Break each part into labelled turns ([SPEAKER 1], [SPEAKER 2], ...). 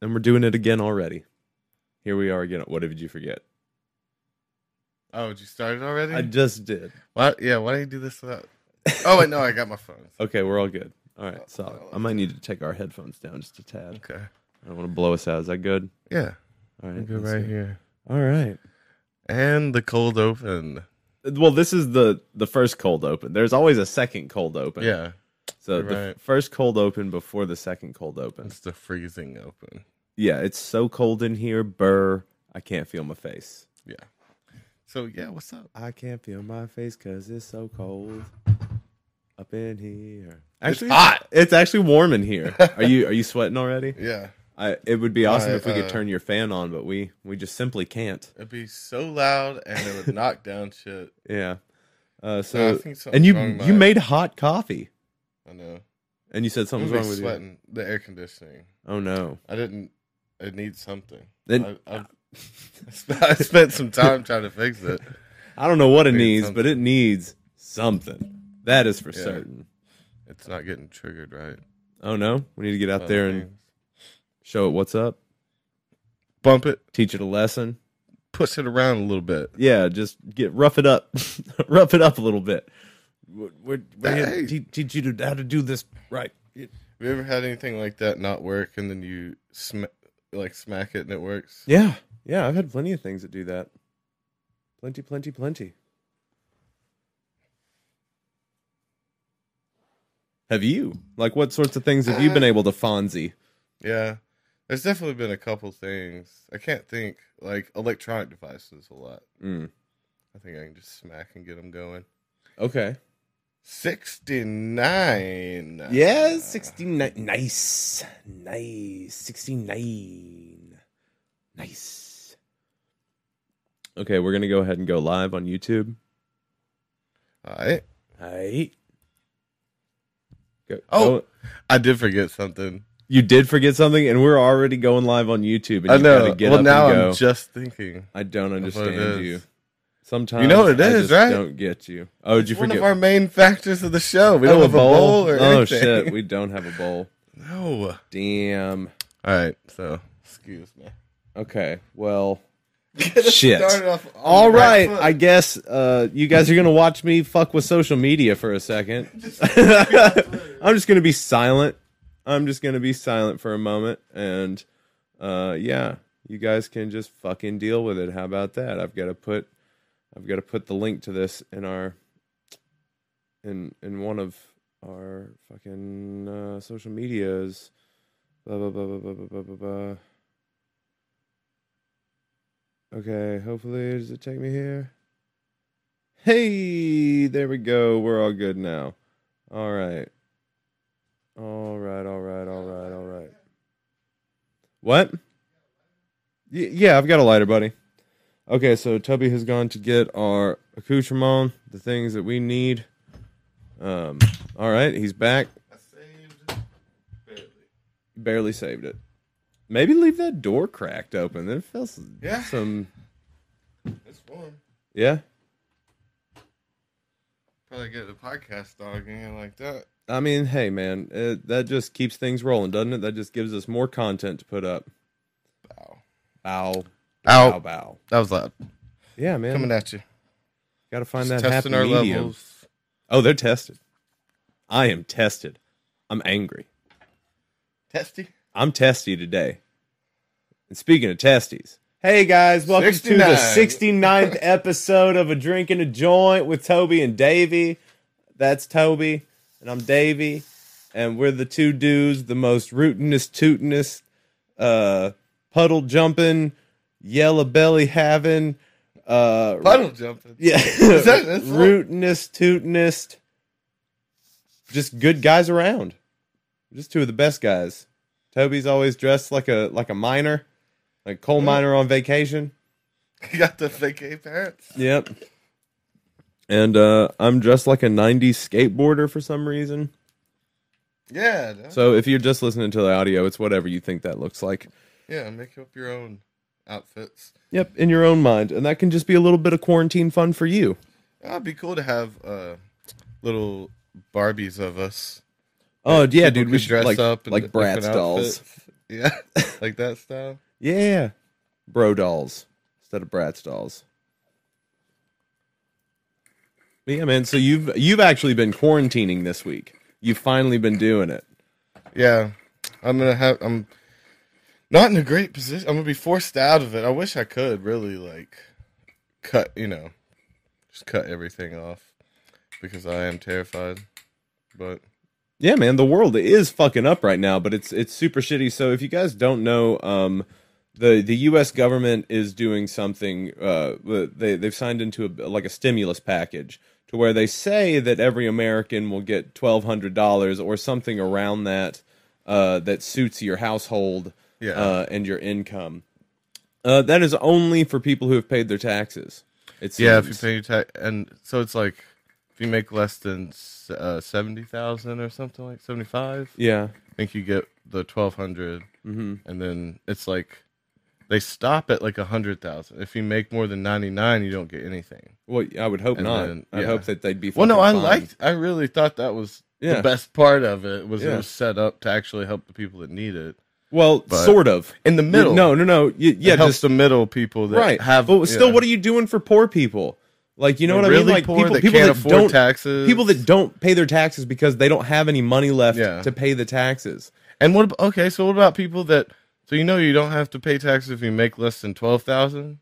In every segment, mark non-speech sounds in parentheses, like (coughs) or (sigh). [SPEAKER 1] and we're doing it again already. Here we are again. What did you forget?
[SPEAKER 2] Oh, did you started already?
[SPEAKER 1] I just did.
[SPEAKER 2] what? Yeah, why do you do this without? Oh wait, no, I got my phone.
[SPEAKER 1] (laughs) Okay, we're all good. All right, solid. I might need to take our headphones down just a tad.
[SPEAKER 2] Okay.
[SPEAKER 1] I don't want to blow us out. Is that good?
[SPEAKER 2] Yeah,
[SPEAKER 1] All
[SPEAKER 2] I'm
[SPEAKER 1] right.
[SPEAKER 2] good
[SPEAKER 1] let's
[SPEAKER 2] right
[SPEAKER 1] see.
[SPEAKER 2] here.
[SPEAKER 1] All right.
[SPEAKER 2] And the cold open.
[SPEAKER 1] Well, this is the the first cold open. There's always a second cold open.
[SPEAKER 2] Yeah,
[SPEAKER 1] So
[SPEAKER 2] you're
[SPEAKER 1] the f-
[SPEAKER 2] right.
[SPEAKER 1] first cold open before the second cold open.
[SPEAKER 2] it's the freezing open.
[SPEAKER 1] Yeah, it's so cold in here. Burr. I can't feel my face.
[SPEAKER 2] Yeah. So yeah, what's up?
[SPEAKER 1] I can't feel my face because it's so cold up in here.
[SPEAKER 2] It's
[SPEAKER 1] Actually,
[SPEAKER 2] hot.
[SPEAKER 1] It's actually warm in
[SPEAKER 2] (laughs)
[SPEAKER 1] here. Are you are you sweating already?
[SPEAKER 2] Yeah,
[SPEAKER 1] I, it would be awesome
[SPEAKER 2] I,
[SPEAKER 1] if we could
[SPEAKER 2] uh,
[SPEAKER 1] turn your fan on, but we we just simply can't.
[SPEAKER 2] it'd be so loud and
[SPEAKER 1] (laughs)
[SPEAKER 2] it would knock down shit.
[SPEAKER 1] Yeah. Uh,
[SPEAKER 2] No, I
[SPEAKER 1] so
[SPEAKER 2] think something's
[SPEAKER 1] and you
[SPEAKER 2] wrong with
[SPEAKER 1] you
[SPEAKER 2] it.
[SPEAKER 1] made hot coffee
[SPEAKER 2] I know.
[SPEAKER 1] and you said
[SPEAKER 2] I'm
[SPEAKER 1] something's wrong with you.
[SPEAKER 2] sweating. The air conditioning.
[SPEAKER 1] Oh no.
[SPEAKER 2] I didn't. I need something.
[SPEAKER 1] Then-
[SPEAKER 2] I, I've-
[SPEAKER 1] (laughs)
[SPEAKER 2] (laughs) I sp- I spent some time trying to fix it.
[SPEAKER 1] I don't know what it
[SPEAKER 2] Need
[SPEAKER 1] needs,
[SPEAKER 2] something.
[SPEAKER 1] but it needs something. That is for
[SPEAKER 2] Yeah.
[SPEAKER 1] certain.
[SPEAKER 2] It's not getting triggered right.
[SPEAKER 1] Oh no, we need to get out there and show it what's up,
[SPEAKER 2] bump it,
[SPEAKER 1] teach it a lesson.
[SPEAKER 2] push it around a little bit.
[SPEAKER 1] Yeah, just get rough it up, (laughs) rough it up a little bit. We're, we're, we're here to
[SPEAKER 2] Hey.
[SPEAKER 1] te- teach you to, how to do this right.
[SPEAKER 2] Have you ever had anything like that not work and then you sm- like smack it and it works?
[SPEAKER 1] Yeah, yeah, I've had plenty of things that do that. Plenty, plenty, plenty. Have you? Like, what sorts of things have you been able to Fonzie?
[SPEAKER 2] Yeah. There's definitely been a couple things. I can't think like electronic devices a lot.
[SPEAKER 1] Mm.
[SPEAKER 2] I think I can just smack and get them going.
[SPEAKER 1] Okay.
[SPEAKER 2] 69.
[SPEAKER 1] Yeah, 69. Nice. Nice. 69. Nice. Okay, we're going to go ahead and go live on YouTube.
[SPEAKER 2] All right.
[SPEAKER 1] All right. Go,
[SPEAKER 2] Oh.
[SPEAKER 1] go-
[SPEAKER 2] I did forget something.
[SPEAKER 1] you did forget something, and we're already going live on YouTube. And
[SPEAKER 2] I
[SPEAKER 1] you
[SPEAKER 2] know.
[SPEAKER 1] Gotta get
[SPEAKER 2] Well,
[SPEAKER 1] up
[SPEAKER 2] now
[SPEAKER 1] and go.
[SPEAKER 2] I'm just thinking.
[SPEAKER 1] I don't
[SPEAKER 2] of what it
[SPEAKER 1] understand
[SPEAKER 2] is.
[SPEAKER 1] you. Sometimes
[SPEAKER 2] what it
[SPEAKER 1] I
[SPEAKER 2] is,
[SPEAKER 1] just
[SPEAKER 2] right?
[SPEAKER 1] Don't get you. Oh, did you
[SPEAKER 2] One
[SPEAKER 1] forget?
[SPEAKER 2] of our main factors of the show. We don't
[SPEAKER 1] oh,
[SPEAKER 2] have a bowl, or
[SPEAKER 1] oh
[SPEAKER 2] anything.
[SPEAKER 1] shit, we don't have a bowl.
[SPEAKER 2] (laughs) No.
[SPEAKER 1] Damn.
[SPEAKER 2] All right. So, excuse me.
[SPEAKER 1] Okay. Well.
[SPEAKER 2] It
[SPEAKER 1] Shit.
[SPEAKER 2] started off on
[SPEAKER 1] All
[SPEAKER 2] the
[SPEAKER 1] right,
[SPEAKER 2] foot.
[SPEAKER 1] I guess uh, you guys are gonna watch me fuck with social media for a second. (laughs) I'm just gonna be silent. I'm just gonna be silent for a moment, and uh, yeah, you guys can just fucking deal with it. How about that? I've got to put, I've got to put the link to this in our, in in one of our fucking uh, social medias. Blah blah blah blah blah blah blah blah. blah. Okay, hopefully, does it take me here? Hey, there we go. We're all good now. All right. All right, all right, all right, all right. What? Y- yeah, I've got a lighter, buddy. Okay, so Tubby has gone to get our accoutrement, the things that we need. Um, all right, he's back.
[SPEAKER 2] I saved barely.
[SPEAKER 1] Barely saved it. Maybe leave that door cracked open. There feels
[SPEAKER 2] Yeah.
[SPEAKER 1] some.
[SPEAKER 2] It's warm.
[SPEAKER 1] Yeah.
[SPEAKER 2] Probably get the podcast dog in here like that.
[SPEAKER 1] I mean, hey, man, uh that just keeps things rolling, doesn't it? That just gives us more content to put up.
[SPEAKER 2] Bow.
[SPEAKER 1] Bow, bow,
[SPEAKER 2] Ow.
[SPEAKER 1] bow.
[SPEAKER 2] That was loud.
[SPEAKER 1] Yeah, man.
[SPEAKER 2] Oh. Coming at you.
[SPEAKER 1] Got to find
[SPEAKER 2] Just
[SPEAKER 1] that happy
[SPEAKER 2] testing our
[SPEAKER 1] medium.
[SPEAKER 2] levels.
[SPEAKER 1] Oh, they're tested. I am tested. I'm angry.
[SPEAKER 2] Testy.
[SPEAKER 1] I'm testy today. And speaking of testies, hey guys, welcome to the 69th
[SPEAKER 2] 69.
[SPEAKER 1] episode of A Drink and a Joint with Toby and Davey. That's Toby, and I'm Davey, and we're the two dudes, the most rootinest, tootinest, uh, puddle jumping, yellow belly having, uh,
[SPEAKER 2] Puddle jumping. (laughs)
[SPEAKER 1] yeah,
[SPEAKER 2] that- that's
[SPEAKER 1] (laughs)
[SPEAKER 2] what-
[SPEAKER 1] rootinest, tootinest, just good guys around. Just two of the best guys. Toby's always dressed like a like a miner, like coal miner on vacation.
[SPEAKER 2] You got the fake A parents.
[SPEAKER 1] Yep. And uh, I'm dressed like a '90s skateboarder for some reason.
[SPEAKER 2] Yeah. no.
[SPEAKER 1] So if you're just listening to the audio, it's whatever you think that looks like.
[SPEAKER 2] yeah. Make up your own outfits.
[SPEAKER 1] Yep, in your own mind, and that can just be a little bit of quarantine fun for you.
[SPEAKER 2] That'd be cool to have uh, little Barbies of us.
[SPEAKER 1] Oh yeah,
[SPEAKER 2] People
[SPEAKER 1] Oh, dude, we
[SPEAKER 2] could
[SPEAKER 1] should dress like, up
[SPEAKER 2] in
[SPEAKER 1] like Bratz
[SPEAKER 2] different
[SPEAKER 1] dolls.
[SPEAKER 2] outfits. (laughs) Yeah, like that style.
[SPEAKER 1] Yeah. Bro dolls instead of Bratz dolls. But yeah, man. So you've you've actually been quarantining this week. You've finally been doing it.
[SPEAKER 2] Yeah, I'm gonna have. I'm not in a great position. I'm gonna be forced out of it. I wish I could really like cut. You know, just cut everything off because I am terrified. But
[SPEAKER 1] Yeah, man, the world is fucking up right now, but it's it's super shitty. So if you guys don't know, um, the the U.S. government is doing something. Uh, they they've signed into a, like a stimulus package to where they say that every American will get twelve hundred dollars or something around that uh, that suits your household
[SPEAKER 2] Yeah.
[SPEAKER 1] uh, and your income. Uh, that is only for people who have paid their taxes. It's
[SPEAKER 2] yeah, if you pay your tax, and so it's like if you make less than uh, seventy thousand or something like seventy five.
[SPEAKER 1] yeah,
[SPEAKER 2] I think you get the twelve hundred,
[SPEAKER 1] hmm
[SPEAKER 2] and then it's like they stop at like a hundred thousand. If you make more than ninety nine, you don't get anything.
[SPEAKER 1] Well, I would hope
[SPEAKER 2] And
[SPEAKER 1] not.
[SPEAKER 2] then-
[SPEAKER 1] I
[SPEAKER 2] yeah.
[SPEAKER 1] hope that they'd be.
[SPEAKER 2] Well, no,
[SPEAKER 1] fucking
[SPEAKER 2] I
[SPEAKER 1] fine.
[SPEAKER 2] liked. I really thought that was
[SPEAKER 1] Yeah.
[SPEAKER 2] the best part of it. Was
[SPEAKER 1] Yeah.
[SPEAKER 2] it was set up to actually help the people that need it
[SPEAKER 1] Well,
[SPEAKER 2] But-
[SPEAKER 1] sort of.
[SPEAKER 2] in the middle.
[SPEAKER 1] No, no, no. Y-
[SPEAKER 2] yeah,
[SPEAKER 1] yeah,
[SPEAKER 2] it helps
[SPEAKER 1] just
[SPEAKER 2] the middle people that
[SPEAKER 1] right.
[SPEAKER 2] have.
[SPEAKER 1] but still,
[SPEAKER 2] yeah.
[SPEAKER 1] what are you doing for poor people? Like, you know
[SPEAKER 2] The
[SPEAKER 1] what I
[SPEAKER 2] really
[SPEAKER 1] mean? Like
[SPEAKER 2] poor
[SPEAKER 1] people,
[SPEAKER 2] that
[SPEAKER 1] people
[SPEAKER 2] can't
[SPEAKER 1] that
[SPEAKER 2] afford
[SPEAKER 1] don't
[SPEAKER 2] taxes.
[SPEAKER 1] people that don't pay their taxes because they don't have any money left
[SPEAKER 2] Yeah.
[SPEAKER 1] to pay the taxes.
[SPEAKER 2] And what? ab- Okay, so what about people that? So you know you don't have to pay taxes if you make less than twelve thousand.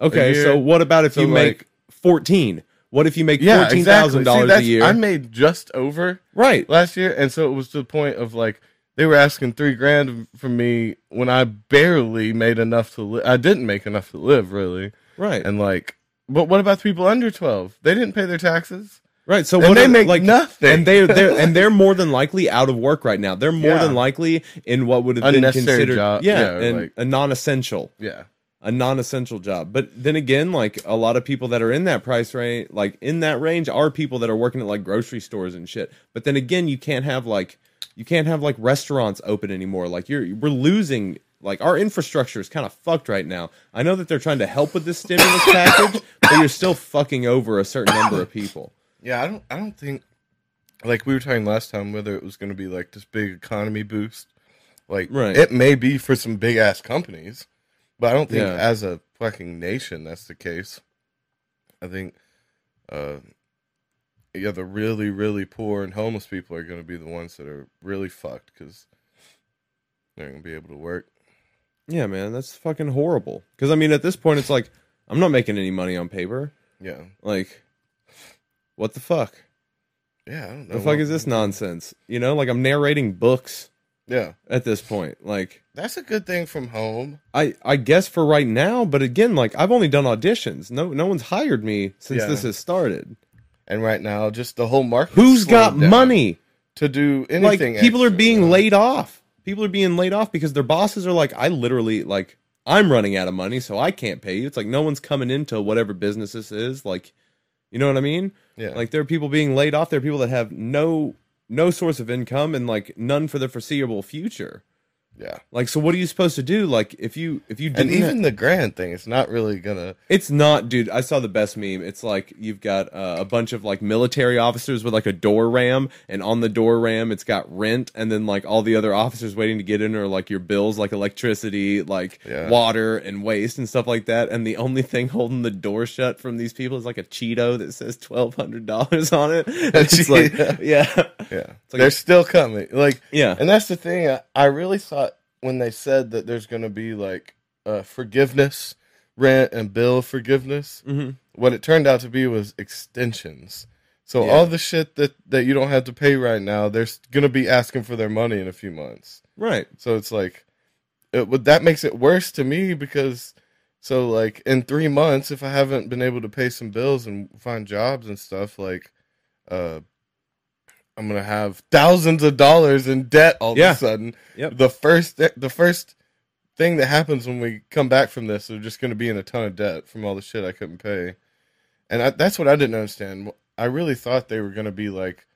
[SPEAKER 1] Okay,
[SPEAKER 2] year.
[SPEAKER 1] so what about if
[SPEAKER 2] So,
[SPEAKER 1] you
[SPEAKER 2] like-
[SPEAKER 1] make fourteen? What if you make
[SPEAKER 2] Yeah,
[SPEAKER 1] fourteen
[SPEAKER 2] exactly.
[SPEAKER 1] thousand
[SPEAKER 2] See,
[SPEAKER 1] dollars a
[SPEAKER 2] that's-
[SPEAKER 1] year?
[SPEAKER 2] I made just over
[SPEAKER 1] right.
[SPEAKER 2] last year, and so it was to the point of like they were asking three grand from me when I barely made enough to live. I didn't make enough to live really,
[SPEAKER 1] Right.
[SPEAKER 2] and like, but what about the people under twelve? They didn't pay their taxes.
[SPEAKER 1] Right. So
[SPEAKER 2] And
[SPEAKER 1] what
[SPEAKER 2] they
[SPEAKER 1] are-
[SPEAKER 2] make
[SPEAKER 1] like
[SPEAKER 2] nothing.
[SPEAKER 1] and they're they're and they're more than likely out of work right now. They're more
[SPEAKER 2] Yeah.
[SPEAKER 1] than likely in what would have been
[SPEAKER 2] Unnecessary
[SPEAKER 1] considered
[SPEAKER 2] job-
[SPEAKER 1] yeah,
[SPEAKER 2] yeah,
[SPEAKER 1] and
[SPEAKER 2] like-
[SPEAKER 1] a non-essential.
[SPEAKER 2] Yeah,
[SPEAKER 1] a non-essential job. But then again, like a lot of people that are in that price range, like in that range, are people that are working at like grocery stores and shit. But then again, you can't have like you can't have like restaurants open anymore. Like you're we're losing like our infrastructure is kind of fucked right now. I know that they're trying to help with this stimulus package, but you're still fucking over a certain number of people.
[SPEAKER 2] yeah. I don't. I don't think like we were talking last time whether it was going to be like this big economy boost. Like
[SPEAKER 1] Right.
[SPEAKER 2] it may be for some big ass companies, but I don't think
[SPEAKER 1] Yeah.
[SPEAKER 2] as a fucking nation that's the case. I think uh yeah, the really really poor and homeless people are going to be the ones that are really fucked cuz they're going to be able to work.
[SPEAKER 1] Yeah, man, that's fucking horrible. Because I mean, at this point, it's like I'm not making any money on paper.
[SPEAKER 2] Yeah.
[SPEAKER 1] Like, what the fuck?
[SPEAKER 2] Yeah, I don't know.
[SPEAKER 1] The fuck is this nonsense? You know, like I'm narrating books
[SPEAKER 2] Yeah.
[SPEAKER 1] at this point. Like
[SPEAKER 2] That's a good thing from home.
[SPEAKER 1] I I guess for right now, but again, like I've only done auditions. No no one's hired me since
[SPEAKER 2] Yeah.
[SPEAKER 1] this has started.
[SPEAKER 2] And right now just the whole market
[SPEAKER 1] Who's got money?
[SPEAKER 2] to do
[SPEAKER 1] Like
[SPEAKER 2] anything?
[SPEAKER 1] people are
[SPEAKER 2] extra,
[SPEAKER 1] being
[SPEAKER 2] you know?
[SPEAKER 1] laid off. People are being laid off because their bosses are like, I literally like I'm running out of money, so I can't pay you. It's like no one's coming into whatever business this is. Like, you know what I mean?
[SPEAKER 2] Yeah.
[SPEAKER 1] Like there are people being laid off. There are people that have no no source of income and like none for the foreseeable future.
[SPEAKER 2] yeah.
[SPEAKER 1] Like, so what are you supposed to do? Like, if you if you
[SPEAKER 2] And
[SPEAKER 1] didn't,
[SPEAKER 2] even the grand thing, it's not really gonna.
[SPEAKER 1] it's not, dude. I saw the best meme. It's like you've got uh, a bunch of like military officers with like a door ram, and on the door ram, it's got rent, and then like all the other officers waiting to get in are like your bills, like electricity, like
[SPEAKER 2] Yeah.
[SPEAKER 1] water and waste and stuff like that. And the only thing holding the door shut from these people is like a Cheeto that says twelve hundred dollars on it. (laughs) It's like,
[SPEAKER 2] Cheeto.
[SPEAKER 1] yeah,
[SPEAKER 2] (laughs) Yeah,
[SPEAKER 1] like-
[SPEAKER 2] they're still coming. Like,
[SPEAKER 1] yeah,
[SPEAKER 2] and that's the thing. I, I really thought when they said that there's gonna be like uh, forgiveness, rent and bill forgiveness.
[SPEAKER 1] hmm
[SPEAKER 2] What it turned out to be was extensions. So
[SPEAKER 1] Yeah.
[SPEAKER 2] all the shit that that you don't have to pay right now, they're s- gonna be asking for their money in a few months.
[SPEAKER 1] right,
[SPEAKER 2] So it's like, it, would- that makes it worse to me because, so like in three months, if I haven't been able to pay some bills and find jobs and stuff, like, uh, I'm gonna have thousands of dollars in debt all
[SPEAKER 1] Yeah.
[SPEAKER 2] of a sudden.
[SPEAKER 1] Yep.
[SPEAKER 2] The first, thi- the first thing that happens when we come back from this, we're just gonna be in a ton of debt from all the shit I couldn't pay, and I, that's what I didn't understand. I really thought they were gonna be like,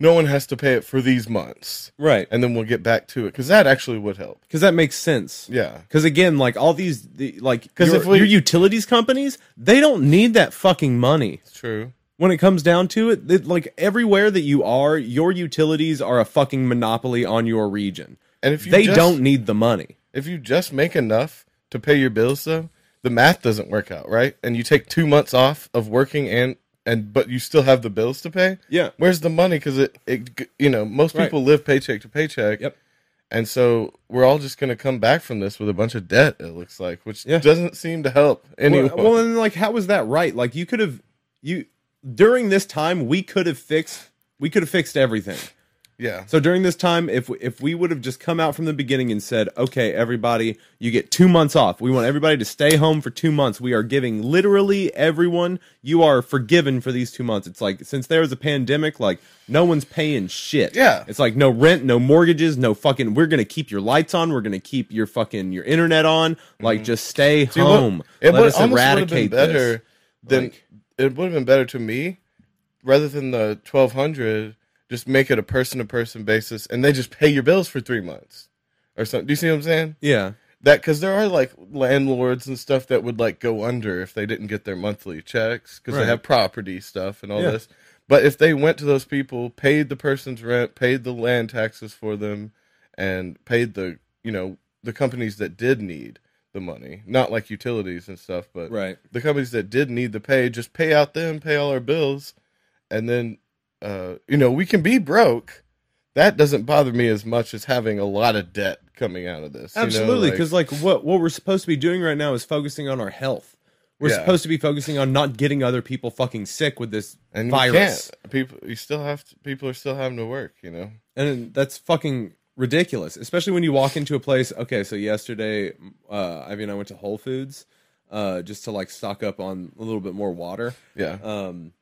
[SPEAKER 2] no one has to pay it for these months
[SPEAKER 1] right,
[SPEAKER 2] and then we'll get back to it because that actually would help.
[SPEAKER 1] because that makes sense.
[SPEAKER 2] Yeah,
[SPEAKER 1] Because again, like all these, the, like
[SPEAKER 2] 'Cause
[SPEAKER 1] your,
[SPEAKER 2] if we-
[SPEAKER 1] your utilities companies, they don't need that fucking money.
[SPEAKER 2] it's true.
[SPEAKER 1] When it comes down to it, that, like everywhere that you are, your utilities are a fucking monopoly on your region.
[SPEAKER 2] And if you
[SPEAKER 1] they
[SPEAKER 2] just-
[SPEAKER 1] don't need the money.
[SPEAKER 2] if you just make enough to pay your bills though the math doesn't work out right and you take two months off of working and and but you still have the bills to pay
[SPEAKER 1] Yeah.
[SPEAKER 2] where's the money because it, it g- you know most
[SPEAKER 1] Right.
[SPEAKER 2] people live paycheck to paycheck
[SPEAKER 1] Yep.
[SPEAKER 2] and so we're all just going to come back from this with a bunch of debt it looks like which
[SPEAKER 1] Yeah.
[SPEAKER 2] doesn't seem to help anyone
[SPEAKER 1] Well, well, and like, how was that right? Like, you could have you during this time we could have fixed we could have fixed everything.
[SPEAKER 2] yeah
[SPEAKER 1] So during this time, if if we would have just come out from the beginning and said, "Okay, everybody, you get two months off. We want everybody to stay home for two months. We are giving literally everyone. You are forgiven for these two months." It's like since there was a pandemic, like no one's paying shit.
[SPEAKER 2] Yeah.
[SPEAKER 1] it's like no rent, no mortgages, no fucking. We're gonna keep your lights on. We're gonna keep your fucking your internet on. Like just stay
[SPEAKER 2] Mm-hmm. See, what-
[SPEAKER 1] home.
[SPEAKER 2] it
[SPEAKER 1] Let
[SPEAKER 2] would
[SPEAKER 1] us
[SPEAKER 2] almost would have been
[SPEAKER 1] eradicate
[SPEAKER 2] better
[SPEAKER 1] this.
[SPEAKER 2] than
[SPEAKER 1] Like-
[SPEAKER 2] it would have been better to me rather than the 1200 just make it a person to person basis and they just pay your bills for three months or something do you see what i'm saying
[SPEAKER 1] Yeah,
[SPEAKER 2] that because there are like landlords and stuff that would like go under if they didn't get their monthly checks because
[SPEAKER 1] Right.
[SPEAKER 2] they have property stuff and all
[SPEAKER 1] Yeah.
[SPEAKER 2] this but if they went to those people paid the person's rent paid the land taxes for them and paid the you know the companies that did need the money not like utilities and stuff but
[SPEAKER 1] right.
[SPEAKER 2] the companies that did need to pay just pay out them pay all our bills and then uh you know we can be broke that doesn't bother me as much as having a lot of debt coming out of this you know,
[SPEAKER 1] Absolutely,
[SPEAKER 2] like-
[SPEAKER 1] because like, what what we're supposed to be doing right now is focusing on our health. We're
[SPEAKER 2] Yeah.
[SPEAKER 1] supposed to be focusing on not getting other people fucking sick with this
[SPEAKER 2] and
[SPEAKER 1] virus,
[SPEAKER 2] you can't. people you still have to, people are still having to work you know
[SPEAKER 1] and that's fucking ridiculous. Especially when you walk into a place. Okay, so yesterday, uh, Ivy and I went to Whole Foods uh, just to like stock up on a little bit more water.
[SPEAKER 2] yeah
[SPEAKER 1] Um,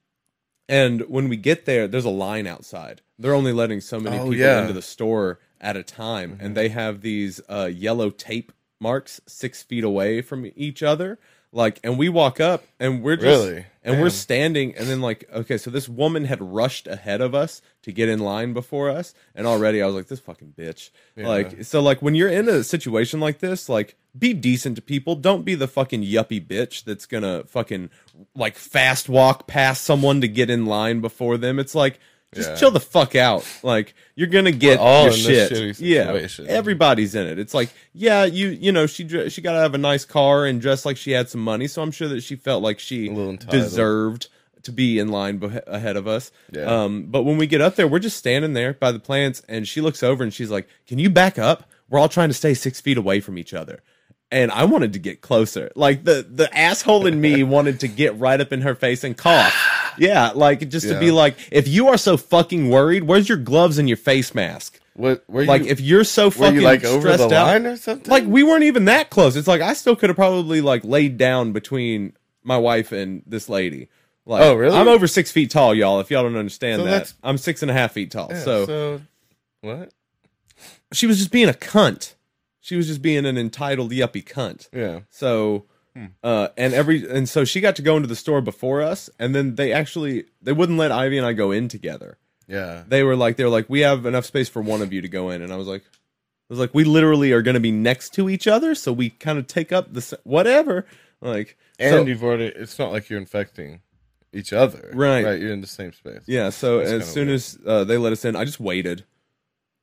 [SPEAKER 1] and when we get there, there's a line outside. They're only letting so many
[SPEAKER 2] Oh,
[SPEAKER 1] people
[SPEAKER 2] yeah. Mm-hmm.
[SPEAKER 1] into the store at a time, and they have these uh, yellow tape marks six feet away from each other. Like, and we walk up, and we're just,
[SPEAKER 2] Really?
[SPEAKER 1] and we're
[SPEAKER 2] Damn.
[SPEAKER 1] standing, and then like, okay, so this woman had rushed ahead of us to get in line before us, and already I was like, this fucking bitch.
[SPEAKER 2] Yeah.
[SPEAKER 1] Like, so like when you're in a situation like this, like be decent to people. Don't be the fucking yuppie bitch that's gonna fucking like fast walk past someone to get in line before them. It's like just
[SPEAKER 2] Yeah.
[SPEAKER 1] chill the fuck out. Like you're gonna get
[SPEAKER 2] all
[SPEAKER 1] your
[SPEAKER 2] in
[SPEAKER 1] shit.
[SPEAKER 2] this shitty
[SPEAKER 1] yeah,
[SPEAKER 2] situation.
[SPEAKER 1] everybody's in it. It's like yeah, you you know she dre- she got to have a nice car and dress like she had some money, so I'm sure that she felt like she
[SPEAKER 2] A little entitled.
[SPEAKER 1] deserved to be in line beh ahead of us.
[SPEAKER 2] Yeah.
[SPEAKER 1] Um, but when we get up there, we're just standing there by the plants, and she looks over and she's like, "Can you back up? We're all trying to stay six feet away from each other." And I wanted to get closer. Like the the asshole in
[SPEAKER 2] (laughs)
[SPEAKER 1] me wanted to get right up in her face and cough. Yeah, like just to be
[SPEAKER 2] Yeah.
[SPEAKER 1] like, if you are so fucking worried, where's your gloves and your face mask?
[SPEAKER 2] what were you
[SPEAKER 1] Like if you're so
[SPEAKER 2] were
[SPEAKER 1] fucking
[SPEAKER 2] you like
[SPEAKER 1] stressed
[SPEAKER 2] over the
[SPEAKER 1] out,
[SPEAKER 2] line or something
[SPEAKER 1] like we weren't even that close. It's like I still could have probably like laid down between my wife and this lady. Like,
[SPEAKER 2] Oh, really?
[SPEAKER 1] I'm over six feet tall, y'all. If y'all don't understand
[SPEAKER 2] So
[SPEAKER 1] that,
[SPEAKER 2] that's-
[SPEAKER 1] I'm six and a half feet tall.
[SPEAKER 2] Yeah,
[SPEAKER 1] so,
[SPEAKER 2] what
[SPEAKER 1] she was just being a cunt. She was just being an entitled yuppie cunt.
[SPEAKER 2] yeah
[SPEAKER 1] So,
[SPEAKER 2] Hmm.
[SPEAKER 1] uh, and every and so she got to go into the store before us, and then they actually they wouldn't let Ivy and I go in together
[SPEAKER 2] yeah
[SPEAKER 1] they were like they were like we have enough space for one of you to go in and i was like i was like we literally are going to be next to each other so we kind of take up the s- whatever like
[SPEAKER 2] and
[SPEAKER 1] so-
[SPEAKER 2] you've already it's not like you're infecting each other
[SPEAKER 1] Right.
[SPEAKER 2] right you're in the same space
[SPEAKER 1] yeah so
[SPEAKER 2] That's
[SPEAKER 1] as
[SPEAKER 2] kinda
[SPEAKER 1] soon
[SPEAKER 2] weird.
[SPEAKER 1] as uh, they let us in i just waited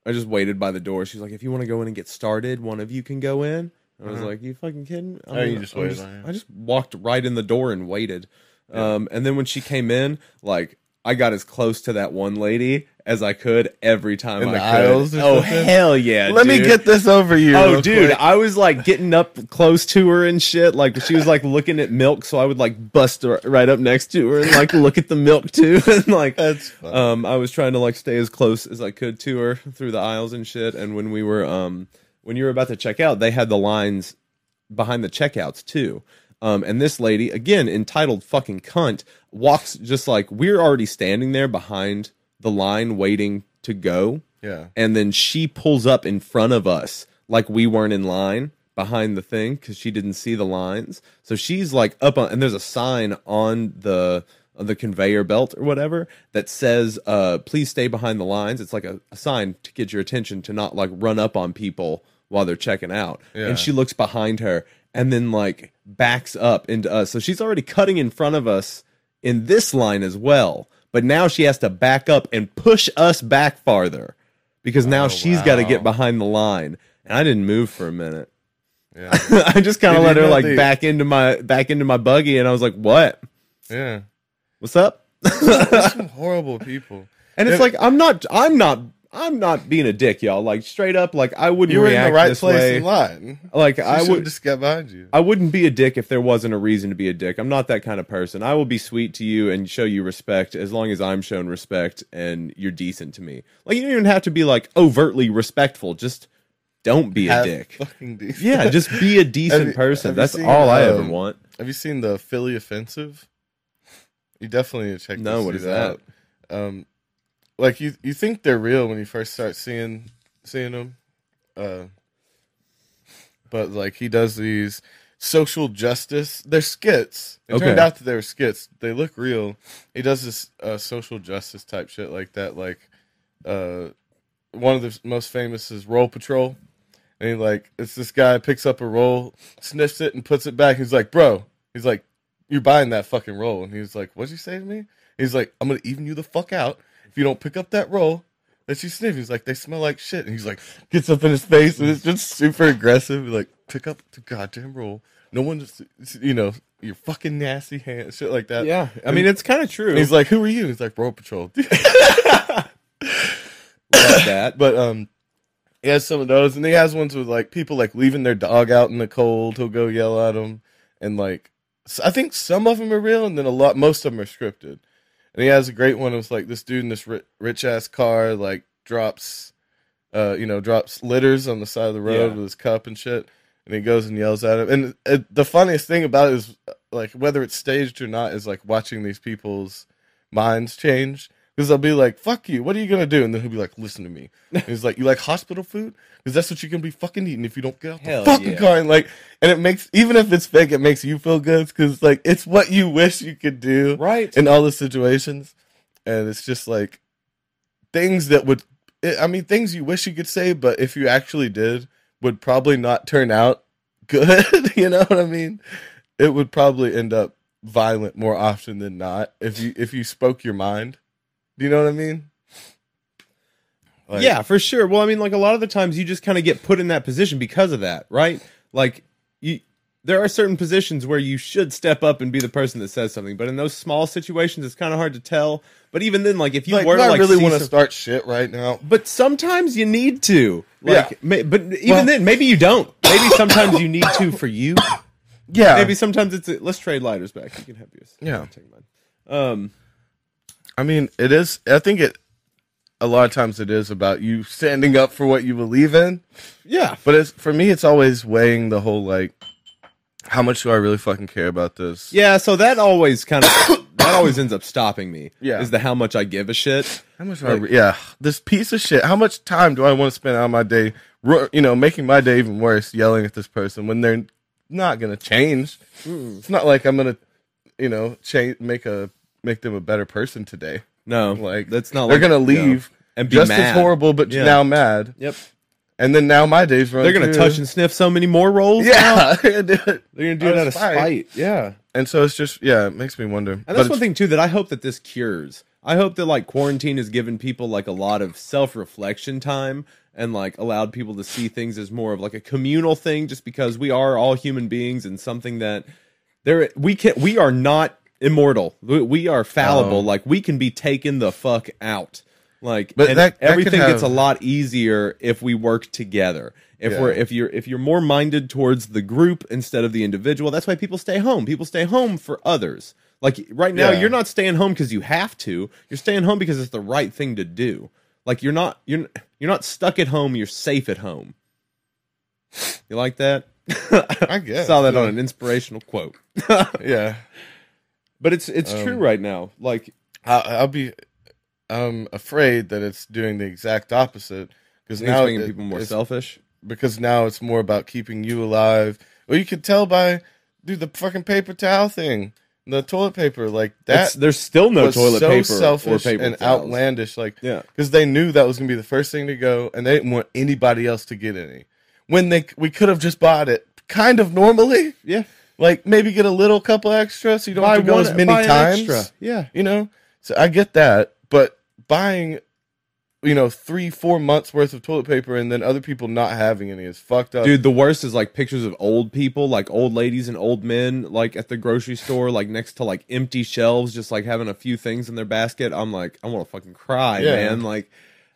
[SPEAKER 1] i just waited by the door she's like if you want to go in and get started one of you can go in i was
[SPEAKER 2] Uh-huh.
[SPEAKER 1] like you fucking kidding me?
[SPEAKER 2] Oh, you just
[SPEAKER 1] I'm
[SPEAKER 2] waited on her.
[SPEAKER 1] i just walked right in the door and waited um, and then when she came in like i got as close to that one lady as i could every time
[SPEAKER 2] In
[SPEAKER 1] i
[SPEAKER 2] the
[SPEAKER 1] could
[SPEAKER 2] aisles or
[SPEAKER 1] oh
[SPEAKER 2] something?
[SPEAKER 1] hell yeah
[SPEAKER 2] let me
[SPEAKER 1] dude.
[SPEAKER 2] get this over you
[SPEAKER 1] Oh,
[SPEAKER 2] real
[SPEAKER 1] dude,
[SPEAKER 2] quick.
[SPEAKER 1] I was like getting up close to her and shit. Like she was like looking at milk, so I would like bust her right up next to her and like look at the milk too. (laughs) And like,
[SPEAKER 2] that's fun.
[SPEAKER 1] um, I was trying to like stay as close as I could to her through the aisles and shit. And when we were, um, when you were about to check out, they had the lines behind the checkouts too. Um, and this lady, again, entitled fucking cunt, walks just like we're already standing there behind the line waiting to go
[SPEAKER 2] yeah
[SPEAKER 1] and then she pulls up in front of us like we weren't in line behind the thing because she didn't see the lines so she's like up on and there's a sign on the on the conveyor belt or whatever that says uh please stay behind the lines it's like a, a sign to get your attention to not like run up on people while they're checking out
[SPEAKER 2] Yeah.
[SPEAKER 1] and she looks behind her and then like backs up into us so she's already cutting in front of us in this line as well but now she has to back up and push us back farther because now
[SPEAKER 2] Oh,
[SPEAKER 1] she's got to
[SPEAKER 2] wow.
[SPEAKER 1] get behind the line. And I didn't move for a minute. (laughs)
[SPEAKER 2] Yeah.
[SPEAKER 1] I just kind of
[SPEAKER 2] Did
[SPEAKER 1] let
[SPEAKER 2] you
[SPEAKER 1] her
[SPEAKER 2] know
[SPEAKER 1] like
[SPEAKER 2] the-
[SPEAKER 1] back into my back into my buggy, and I was like, "What?
[SPEAKER 2] yeah.
[SPEAKER 1] What's up?" (laughs)
[SPEAKER 2] There's some horrible people.
[SPEAKER 1] And it's
[SPEAKER 2] If-
[SPEAKER 1] like I'm not, I'm not, I'm not being a dick, y'all. Like straight up, like I wouldn't
[SPEAKER 2] You were in
[SPEAKER 1] react
[SPEAKER 2] the right
[SPEAKER 1] this
[SPEAKER 2] place
[SPEAKER 1] way.
[SPEAKER 2] in line.
[SPEAKER 1] Like
[SPEAKER 2] I
[SPEAKER 1] I
[SPEAKER 2] would
[SPEAKER 1] would,
[SPEAKER 2] just got behind you.
[SPEAKER 1] I wouldn't be a dick if there wasn't a reason to be a dick. I'm not that kind of person. I will be sweet to you and show you respect as long as I'm shown respect and you're decent to me. Like you don't even have to be like overtly respectful. Just don't be
[SPEAKER 2] Have
[SPEAKER 1] a dick.
[SPEAKER 2] Fucking decent. (laughs)
[SPEAKER 1] Yeah, just be a decent
[SPEAKER 2] Have you-
[SPEAKER 1] person.
[SPEAKER 2] have you
[SPEAKER 1] That's
[SPEAKER 2] seen,
[SPEAKER 1] all I ever
[SPEAKER 2] um,
[SPEAKER 1] want.
[SPEAKER 2] Have you seen the Philly Offensive? You definitely need to check.
[SPEAKER 1] No,
[SPEAKER 2] this
[SPEAKER 1] what is
[SPEAKER 2] dude
[SPEAKER 1] that?
[SPEAKER 2] out. Um, like you, you think they're real when you first start seeing seeing them, uh, but like he does these social justice. They're skits. It
[SPEAKER 1] Okay.
[SPEAKER 2] turned out that they were skits. They look real. He does this uh, social justice type shit like that. Like, uh, one of the most famous is Roll Patrol. And he like, it's this guy picks up a roll, sniffs it, and puts it back. He's like, bro, he's like, you're buying that fucking roll. And he's like, what'd you say to me? He's like, I'm gonna even you the fuck out if you don't pick up that roll that you sniff. He's like, they smell like shit. And he's like, gets up in his face and it's just super aggressive. Like, pick up the goddamn roll. No one, just, you know, your fucking nasty hand, shit like that.
[SPEAKER 1] Yeah, I mean it's kind of true.
[SPEAKER 2] uh, And he's like, who are you? He's like, roll patrol.
[SPEAKER 1] Love that.
[SPEAKER 2] (laughs) But um, he has some of those, and he has ones with like people like leaving their dog out in the cold. He'll go yell at them, and like s- I think some of them are real, and then a lot, most of them are scripted. And he has a great one. It was like this dude in this rich ass car, like drops, uh, you know, drops litters on the side of the road
[SPEAKER 1] Yeah.
[SPEAKER 2] with his cup and shit. And he goes and yells at him. And uh, the funniest thing about it is, uh, like, whether it's staged or not, is like watching these people's minds change because they'll be like, "Fuck you! What are you gonna do?" And then he'll be like, "Listen to me." And he's like, "You like hospital food? Because that's what you're gonna be fucking eating if you don't get out
[SPEAKER 1] Hell
[SPEAKER 2] the fucking
[SPEAKER 1] yeah.
[SPEAKER 2] car." And like, and it makes even if it's fake, it makes you feel good because like it's what you wish you could do
[SPEAKER 1] Right.
[SPEAKER 2] in all the situations, and it's just like things that would, eh, I I mean, things you wish you could say, but if you actually did, would probably not turn out good. (laughs) you know what I mean? It would probably end up violent more often than not if you if you spoke your mind. Do you know what I mean? Like,
[SPEAKER 1] yeah, for sure. Well, I mean, like a lot of the times you just kind of get put in that position because of that, right? Like you there are certain positions where you should step up and be the person that says something, but in those small situations it's kind of hard to tell. But even then like if you
[SPEAKER 2] Like,
[SPEAKER 1] were
[SPEAKER 2] do
[SPEAKER 1] to
[SPEAKER 2] I
[SPEAKER 1] like
[SPEAKER 2] really
[SPEAKER 1] see
[SPEAKER 2] want to
[SPEAKER 1] some-
[SPEAKER 2] start shit right now.
[SPEAKER 1] but sometimes you need to. Like
[SPEAKER 2] Yeah.
[SPEAKER 1] ma- but even
[SPEAKER 2] Well-
[SPEAKER 1] then maybe you don't. Maybe sometimes you need to for
[SPEAKER 2] (laughs)
[SPEAKER 1] you.
[SPEAKER 2] Yeah.
[SPEAKER 1] Maybe sometimes it's a, let's trade lighters back. You can have yours.
[SPEAKER 2] Yeah.
[SPEAKER 1] I'll take mine. Um
[SPEAKER 2] I mean, it is. I think it. A lot of times, it is about you standing up for what you believe in.
[SPEAKER 1] yeah.
[SPEAKER 2] But it's for me, it's always weighing the whole like, how much do I really fucking care about this?
[SPEAKER 1] Yeah, so that always kind of that always ends up stopping me.
[SPEAKER 2] Yeah.
[SPEAKER 1] Is the how much I give a shit.
[SPEAKER 2] How much? do I re- yeah, this piece of shit. How much time do I want to spend on my day? ru- You know, making my day even worse, yelling at this person when they're not gonna change. It's not like I'm gonna, you know, change make a make them a better person today.
[SPEAKER 1] No,
[SPEAKER 2] Like
[SPEAKER 1] that's not.
[SPEAKER 2] They're
[SPEAKER 1] like,
[SPEAKER 2] gonna
[SPEAKER 1] you know,
[SPEAKER 2] leave
[SPEAKER 1] and be
[SPEAKER 2] just
[SPEAKER 1] mad.
[SPEAKER 2] as horrible, but
[SPEAKER 1] Yeah.
[SPEAKER 2] now mad.
[SPEAKER 1] Yep,
[SPEAKER 2] And then now my day's running.
[SPEAKER 1] they're gonna
[SPEAKER 2] too.
[SPEAKER 1] touch and sniff so many more rolls. now.
[SPEAKER 2] (laughs) Yeah, (laughs) they're gonna do it.
[SPEAKER 1] they're gonna do it out of spite.
[SPEAKER 2] Yeah, and so it's just yeah, it makes me wonder.
[SPEAKER 1] And that's one thing too that I hope that this cures. I hope that like quarantine has given people like a lot of self reflection time and like allowed people to see things as more of like a communal thing, just because we are all human beings and something that there we can we are not immortal. We, we are fallible.
[SPEAKER 2] Oh.
[SPEAKER 1] Like we can be taken the fuck out. Like
[SPEAKER 2] But
[SPEAKER 1] and
[SPEAKER 2] that- that could
[SPEAKER 1] everything gets a
[SPEAKER 2] have-
[SPEAKER 1] lot easier if we work together. If
[SPEAKER 2] Yeah.
[SPEAKER 1] we're if you're if you're more minded towards the group instead of the individual, that's why people stay home. People stay home for others. Like right now,
[SPEAKER 2] Yeah.
[SPEAKER 1] you're not staying home because you have to. You're staying home because it's the right thing to do. Like you're not you're you're not stuck at home. You're safe at home. You like that? (laughs)
[SPEAKER 2] I guess
[SPEAKER 1] Saw that
[SPEAKER 2] yeah.
[SPEAKER 1] on an inspirational quote.
[SPEAKER 2] Yeah,
[SPEAKER 1] But it's it's true
[SPEAKER 2] Um,
[SPEAKER 1] right now. Like
[SPEAKER 2] I, I'll be. I'm afraid that it's doing the exact opposite because
[SPEAKER 1] it's
[SPEAKER 2] now
[SPEAKER 1] making
[SPEAKER 2] it-
[SPEAKER 1] people more
[SPEAKER 2] it's-
[SPEAKER 1] selfish.
[SPEAKER 2] because now it's more about keeping you alive. Well, you could tell by do the fucking paper towel thing, the toilet paper like
[SPEAKER 1] That's
[SPEAKER 2] that.
[SPEAKER 1] there's still no
[SPEAKER 2] was
[SPEAKER 1] toilet
[SPEAKER 2] so
[SPEAKER 1] paper
[SPEAKER 2] selfish
[SPEAKER 1] or paper
[SPEAKER 2] and
[SPEAKER 1] towels.
[SPEAKER 2] outlandish. Like
[SPEAKER 1] Yeah,
[SPEAKER 2] because they knew that was going to be the first thing to go, and they didn't want anybody else to get any. When they we could have just bought it kind of normally,
[SPEAKER 1] yeah.
[SPEAKER 2] like maybe get a little couple extra, so you don't
[SPEAKER 1] Buy
[SPEAKER 2] have to go
[SPEAKER 1] one-
[SPEAKER 2] as many
[SPEAKER 1] buy an
[SPEAKER 2] times.
[SPEAKER 1] extra. Yeah,
[SPEAKER 2] You know, so I get that, but buying you know three four months worth of toilet paper and then other people not having any is fucked up.
[SPEAKER 1] Dude, the worst is like pictures of old people, like old ladies and old men, like at the grocery store, like next to like empty shelves, just like having a few things in their basket. I'm like, I want to fucking cry,
[SPEAKER 2] Yeah.
[SPEAKER 1] man. Like,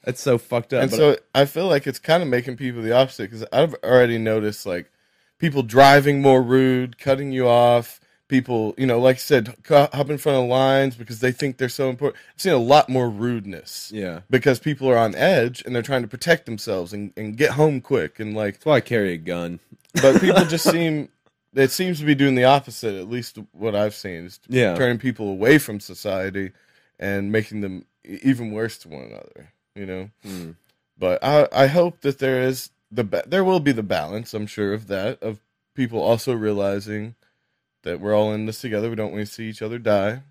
[SPEAKER 1] that's so fucked up.
[SPEAKER 2] and
[SPEAKER 1] But-
[SPEAKER 2] so I feel like it's kind of making people the opposite because I've already noticed like people driving more rude, cutting you off. People, you know, like I said, cu- hop in front of lines because they think they're so important. I've seen a lot more rudeness
[SPEAKER 1] yeah,
[SPEAKER 2] because people are on edge and they're trying to protect themselves and, and get home quick. And like,
[SPEAKER 1] that's why I carry a gun.
[SPEAKER 2] but people just seem, it seems to be doing the opposite, at least what I've seen, is
[SPEAKER 1] Yeah.
[SPEAKER 2] turning people away from society and making them e- even worse to one another, you know?
[SPEAKER 1] Mm.
[SPEAKER 2] but I I hope that there is the ba- there will be the balance. I'm sure of that of people also realizing that we're all in this together. We don't want to see each other die.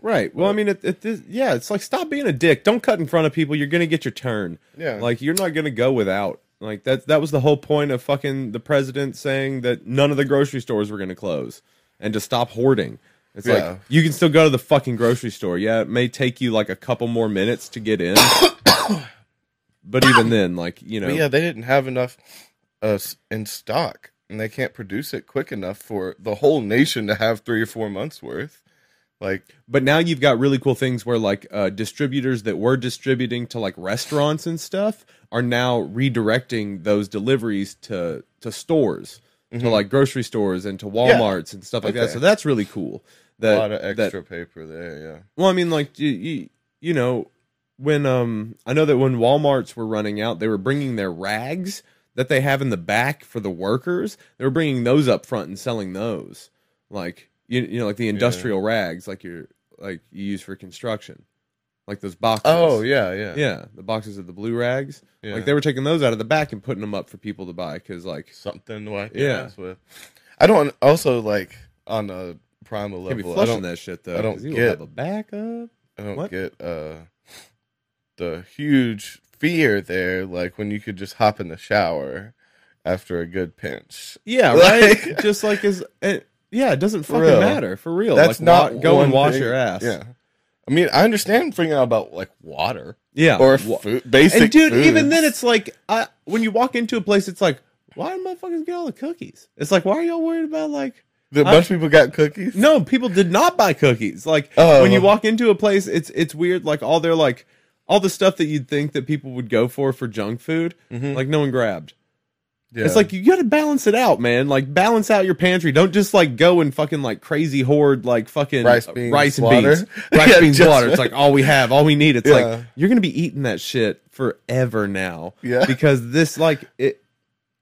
[SPEAKER 1] Right. Well, I mean, it, it, this yeah, it's like stop being a dick. Don't cut in front of people. You're gonna get your turn.
[SPEAKER 2] Yeah,
[SPEAKER 1] Like you're not gonna go without. Like that that was the whole point of fucking the president saying that none of the grocery stores were gonna close and to stop hoarding. It's
[SPEAKER 2] Yeah.
[SPEAKER 1] like you can still go to the fucking grocery store. Yeah, it may take you like a couple more minutes to get in. (coughs) but even then, like, you know
[SPEAKER 2] but yeah, they didn't have enough uh s- in stock, and they can't produce it quick enough for the whole nation to have three or four months worth. Like
[SPEAKER 1] but now you've got really cool things where like uh, distributors that were distributing to like restaurants and stuff are now redirecting those deliveries to to stores to
[SPEAKER 2] Mhm.
[SPEAKER 1] like grocery stores and to walmarts and stuff like that
[SPEAKER 2] Okay.
[SPEAKER 1] so that's really cool
[SPEAKER 2] a
[SPEAKER 1] that,
[SPEAKER 2] lot of
[SPEAKER 1] that
[SPEAKER 2] extra paper there.
[SPEAKER 1] well, I mean, like you, you, you know, when um, I know that when WalMarts were running out, they were bringing their rags that they have in the back for the workers. They were bringing those up front and selling those, like you, you know, like the industrial rags, like your like you use for construction, like those boxes.
[SPEAKER 2] Yeah. Oh yeah, yeah,
[SPEAKER 1] yeah, the boxes of the blue rags.
[SPEAKER 2] yeah.
[SPEAKER 1] Like they were taking those out of the back and putting them up for people to buy because, like,
[SPEAKER 2] something to wipe
[SPEAKER 1] Yeah.
[SPEAKER 2] yeah. with. I don't also like on a primal
[SPEAKER 1] can't be
[SPEAKER 2] level. I
[SPEAKER 1] flushing
[SPEAKER 2] don't
[SPEAKER 1] that shit though.
[SPEAKER 2] I don't
[SPEAKER 1] 'cause you
[SPEAKER 2] get-
[SPEAKER 1] have a backup.
[SPEAKER 2] I don't
[SPEAKER 1] What?
[SPEAKER 2] get uh the huge fear there, like when you could just hop in the shower after a good pinch.
[SPEAKER 1] Yeah,
[SPEAKER 2] (laughs) Like-
[SPEAKER 1] right. Just like is it, yeah, it doesn't
[SPEAKER 2] For
[SPEAKER 1] fucking
[SPEAKER 2] real.
[SPEAKER 1] matter for real.
[SPEAKER 2] That's
[SPEAKER 1] Like,
[SPEAKER 2] not
[SPEAKER 1] wa- go and
[SPEAKER 2] one
[SPEAKER 1] wash
[SPEAKER 2] thing-
[SPEAKER 1] your ass.
[SPEAKER 2] Yeah. I mean, I understand freaking out about like water
[SPEAKER 1] yeah.
[SPEAKER 2] or
[SPEAKER 1] Wa-
[SPEAKER 2] food, basic.
[SPEAKER 1] and dude, even
[SPEAKER 2] foods.
[SPEAKER 1] then, it's like I, when you walk into a place, it's like, why do motherfuckers get all the cookies? It's like, why are y'all worried about like?
[SPEAKER 2] a bunch of people got cookies.
[SPEAKER 1] No, people did not buy cookies. Like
[SPEAKER 2] Oh.
[SPEAKER 1] when you walk into a place, it's it's weird. Like all their like all the stuff that you'd think that people would go for for junk food,
[SPEAKER 2] Mhm.
[SPEAKER 1] like no one grabbed.
[SPEAKER 2] Yeah.
[SPEAKER 1] It's like you gotta balance it out, man. Like balance out your pantry. Don't just like go and fucking like crazy hoard like fucking
[SPEAKER 2] Rice beans,
[SPEAKER 1] rice and
[SPEAKER 2] water. (laughs)
[SPEAKER 1] beans, rice
[SPEAKER 2] Yeah,
[SPEAKER 1] beans,
[SPEAKER 2] just-
[SPEAKER 1] water. It's like all we have, all we need. It's
[SPEAKER 2] Yeah.
[SPEAKER 1] like you're gonna be eating that shit forever now.
[SPEAKER 2] Yeah.
[SPEAKER 1] because this like it,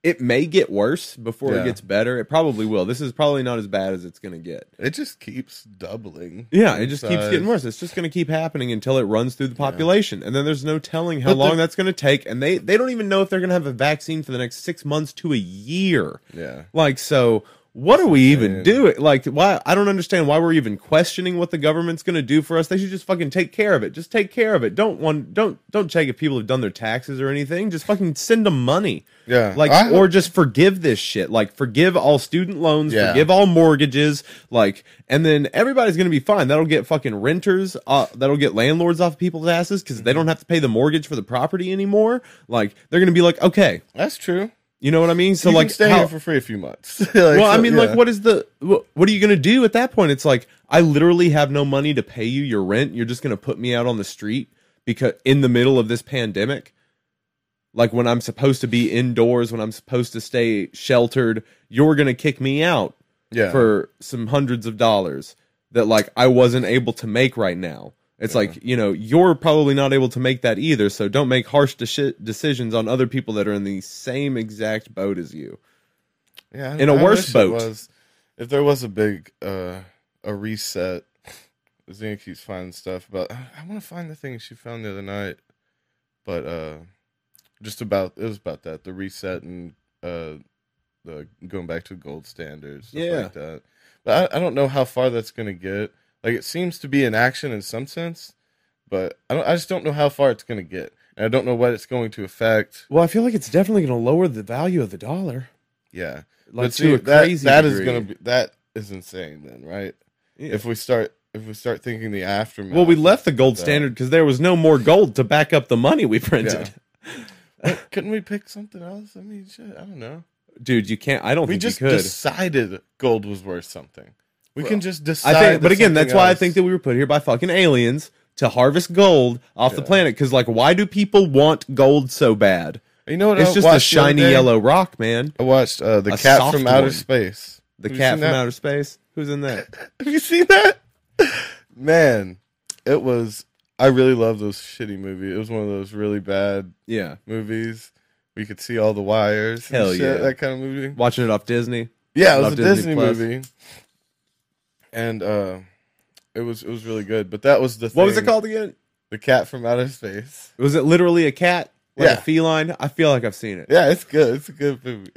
[SPEAKER 1] it may get worse before
[SPEAKER 2] Yeah.
[SPEAKER 1] it gets better. It probably will. This is probably not as bad as it's gonna get.
[SPEAKER 2] it just keeps doubling.
[SPEAKER 1] Yeah, it just
[SPEAKER 2] in
[SPEAKER 1] keeps
[SPEAKER 2] size.
[SPEAKER 1] getting worse. It's just going to keep happening until it runs through the population, and then there's no telling how
[SPEAKER 2] But the-
[SPEAKER 1] long that's going to take. And they they don't even know if they're going to have a vaccine for the next six months to a year.
[SPEAKER 2] Yeah.
[SPEAKER 1] Like, so what are we even
[SPEAKER 2] insane.
[SPEAKER 1] doing? Like, why? I don't understand why we're even questioning what the government's going to do for us. They should just fucking take care of it. Just take care of it. Don't one don't don't check if people have done their taxes or anything. Just fucking send them money.
[SPEAKER 2] Yeah.
[SPEAKER 1] Like,
[SPEAKER 2] I hope-
[SPEAKER 1] or just forgive this shit. Like, forgive all student loans.
[SPEAKER 2] Yeah.
[SPEAKER 1] Forgive all mortgages. Like, and then everybody's gonna be fine. That'll get fucking renters. Uh, that'll get landlords off people's asses because
[SPEAKER 2] Mm-hmm.
[SPEAKER 1] they don't have to pay the mortgage for the property anymore. Like, they're gonna be like, okay,
[SPEAKER 2] That's true.
[SPEAKER 1] you know what I mean? So
[SPEAKER 2] you
[SPEAKER 1] like,
[SPEAKER 2] can stay
[SPEAKER 1] how-
[SPEAKER 2] here for free a few months. (laughs) Like,
[SPEAKER 1] well, I
[SPEAKER 2] so-
[SPEAKER 1] mean,
[SPEAKER 2] yeah.
[SPEAKER 1] like, what is the wh- what are you gonna do at that point? It's like I literally have no money to pay you your rent. You're just gonna put me out on the street because in the middle of this pandemic, like when I'm supposed to be indoors, when I'm supposed to stay sheltered, you're gonna kick me out
[SPEAKER 2] Yeah.
[SPEAKER 1] for some hundreds of dollars that like I wasn't able to make right now. It's like you know you're probably not able to make that either. So don't make harsh deci- decisions on other people that are in the same exact boat as you.
[SPEAKER 2] Yeah,
[SPEAKER 1] in a worse
[SPEAKER 2] wish it
[SPEAKER 1] boat.
[SPEAKER 2] Was, if there was a big uh a reset, Zena keeps finding stuff about. I want to find the thing she found the other night, but uh, just about it was about that the reset and uh, the going back to gold standards, stuff
[SPEAKER 1] Yeah.
[SPEAKER 2] like that. But I, I don't know how far that's gonna get. Like it seems to be in action in some sense, but I don't. I just don't know how far it's gonna get, and I don't know what it's going to affect.
[SPEAKER 1] Well, I feel like it's definitely going to lower the value of the dollar.
[SPEAKER 2] Yeah.
[SPEAKER 1] Like
[SPEAKER 2] But see,
[SPEAKER 1] to a
[SPEAKER 2] that,
[SPEAKER 1] crazy
[SPEAKER 2] that is
[SPEAKER 1] degree.
[SPEAKER 2] gonna be that is insane then, right?
[SPEAKER 1] Yeah.
[SPEAKER 2] If we start if we start thinking the aftermath.
[SPEAKER 1] Well, we left the gold
[SPEAKER 2] Yeah.
[SPEAKER 1] standard because there was no more gold to back up the money we printed.
[SPEAKER 2] couldn't we pick something else? I mean, shit, I don't know.
[SPEAKER 1] (laughs) Dude, you can't. I don't
[SPEAKER 2] We
[SPEAKER 1] think
[SPEAKER 2] just
[SPEAKER 1] you could.
[SPEAKER 2] decided gold was worth something. We
[SPEAKER 1] Well,
[SPEAKER 2] can just decide.
[SPEAKER 1] I think, but again, that's why I think
[SPEAKER 2] that
[SPEAKER 1] that we were put here by fucking aliens to harvest gold off the
[SPEAKER 2] Yeah.
[SPEAKER 1] planet. Because like, why do people want gold so bad?
[SPEAKER 2] something else. you know what?
[SPEAKER 1] It's
[SPEAKER 2] I
[SPEAKER 1] just
[SPEAKER 2] watched
[SPEAKER 1] a
[SPEAKER 2] the
[SPEAKER 1] shiny
[SPEAKER 2] other day?
[SPEAKER 1] yellow rock, man.
[SPEAKER 2] I watched uh, the
[SPEAKER 1] A
[SPEAKER 2] cat
[SPEAKER 1] soft
[SPEAKER 2] from outer
[SPEAKER 1] one.
[SPEAKER 2] space.
[SPEAKER 1] The
[SPEAKER 2] Have you
[SPEAKER 1] cat
[SPEAKER 2] seen
[SPEAKER 1] from
[SPEAKER 2] that?
[SPEAKER 1] outer space. Who's in that?
[SPEAKER 2] (laughs) Have you seen that? Man, it was. I really love those shitty movie. It was one of those really bad
[SPEAKER 1] Yeah,
[SPEAKER 2] movies. We could see all the wires. and
[SPEAKER 1] Hell
[SPEAKER 2] shit,
[SPEAKER 1] yeah.
[SPEAKER 2] That kind of movie.
[SPEAKER 1] watching it off Disney.
[SPEAKER 2] Yeah, it
[SPEAKER 1] Love
[SPEAKER 2] was a
[SPEAKER 1] Disney
[SPEAKER 2] Disney
[SPEAKER 1] Plus.
[SPEAKER 2] movie, and uh, it was it was really good. But that was the
[SPEAKER 1] What was it
[SPEAKER 2] thing,
[SPEAKER 1] called again?
[SPEAKER 2] The cat from outer space.
[SPEAKER 1] Was it literally a cat? Like
[SPEAKER 2] Yeah.
[SPEAKER 1] a feline? I feel like I've seen it.
[SPEAKER 2] Yeah, it's good. It's a good movie. (laughs)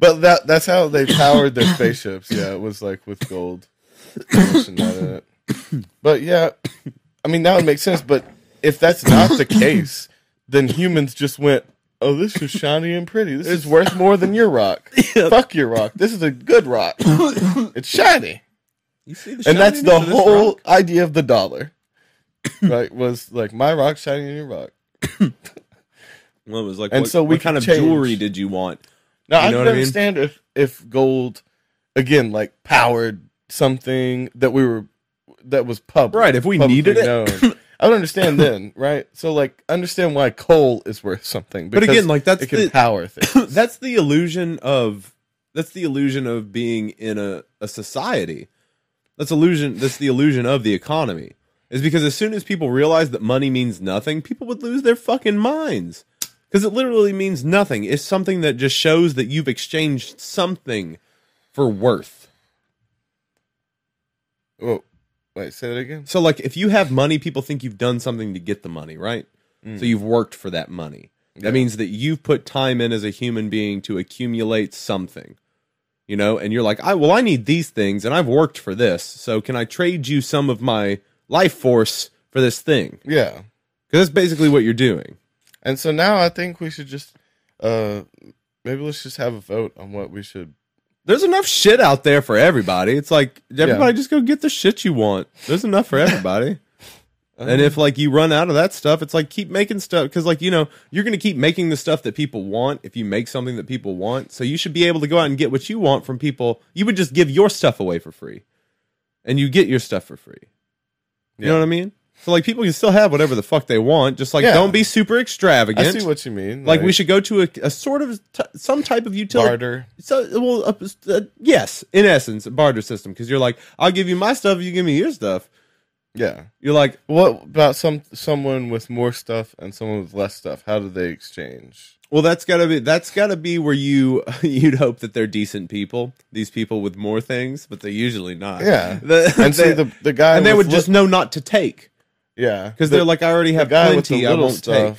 [SPEAKER 2] but that that's how they powered their spaceships. Yeah, it was like with gold. (coughs) Motion out of it. But yeah, I mean now it makes sense. But if that's not the case, then humans just went, "Oh, this is shiny and pretty. This is worth more than your
[SPEAKER 1] (laughs)
[SPEAKER 2] rock. Fuck your rock. This is a good rock. It's shiny."
[SPEAKER 1] You see the
[SPEAKER 2] and that's the
[SPEAKER 1] shininess of this
[SPEAKER 2] whole
[SPEAKER 1] rock?
[SPEAKER 2] idea of the dollar right was like my rock shining in your rock
[SPEAKER 1] Well, it was like,
[SPEAKER 2] And
[SPEAKER 1] what,
[SPEAKER 2] so we
[SPEAKER 1] what kind of
[SPEAKER 2] could change.
[SPEAKER 1] jewelry did you want?
[SPEAKER 2] now
[SPEAKER 1] You
[SPEAKER 2] i
[SPEAKER 1] know
[SPEAKER 2] don't
[SPEAKER 1] what I mean?
[SPEAKER 2] understand if if gold again like powered something that we were that was public
[SPEAKER 1] Right, if we
[SPEAKER 2] publicly
[SPEAKER 1] needed it. (coughs)
[SPEAKER 2] known. i don't understand then right so like understand why coal is worth something
[SPEAKER 1] But
[SPEAKER 2] because
[SPEAKER 1] again, like that's
[SPEAKER 2] it can
[SPEAKER 1] the, (coughs)
[SPEAKER 2] power things
[SPEAKER 1] that's the illusion of that's the illusion of being in a, a society that's illusion that's the illusion of the economy is because as soon as people realize that money means nothing people would lose their fucking minds because it literally means nothing it's something that just shows that you've exchanged something for worth
[SPEAKER 2] Whoa. wait say that again
[SPEAKER 1] so like if you have money people think you've done something to get the money right so you've worked for that money
[SPEAKER 2] Yeah.
[SPEAKER 1] that means that you've put time in as a human being to accumulate something you know and you're like i well i need these things and i've worked for this so can i trade you some of my life force for this thing
[SPEAKER 2] yeah
[SPEAKER 1] because that's basically what you're doing
[SPEAKER 2] And so now I think we should just uh maybe let's just have a vote on what we should
[SPEAKER 1] there's enough shit out there for everybody it's like everybody just go get the shit you want there's enough for
[SPEAKER 2] (laughs)
[SPEAKER 1] everybody
[SPEAKER 2] Uh-huh.
[SPEAKER 1] and if like you run out of that stuff it's like keep making stuff because like you know you're gonna keep making the stuff that people want if you make something that people want so you should be able to go out and get what you want from people you would just give your stuff away for free and you get your stuff for free you know
[SPEAKER 2] Yeah.
[SPEAKER 1] what i mean so like people can still have whatever the fuck they want just like
[SPEAKER 2] Yeah.
[SPEAKER 1] don't be super extravagant
[SPEAKER 2] I see what you mean.
[SPEAKER 1] like, we should go to a, a sort of t- some type of utility
[SPEAKER 2] barter.
[SPEAKER 1] so well uh, uh, yes in essence a barter system because you're like i'll give you my stuff you give me your stuff
[SPEAKER 2] Yeah.
[SPEAKER 1] you're like
[SPEAKER 2] What about some someone with more stuff and someone with less stuff? How do they exchange?
[SPEAKER 1] well that's gotta be that's gotta be where you (laughs) you'd hope that they're decent people these people with more things but they're usually not
[SPEAKER 2] Yeah.
[SPEAKER 1] (laughs) The-
[SPEAKER 2] And see
[SPEAKER 1] they-
[SPEAKER 2] the the guy
[SPEAKER 1] and they
[SPEAKER 2] with
[SPEAKER 1] would just
[SPEAKER 2] li-
[SPEAKER 1] know not to take
[SPEAKER 2] yeah
[SPEAKER 1] because
[SPEAKER 2] The-
[SPEAKER 1] they're like i already
[SPEAKER 2] the
[SPEAKER 1] have
[SPEAKER 2] guy with the
[SPEAKER 1] plenty i
[SPEAKER 2] little
[SPEAKER 1] won't
[SPEAKER 2] stuff.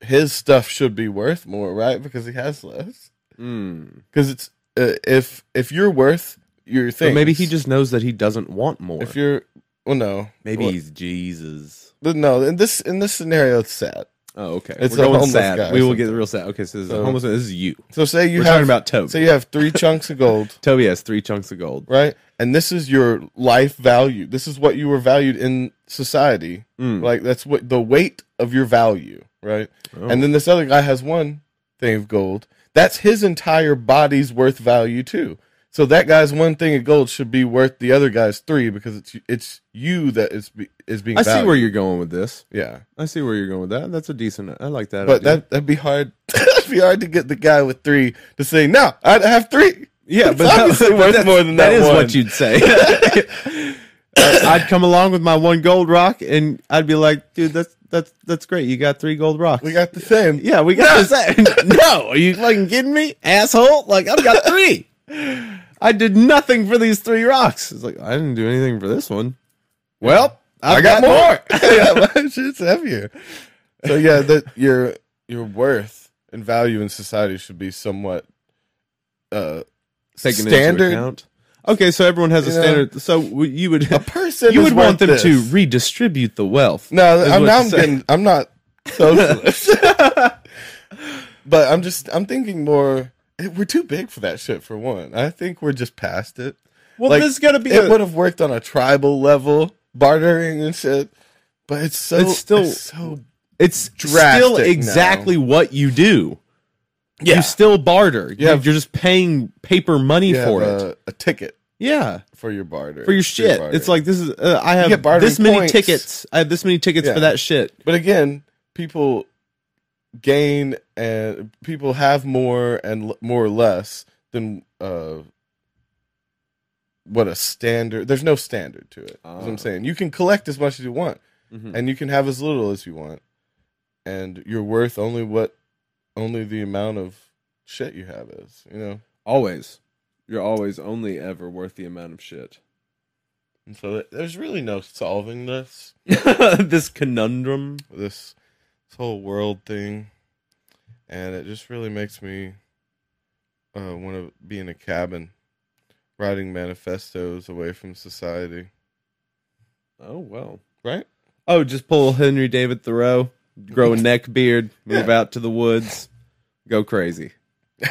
[SPEAKER 2] His stuff should be worth more, right? Because he has less.
[SPEAKER 1] take mm.
[SPEAKER 2] Because it's uh, if if you're worth your
[SPEAKER 1] but
[SPEAKER 2] thing,
[SPEAKER 1] maybe he just knows that he doesn't want more
[SPEAKER 2] if you're well no
[SPEAKER 1] maybe
[SPEAKER 2] Well,
[SPEAKER 1] he's jesus
[SPEAKER 2] But no, in this in this scenario, it's sad.
[SPEAKER 1] oh okay
[SPEAKER 2] It's
[SPEAKER 1] we're
[SPEAKER 2] a
[SPEAKER 1] going
[SPEAKER 2] homeless
[SPEAKER 1] sad
[SPEAKER 2] guy
[SPEAKER 1] we
[SPEAKER 2] or
[SPEAKER 1] will get real sad okay so this is a
[SPEAKER 2] So-
[SPEAKER 1] homeless this is you,
[SPEAKER 2] So say you
[SPEAKER 1] we're
[SPEAKER 2] have
[SPEAKER 1] talking about (laughs) toby
[SPEAKER 2] so you have three chunks of gold,
[SPEAKER 1] toby has three chunks of gold
[SPEAKER 2] right? And this is your life value. This is what you were valued in society.
[SPEAKER 1] Mm.
[SPEAKER 2] (laughs) Like that's what the weight of your value, right?
[SPEAKER 1] Oh.
[SPEAKER 2] And then this other guy has one thing of gold. That's his entire body's worth value too. So that guy's one thing of gold should be worth the other guy's three because it's it's you that is be- is being.
[SPEAKER 1] I see where
[SPEAKER 2] valued.
[SPEAKER 1] you're going with this.
[SPEAKER 2] Yeah,
[SPEAKER 1] I see where you're going with that. That's a decent. I like that.
[SPEAKER 2] but
[SPEAKER 1] idea.
[SPEAKER 2] that that'd be hard. (laughs) that'd be hard to get the guy with three to say no. I have three. (laughs)
[SPEAKER 1] yeah,
[SPEAKER 2] it's
[SPEAKER 1] but that-
[SPEAKER 2] obviously worth
[SPEAKER 1] that's-
[SPEAKER 2] more than that
[SPEAKER 1] That is
[SPEAKER 2] one.
[SPEAKER 1] what you'd say. (laughs) I, would come along with my one gold rock, and I'd be like, "Dude, that's that's that's great. You got three gold rocks.
[SPEAKER 2] We got the same.
[SPEAKER 1] yeah, we got this. (laughs) no, are you fucking kidding me, asshole? Like I've got three. I did nothing for these three rocks. It's like I didn't do anything for this one. Well, I've
[SPEAKER 2] I got, more. (laughs) yeah, my shit's heavier. So yeah, that your your worth and value in society should be somewhat uh
[SPEAKER 1] Taking
[SPEAKER 2] Standard.
[SPEAKER 1] standard. Into account. Okay, so everyone has a
[SPEAKER 2] You know,
[SPEAKER 1] standard. So w- you would
[SPEAKER 2] a person.
[SPEAKER 1] you
[SPEAKER 2] is
[SPEAKER 1] would want them
[SPEAKER 2] worth
[SPEAKER 1] to
[SPEAKER 2] this.
[SPEAKER 1] redistribute the wealth.
[SPEAKER 2] No,
[SPEAKER 1] is
[SPEAKER 2] I'm,
[SPEAKER 1] what
[SPEAKER 2] now
[SPEAKER 1] you
[SPEAKER 2] I'm
[SPEAKER 1] say.
[SPEAKER 2] getting. I'm not socialist, (laughs) but I'm just. I'm thinking more. eh, We're too big for that shit. For one, I think we're just past it.
[SPEAKER 1] Well,
[SPEAKER 2] Like,
[SPEAKER 1] this is gonna be.
[SPEAKER 2] It
[SPEAKER 1] A,
[SPEAKER 2] would have worked on a tribal level, bartering and shit. But it's so
[SPEAKER 1] It's still-
[SPEAKER 2] so
[SPEAKER 1] it's still
[SPEAKER 2] drastic now.
[SPEAKER 1] exactly what you do.
[SPEAKER 2] yeah.
[SPEAKER 1] You still barter.
[SPEAKER 2] You have-
[SPEAKER 1] You're just paying paper money
[SPEAKER 2] You have
[SPEAKER 1] for it.
[SPEAKER 2] a, a ticket
[SPEAKER 1] Yeah,
[SPEAKER 2] for your barter
[SPEAKER 1] for your shit. it's
[SPEAKER 2] bartering.
[SPEAKER 1] like this is. Uh, I
[SPEAKER 2] get
[SPEAKER 1] have
[SPEAKER 2] bartering
[SPEAKER 1] this many
[SPEAKER 2] points.
[SPEAKER 1] tickets. I have this many tickets
[SPEAKER 2] Yeah.
[SPEAKER 1] for that shit.
[SPEAKER 2] But again, people gain and people have more and l- more or less than uh what a standard. There's no standard to it. is what
[SPEAKER 1] Ah.
[SPEAKER 2] I'm saying. You can collect as much as you want
[SPEAKER 1] Mhm.
[SPEAKER 2] and you can have as little as you want. And you're worth only what only the amount of shit you have is, you know.
[SPEAKER 1] Always, you're always only ever worth the amount of shit.
[SPEAKER 2] And so th- there's really no solving this.
[SPEAKER 1] (laughs) this conundrum.
[SPEAKER 2] this this whole world thing, and it just really makes me uh, want to be in a cabin, writing manifestos away from society.
[SPEAKER 1] Oh well.
[SPEAKER 2] Right?
[SPEAKER 1] Oh, just pull Henry David Thoreau, grow a neck beard, move
[SPEAKER 2] Yeah.
[SPEAKER 1] out to the woods, go
[SPEAKER 2] (laughs)
[SPEAKER 1] crazy.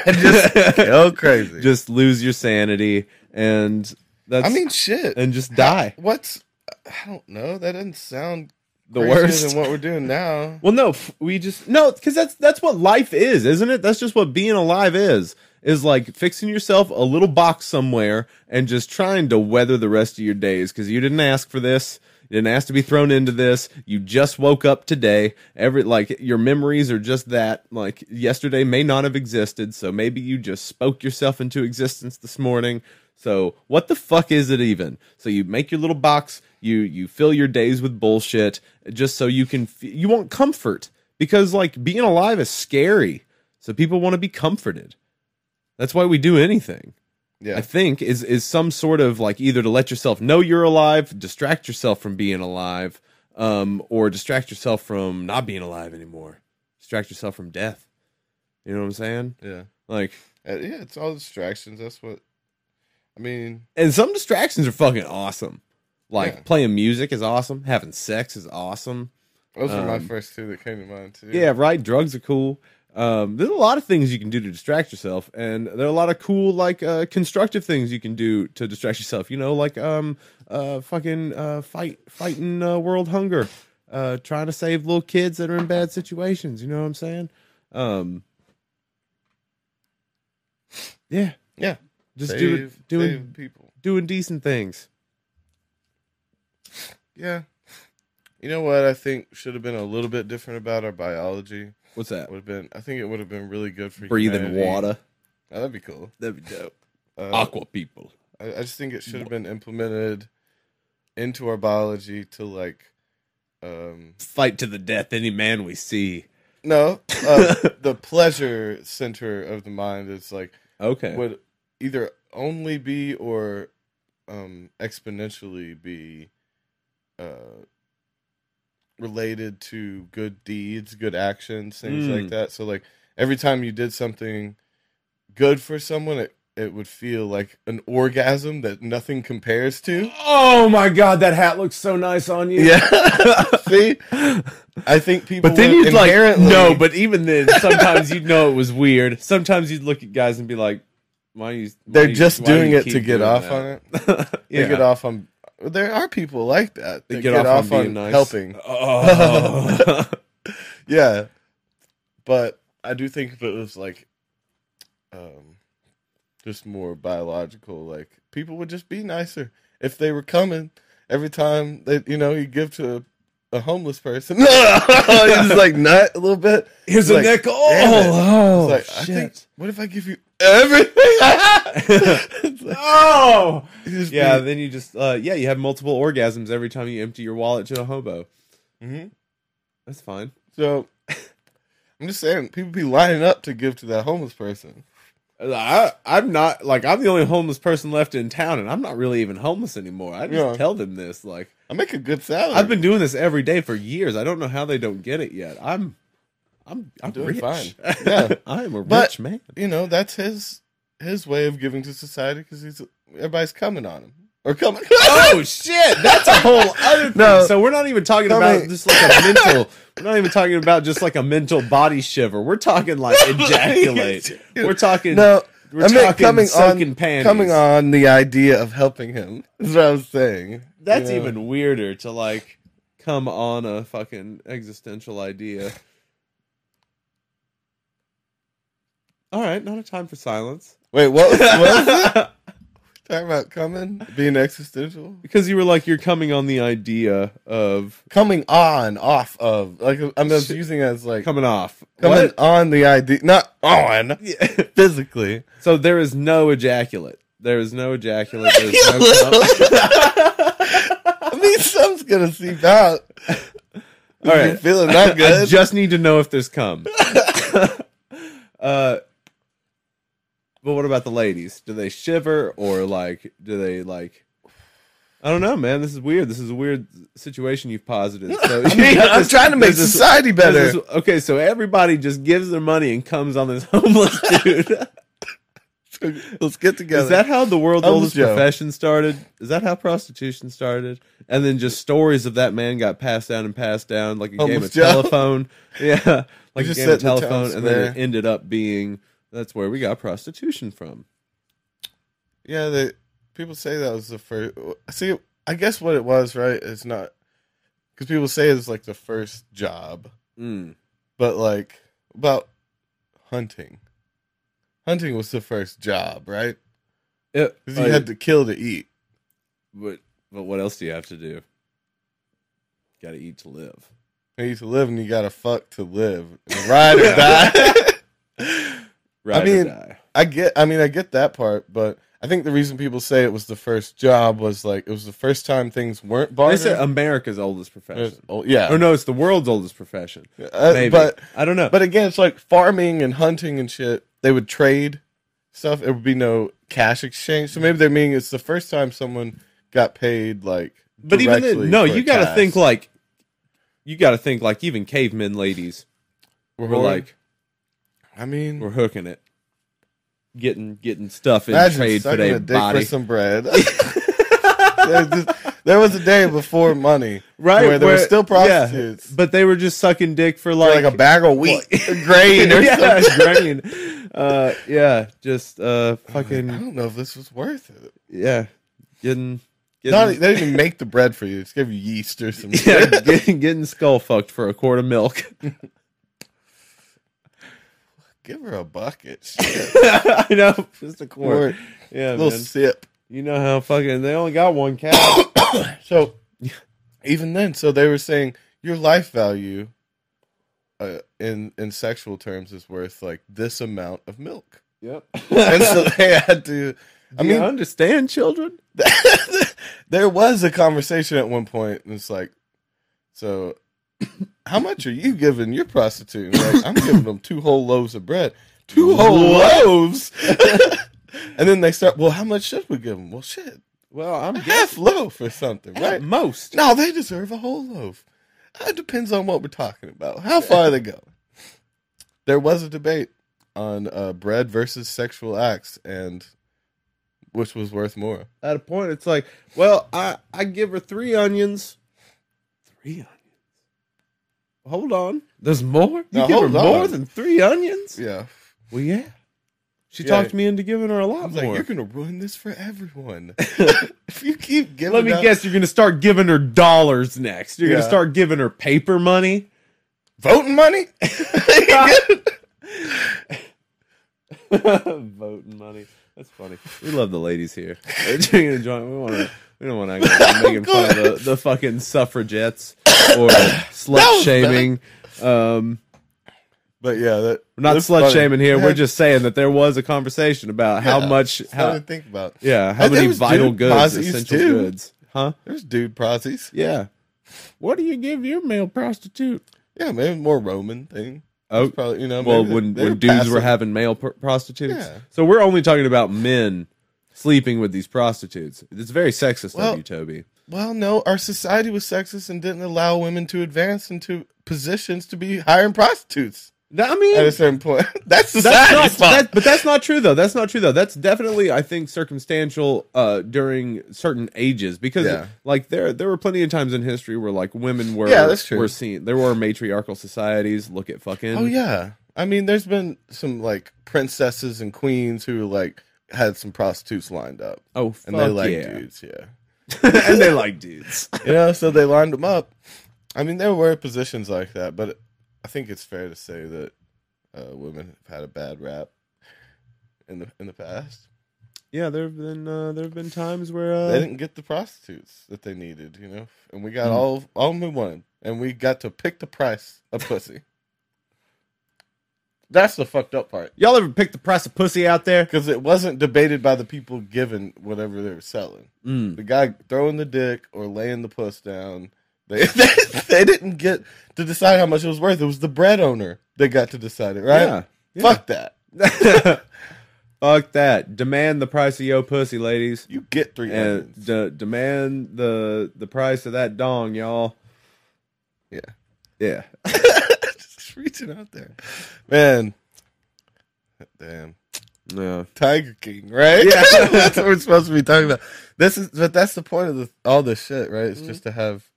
[SPEAKER 2] go crazy.
[SPEAKER 1] just lose your sanity and that's
[SPEAKER 2] I mean, shit.
[SPEAKER 1] and just die.
[SPEAKER 2] What's I don't know. That doesn't sound
[SPEAKER 1] The
[SPEAKER 2] crazier
[SPEAKER 1] worst.
[SPEAKER 2] than what we're
[SPEAKER 1] (laughs)
[SPEAKER 2] doing now.
[SPEAKER 1] well, no, f- we just no, because that's that's what life is, isn't it? That's just what being alive is. Is like fixing yourself a little box somewhere and just trying to weather the rest of your days because you didn't ask for this. You didn't ask to be thrown into this. You just woke up today. Every like your memories are just that. Like yesterday may not have existed, so maybe you just spoke yourself into existence this morning. So what the fuck is it even? So you make your little box, you you fill your days with bullshit just so you can f- you want comfort because like being alive is scary. So people want to be comforted. That's why we do anything. I
[SPEAKER 2] Yeah.
[SPEAKER 1] think is is some sort of like either to let yourself know you're alive, distract yourself from being alive, um, or distract yourself from not being alive anymore. Distract yourself from death. You know what I'm saying?
[SPEAKER 2] Yeah.
[SPEAKER 1] Like
[SPEAKER 2] Uh, yeah. It's all distractions. That's what. I mean.
[SPEAKER 1] and some distractions are fucking awesome. Like
[SPEAKER 2] Yeah.
[SPEAKER 1] playing music is awesome, having sex is awesome.
[SPEAKER 2] Those were my
[SPEAKER 1] Um,
[SPEAKER 2] first two that came to mind too.
[SPEAKER 1] Yeah, right. Drugs are cool. Um, there's a lot of things you can do to distract yourself, and there are a lot of cool, like, uh, constructive things you can do to distract yourself. You know, like, um, uh, fucking, uh, fight, fighting uh, world hunger, uh, trying to save little kids that are in bad situations. You know what I'm saying? Um, yeah,
[SPEAKER 2] Yeah.
[SPEAKER 1] just
[SPEAKER 2] Save-
[SPEAKER 1] doing, doing,
[SPEAKER 2] saving people.
[SPEAKER 1] doing decent things.
[SPEAKER 2] Yeah. You know what I think should have been a little bit different about our biology
[SPEAKER 1] What's that?
[SPEAKER 2] would have been. I think it would have been really good for
[SPEAKER 1] Breathing
[SPEAKER 2] humanity.
[SPEAKER 1] water.
[SPEAKER 2] Oh, that'd be cool.
[SPEAKER 1] That'd be dope.
[SPEAKER 2] Uh,
[SPEAKER 1] (laughs) Aqua people.
[SPEAKER 2] I, I just think it should have been implemented into our biology to like, um,
[SPEAKER 1] Fight to the death any man we see.
[SPEAKER 2] no,
[SPEAKER 1] (laughs)
[SPEAKER 2] uh, the pleasure center of the mind is like
[SPEAKER 1] Okay.
[SPEAKER 2] would either only be or um exponentially be uh related to good deeds, good actions, things
[SPEAKER 1] Mm.
[SPEAKER 2] like that. So like every time you did something good for someone it it would feel like an orgasm that nothing
[SPEAKER 1] (laughs)
[SPEAKER 2] compares to.
[SPEAKER 1] Oh my god, that hat looks so nice on you. (laughs)
[SPEAKER 2] See? I think people
[SPEAKER 1] But then
[SPEAKER 2] would
[SPEAKER 1] you'd like
[SPEAKER 2] inherently-
[SPEAKER 1] no, but even then, sometimes you'd know it was weird. Sometimes you'd look at guys and be like, "Why you?" why
[SPEAKER 2] they're
[SPEAKER 1] you-
[SPEAKER 2] just
[SPEAKER 1] why do
[SPEAKER 2] doing
[SPEAKER 1] you
[SPEAKER 2] it to
[SPEAKER 1] keep
[SPEAKER 2] get
[SPEAKER 1] doing
[SPEAKER 2] off
[SPEAKER 1] that? (laughs)
[SPEAKER 2] on it.
[SPEAKER 1] yeah.
[SPEAKER 2] They get off on there are people like that.
[SPEAKER 1] They
[SPEAKER 2] that
[SPEAKER 1] get, off, on, being nice.
[SPEAKER 2] helping.
[SPEAKER 1] Oh.
[SPEAKER 2] Yeah. But I do think if it was like um just more biological, like people would just be nicer if they were coming every time that you know you give to a, a homeless person. (laughs) you just like nut a little bit.
[SPEAKER 1] (laughs) Here's
[SPEAKER 2] Like,
[SPEAKER 1] a nickel.
[SPEAKER 2] damn it.
[SPEAKER 1] Oh,
[SPEAKER 2] It's like
[SPEAKER 1] shit.
[SPEAKER 2] I think what if I give you everything (laughs)
[SPEAKER 1] (laughs)
[SPEAKER 2] I have? (laughs) It's like,
[SPEAKER 1] oh.
[SPEAKER 2] you just be-
[SPEAKER 1] Yeah. Then you just uh, yeah, you have multiple orgasms every time you empty your wallet to a hobo.
[SPEAKER 2] Mhm.
[SPEAKER 1] That's fine.
[SPEAKER 2] So (laughs) I'm just saying people be lining up to give to that homeless person.
[SPEAKER 1] Uh, I, I'm not like I'm the only homeless person left in town, and I'm not really even homeless anymore. I just
[SPEAKER 2] Yeah.
[SPEAKER 1] tell them this. Like
[SPEAKER 2] I make a good salary.
[SPEAKER 1] I've been doing this every day for years. I don't know how they don't get it yet. I'm, I'm, I'm
[SPEAKER 2] doing
[SPEAKER 1] rich. (laughs)
[SPEAKER 2] fine. Yeah.
[SPEAKER 1] I am a
[SPEAKER 2] But-
[SPEAKER 1] rich man.
[SPEAKER 2] you know that's his his way of giving to society because he's everybody's coming on him
[SPEAKER 1] (laughs)
[SPEAKER 2] or coming.
[SPEAKER 1] Oh shit! That's a whole other thing.
[SPEAKER 2] No.
[SPEAKER 1] So we're not even talking
[SPEAKER 2] I
[SPEAKER 1] about
[SPEAKER 2] mean-
[SPEAKER 1] just like a mental. We're not even talking
[SPEAKER 2] (laughs)
[SPEAKER 1] about just like a mental body shiver. We're talking like ejaculate. We're talking
[SPEAKER 2] no,
[SPEAKER 1] We're
[SPEAKER 2] I meant
[SPEAKER 1] talking
[SPEAKER 2] coming on-
[SPEAKER 1] soaking panties.
[SPEAKER 2] Coming on the idea of helping him is what I was saying.
[SPEAKER 1] That's
[SPEAKER 2] Yeah.
[SPEAKER 1] even weirder to like come on a fucking existential idea. All right, not a time for
[SPEAKER 2] (laughs)
[SPEAKER 1] silence.
[SPEAKER 2] Wait, what was, what
[SPEAKER 1] (laughs)
[SPEAKER 2] was it? Talking about coming, being existential?
[SPEAKER 1] because you were like, you're coming on the idea of
[SPEAKER 2] Coming on, off of. Like, I'm just using it as like coming
[SPEAKER 1] coming off. What?
[SPEAKER 2] on the idea, not on
[SPEAKER 1] (laughs) Yeah. (laughs)
[SPEAKER 2] physically.
[SPEAKER 1] So there is no ejaculate. There is no ejaculate. There's
[SPEAKER 2] (laughs)
[SPEAKER 1] no
[SPEAKER 2] I mean, (laughs) some's gonna seep out.
[SPEAKER 1] All right.
[SPEAKER 2] feeling that
[SPEAKER 1] (laughs)
[SPEAKER 2] good.
[SPEAKER 1] I just need to know if there's cum. (laughs) uh, but what about the ladies? Do they shiver or like? Do they like? I don't know, man. This is weird. This is a weird situation you've posited.
[SPEAKER 2] (laughs)
[SPEAKER 1] So (laughs)
[SPEAKER 2] I mean, I'm trying to make
[SPEAKER 1] there's this-
[SPEAKER 2] society
[SPEAKER 1] there's
[SPEAKER 2] better.
[SPEAKER 1] this- okay, so everybody just gives their money and comes on this (laughs) homeless dude.
[SPEAKER 2] (laughs) Let's get together.
[SPEAKER 1] Is that how the world's
[SPEAKER 2] Homeless
[SPEAKER 1] oldest
[SPEAKER 2] Joe.
[SPEAKER 1] profession started? Is that how prostitution started? And then just stories of that man got passed down and passed down like a game
[SPEAKER 2] Homeless
[SPEAKER 1] of
[SPEAKER 2] Joe. (laughs)
[SPEAKER 1] telephone. Yeah, like a
[SPEAKER 2] just
[SPEAKER 1] game of
[SPEAKER 2] sit in the town
[SPEAKER 1] telephone, and then it
[SPEAKER 2] square.
[SPEAKER 1] ended up being that's where we got prostitution from.
[SPEAKER 2] Yeah, they people say that was the first. See, I guess what it was, right? It's not because people say it's like the first job, Hmm.
[SPEAKER 1] Mm.
[SPEAKER 2] but like about hunting. Hunting was the first job, right?
[SPEAKER 1] It-
[SPEAKER 2] 'Cause you
[SPEAKER 1] like,
[SPEAKER 2] had to kill to eat.
[SPEAKER 1] but, but what else do you have to do? Got to eat to live.
[SPEAKER 2] You need to live, and you gotta fuck to live, And ride or die. (laughs)
[SPEAKER 1] Ride or
[SPEAKER 2] mean,
[SPEAKER 1] die.
[SPEAKER 2] I get. I mean, I get that part, but I think the reason people say it was the first job was like it was the first time things weren't
[SPEAKER 1] they
[SPEAKER 2] bartered.
[SPEAKER 1] said America's oldest
[SPEAKER 2] It was-
[SPEAKER 1] profession.
[SPEAKER 2] oh, yeah,
[SPEAKER 1] Or no, it's the world's oldest profession.
[SPEAKER 2] Uh,
[SPEAKER 1] Maybe,
[SPEAKER 2] but
[SPEAKER 1] I don't know.
[SPEAKER 2] But again, it's like farming and hunting and shit. They would trade stuff. It would be no cash exchange. So maybe they're meaning it's the first time someone got paid like.
[SPEAKER 1] But even
[SPEAKER 2] directly
[SPEAKER 1] then, no,
[SPEAKER 2] for a
[SPEAKER 1] you got to
[SPEAKER 2] task.
[SPEAKER 1] think like, you got to think like even cavemen ladies
[SPEAKER 2] We're
[SPEAKER 1] were like,
[SPEAKER 2] I mean,
[SPEAKER 1] we're hooking it, getting getting stuff in
[SPEAKER 2] imagine
[SPEAKER 1] trade for
[SPEAKER 2] sucking
[SPEAKER 1] their
[SPEAKER 2] a dick
[SPEAKER 1] body,
[SPEAKER 2] for
[SPEAKER 1] (laughs)
[SPEAKER 2] some bread. (laughs) There's this- there was a day before money,
[SPEAKER 1] right?
[SPEAKER 2] Where there were still
[SPEAKER 1] yeah,
[SPEAKER 2] prostitutes,
[SPEAKER 1] but they were just sucking dick for
[SPEAKER 2] for
[SPEAKER 1] like,
[SPEAKER 2] like, a bag of wheat, a (laughs) grain, or
[SPEAKER 1] (laughs) yeah,
[SPEAKER 2] something.
[SPEAKER 1] (laughs) grain. Uh, yeah, just uh,
[SPEAKER 2] I
[SPEAKER 1] fucking
[SPEAKER 2] don't know if this was worth it.
[SPEAKER 1] yeah, getting
[SPEAKER 2] Not, e-,
[SPEAKER 1] getting
[SPEAKER 2] they didn't even make the bread for you. Just gave you yeast or
[SPEAKER 1] (laughs)
[SPEAKER 2] some
[SPEAKER 1] yeah,
[SPEAKER 2] shit. (laughs)
[SPEAKER 1] getting, getting skull fucked for a quart of milk. (laughs)
[SPEAKER 2] Give her a (laughs) bucket. Shit.
[SPEAKER 1] I know, just
[SPEAKER 2] (laughs)
[SPEAKER 1] a quart.
[SPEAKER 2] Or
[SPEAKER 1] Yeah,
[SPEAKER 2] a little
[SPEAKER 1] man.
[SPEAKER 2] sip.
[SPEAKER 1] You know how fucking they only got one cow.
[SPEAKER 2] (coughs) So even then, so they were saying your life value uh, in in sexual terms is worth like this amount of milk.
[SPEAKER 1] yep.
[SPEAKER 2] And (laughs) so they had to I
[SPEAKER 1] Do you
[SPEAKER 2] mean
[SPEAKER 1] understand children?
[SPEAKER 2] (laughs) there was a conversation at one point and it's like so (coughs) how much are you giving your prostitute? And like, I'm giving them two whole loaves of bread. Two whole
[SPEAKER 1] What?
[SPEAKER 2] loaves. (laughs) and then they start, well, how much should we give them? Well, shit,
[SPEAKER 1] Well, I'm
[SPEAKER 2] a half loaf or something,
[SPEAKER 1] (laughs)
[SPEAKER 2] right?
[SPEAKER 1] at most.
[SPEAKER 2] No, they deserve a whole loaf. Uh, It depends on what we're talking about. How far they go. There was a debate on uh, bread versus sexual acts, and which was worth more.
[SPEAKER 1] At a point, it's like, well, I I give her three onions. Three onions. Hold on, there's more. You
[SPEAKER 2] Now,
[SPEAKER 1] give her
[SPEAKER 2] hold
[SPEAKER 1] more
[SPEAKER 2] on.
[SPEAKER 1] than three onions?
[SPEAKER 2] Yeah,
[SPEAKER 1] Well, yeah. She
[SPEAKER 2] Yeah.
[SPEAKER 1] talked me into giving her a
[SPEAKER 2] I
[SPEAKER 1] lot
[SPEAKER 2] was like,
[SPEAKER 1] more.
[SPEAKER 2] you're gonna ruin this for everyone (laughs) if you keep giving.
[SPEAKER 1] Let me
[SPEAKER 2] out-
[SPEAKER 1] guess, you're gonna start giving her dollars next. You're gonna
[SPEAKER 2] Yeah.
[SPEAKER 1] start giving her paper money.
[SPEAKER 2] voting money.
[SPEAKER 1] (laughs) Voting money. That's funny. We love the ladies here. We're doing a joint. We want to. We don't want to making fun of the, the fucking suffragettes or slut
[SPEAKER 2] was
[SPEAKER 1] shaming. Um,
[SPEAKER 2] but yeah, that,
[SPEAKER 1] we're not
[SPEAKER 2] that's
[SPEAKER 1] slut
[SPEAKER 2] funny.
[SPEAKER 1] shaming here.
[SPEAKER 2] Yeah,
[SPEAKER 1] We're just saying that there was a conversation about how
[SPEAKER 2] Yeah.
[SPEAKER 1] much,
[SPEAKER 2] it's
[SPEAKER 1] how
[SPEAKER 2] funny to think about.
[SPEAKER 1] yeah, how
[SPEAKER 2] And there
[SPEAKER 1] many
[SPEAKER 2] was
[SPEAKER 1] vital
[SPEAKER 2] dude
[SPEAKER 1] goods,
[SPEAKER 2] posses,
[SPEAKER 1] essential
[SPEAKER 2] too.
[SPEAKER 1] goods, huh?
[SPEAKER 2] There's dude prossies.
[SPEAKER 1] Yeah. What do you give your male prostitute?
[SPEAKER 2] Yeah, maybe more Roman thing.
[SPEAKER 1] Oh,
[SPEAKER 2] It's probably you know.
[SPEAKER 1] well,
[SPEAKER 2] maybe
[SPEAKER 1] when
[SPEAKER 2] they
[SPEAKER 1] when dudes were
[SPEAKER 2] passive.
[SPEAKER 1] having male pr- prostitutes,
[SPEAKER 2] Yeah.
[SPEAKER 1] so we're only talking about men sleeping with these prostitutes. It's very sexist
[SPEAKER 2] Well-
[SPEAKER 1] of you, Toby.
[SPEAKER 2] Well, no, our society was sexist and didn't allow women to advance into positions to be hiring prostitutes
[SPEAKER 1] No, I mean,
[SPEAKER 2] at a certain point. (laughs) That's
[SPEAKER 1] that's not,
[SPEAKER 2] society's fault.
[SPEAKER 1] that, but that's not true though. That's not true though. That's definitely, I think, circumstantial uh, during certain ages because,
[SPEAKER 2] Yeah.
[SPEAKER 1] like, there there were plenty of times in history where like women were
[SPEAKER 2] Yeah, that's true.
[SPEAKER 1] were seen. There were matriarchal societies. Look at fucking
[SPEAKER 2] oh yeah, I mean, there's been some like princesses and queens who like had some prostitutes lined up,
[SPEAKER 1] Oh, fuck
[SPEAKER 2] and they like
[SPEAKER 1] yeah.
[SPEAKER 2] dudes, yeah.
[SPEAKER 1] (laughs) and they like dudes.
[SPEAKER 2] You know, so they lined them up. I mean, there were positions like that, but I think it's fair to say that uh, women have had a bad rap in the in the past.
[SPEAKER 1] Yeah, there have been uh, there have been times where
[SPEAKER 2] they
[SPEAKER 1] uh,
[SPEAKER 2] didn't get the prostitutes that they needed, you know, and we got
[SPEAKER 1] Hmm.
[SPEAKER 2] all all we wanted, and we got to pick the price of pussy. That's the fucked up part.
[SPEAKER 1] y'all ever pick the price of pussy out there?
[SPEAKER 2] Because it wasn't debated by the people giving whatever they were selling.
[SPEAKER 1] Mm.
[SPEAKER 2] The guy throwing the dick or laying the puss down, they, (laughs) they they didn't get to decide how much it was worth. It was the bread owner that got to decide it, right? Fuck that.
[SPEAKER 1] Fuck. (laughs) Fuck that. Demand the price of yo pussy, ladies.
[SPEAKER 2] You get three (laughs)
[SPEAKER 1] And
[SPEAKER 2] onions.
[SPEAKER 1] de- demand the the price of that dong, y'all.
[SPEAKER 2] Yeah.
[SPEAKER 1] Yeah.
[SPEAKER 2] Just reaching out there, man. Damn,
[SPEAKER 1] Yeah.
[SPEAKER 2] Tiger King, right?
[SPEAKER 1] Yeah.
[SPEAKER 2] (laughs) that's what we're supposed to be talking about. This is, but that's the point of the, all this shit, right? It's just to have.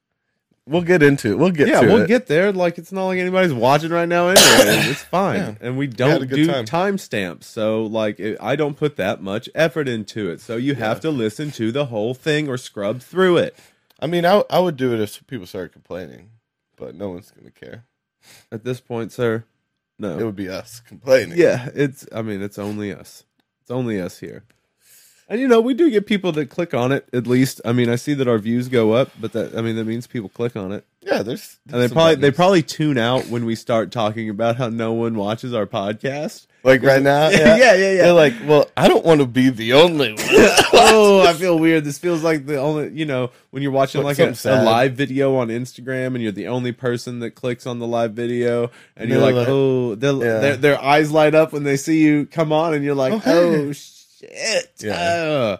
[SPEAKER 2] We'll get into it. Mm-hmm. We'll get.
[SPEAKER 1] yeah,
[SPEAKER 2] to
[SPEAKER 1] we'll
[SPEAKER 2] it.
[SPEAKER 1] get there. Like it's not like anybody's watching right now anyway.
[SPEAKER 2] (laughs)
[SPEAKER 1] it's fine.
[SPEAKER 2] Yeah.
[SPEAKER 1] And we
[SPEAKER 2] had a
[SPEAKER 1] don't
[SPEAKER 2] good
[SPEAKER 1] do
[SPEAKER 2] time.
[SPEAKER 1] timestamps. So like it, I don't put that much effort into it. So you have to listen to the whole thing or scrub through it.
[SPEAKER 2] I mean, I I would do it if people started complaining, but no one's gonna care.
[SPEAKER 1] At this point, sir.
[SPEAKER 2] It
[SPEAKER 1] No.
[SPEAKER 2] would be us complaining.
[SPEAKER 1] Yeah, it's I mean, it's only us. It's only us here. And you know, we do get people that click on it at least. I mean, I see that our views go up, but that I mean, that means people click on it.
[SPEAKER 2] yeah. There's,
[SPEAKER 1] And they
[SPEAKER 2] some
[SPEAKER 1] probably they
[SPEAKER 2] buttons.
[SPEAKER 1] probably tune out when we start talking about how no one watches our podcast.
[SPEAKER 2] like right now. Uh,
[SPEAKER 1] (laughs)
[SPEAKER 2] Yeah,
[SPEAKER 1] yeah, yeah. yeah.
[SPEAKER 2] They're like, well, I don't want to be the only (laughs)
[SPEAKER 1] (laughs)
[SPEAKER 2] one.
[SPEAKER 1] oh, I feel weird. This feels like the only, you know, when you're watching
[SPEAKER 2] Like
[SPEAKER 1] like a,
[SPEAKER 2] something
[SPEAKER 1] a
[SPEAKER 2] sad.
[SPEAKER 1] live video on Instagram and you're the only person that clicks on the live video and you're
[SPEAKER 2] They're
[SPEAKER 1] like,
[SPEAKER 2] like-
[SPEAKER 1] oh, they're,
[SPEAKER 2] Yeah.
[SPEAKER 1] their their eyes light up when they see you come on and you're like,
[SPEAKER 2] Oh,
[SPEAKER 1] oh,
[SPEAKER 2] hey."
[SPEAKER 1] shit.
[SPEAKER 2] Yeah.
[SPEAKER 1] Oh,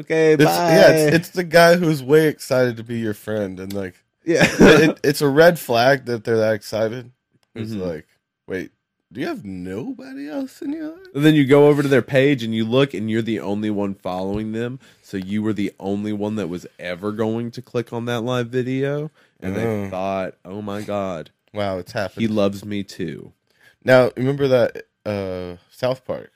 [SPEAKER 1] okay,
[SPEAKER 2] It's,
[SPEAKER 1] bye.
[SPEAKER 2] yeah, it's, it's the guy who's way excited to be your friend, and like,
[SPEAKER 1] (laughs) yeah.
[SPEAKER 2] it, it's a red flag that they're that excited. It's
[SPEAKER 1] Mhm.
[SPEAKER 2] like, wait, do you have nobody else in your life?
[SPEAKER 1] (laughs) And then you go over to their page and you look and you're the only one following them. So you were the only one that was ever going to click on that live video. And
[SPEAKER 2] Oh.
[SPEAKER 1] they thought, oh my God,
[SPEAKER 2] Wow, it's happened.
[SPEAKER 1] he loves me too.
[SPEAKER 2] now remember that uh South Park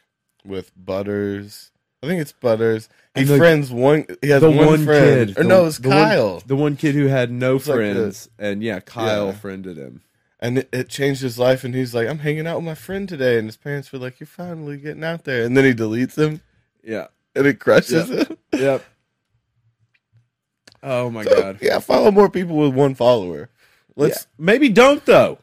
[SPEAKER 2] with Butters. I think it's Butters. He
[SPEAKER 1] And the-
[SPEAKER 2] friends one. He has
[SPEAKER 1] the
[SPEAKER 2] one,
[SPEAKER 1] one
[SPEAKER 2] friend.
[SPEAKER 1] kid,
[SPEAKER 2] or
[SPEAKER 1] the-
[SPEAKER 2] no, it's
[SPEAKER 1] the one-
[SPEAKER 2] Kyle.
[SPEAKER 1] The one kid who had no
[SPEAKER 2] like the-
[SPEAKER 1] friends, and yeah, Kyle
[SPEAKER 2] Yeah.
[SPEAKER 1] friended him.
[SPEAKER 2] and it, it changed his life. And he's like, I'm hanging out with my friend today. And his parents were like, You're finally getting out there. And then he deletes him,
[SPEAKER 1] Yeah.
[SPEAKER 2] and it crushes him.
[SPEAKER 1] Yep. (laughs) Oh my god.
[SPEAKER 2] (laughs) yeah, follow more people with one follower. Let's
[SPEAKER 1] Yeah. Maybe don't though.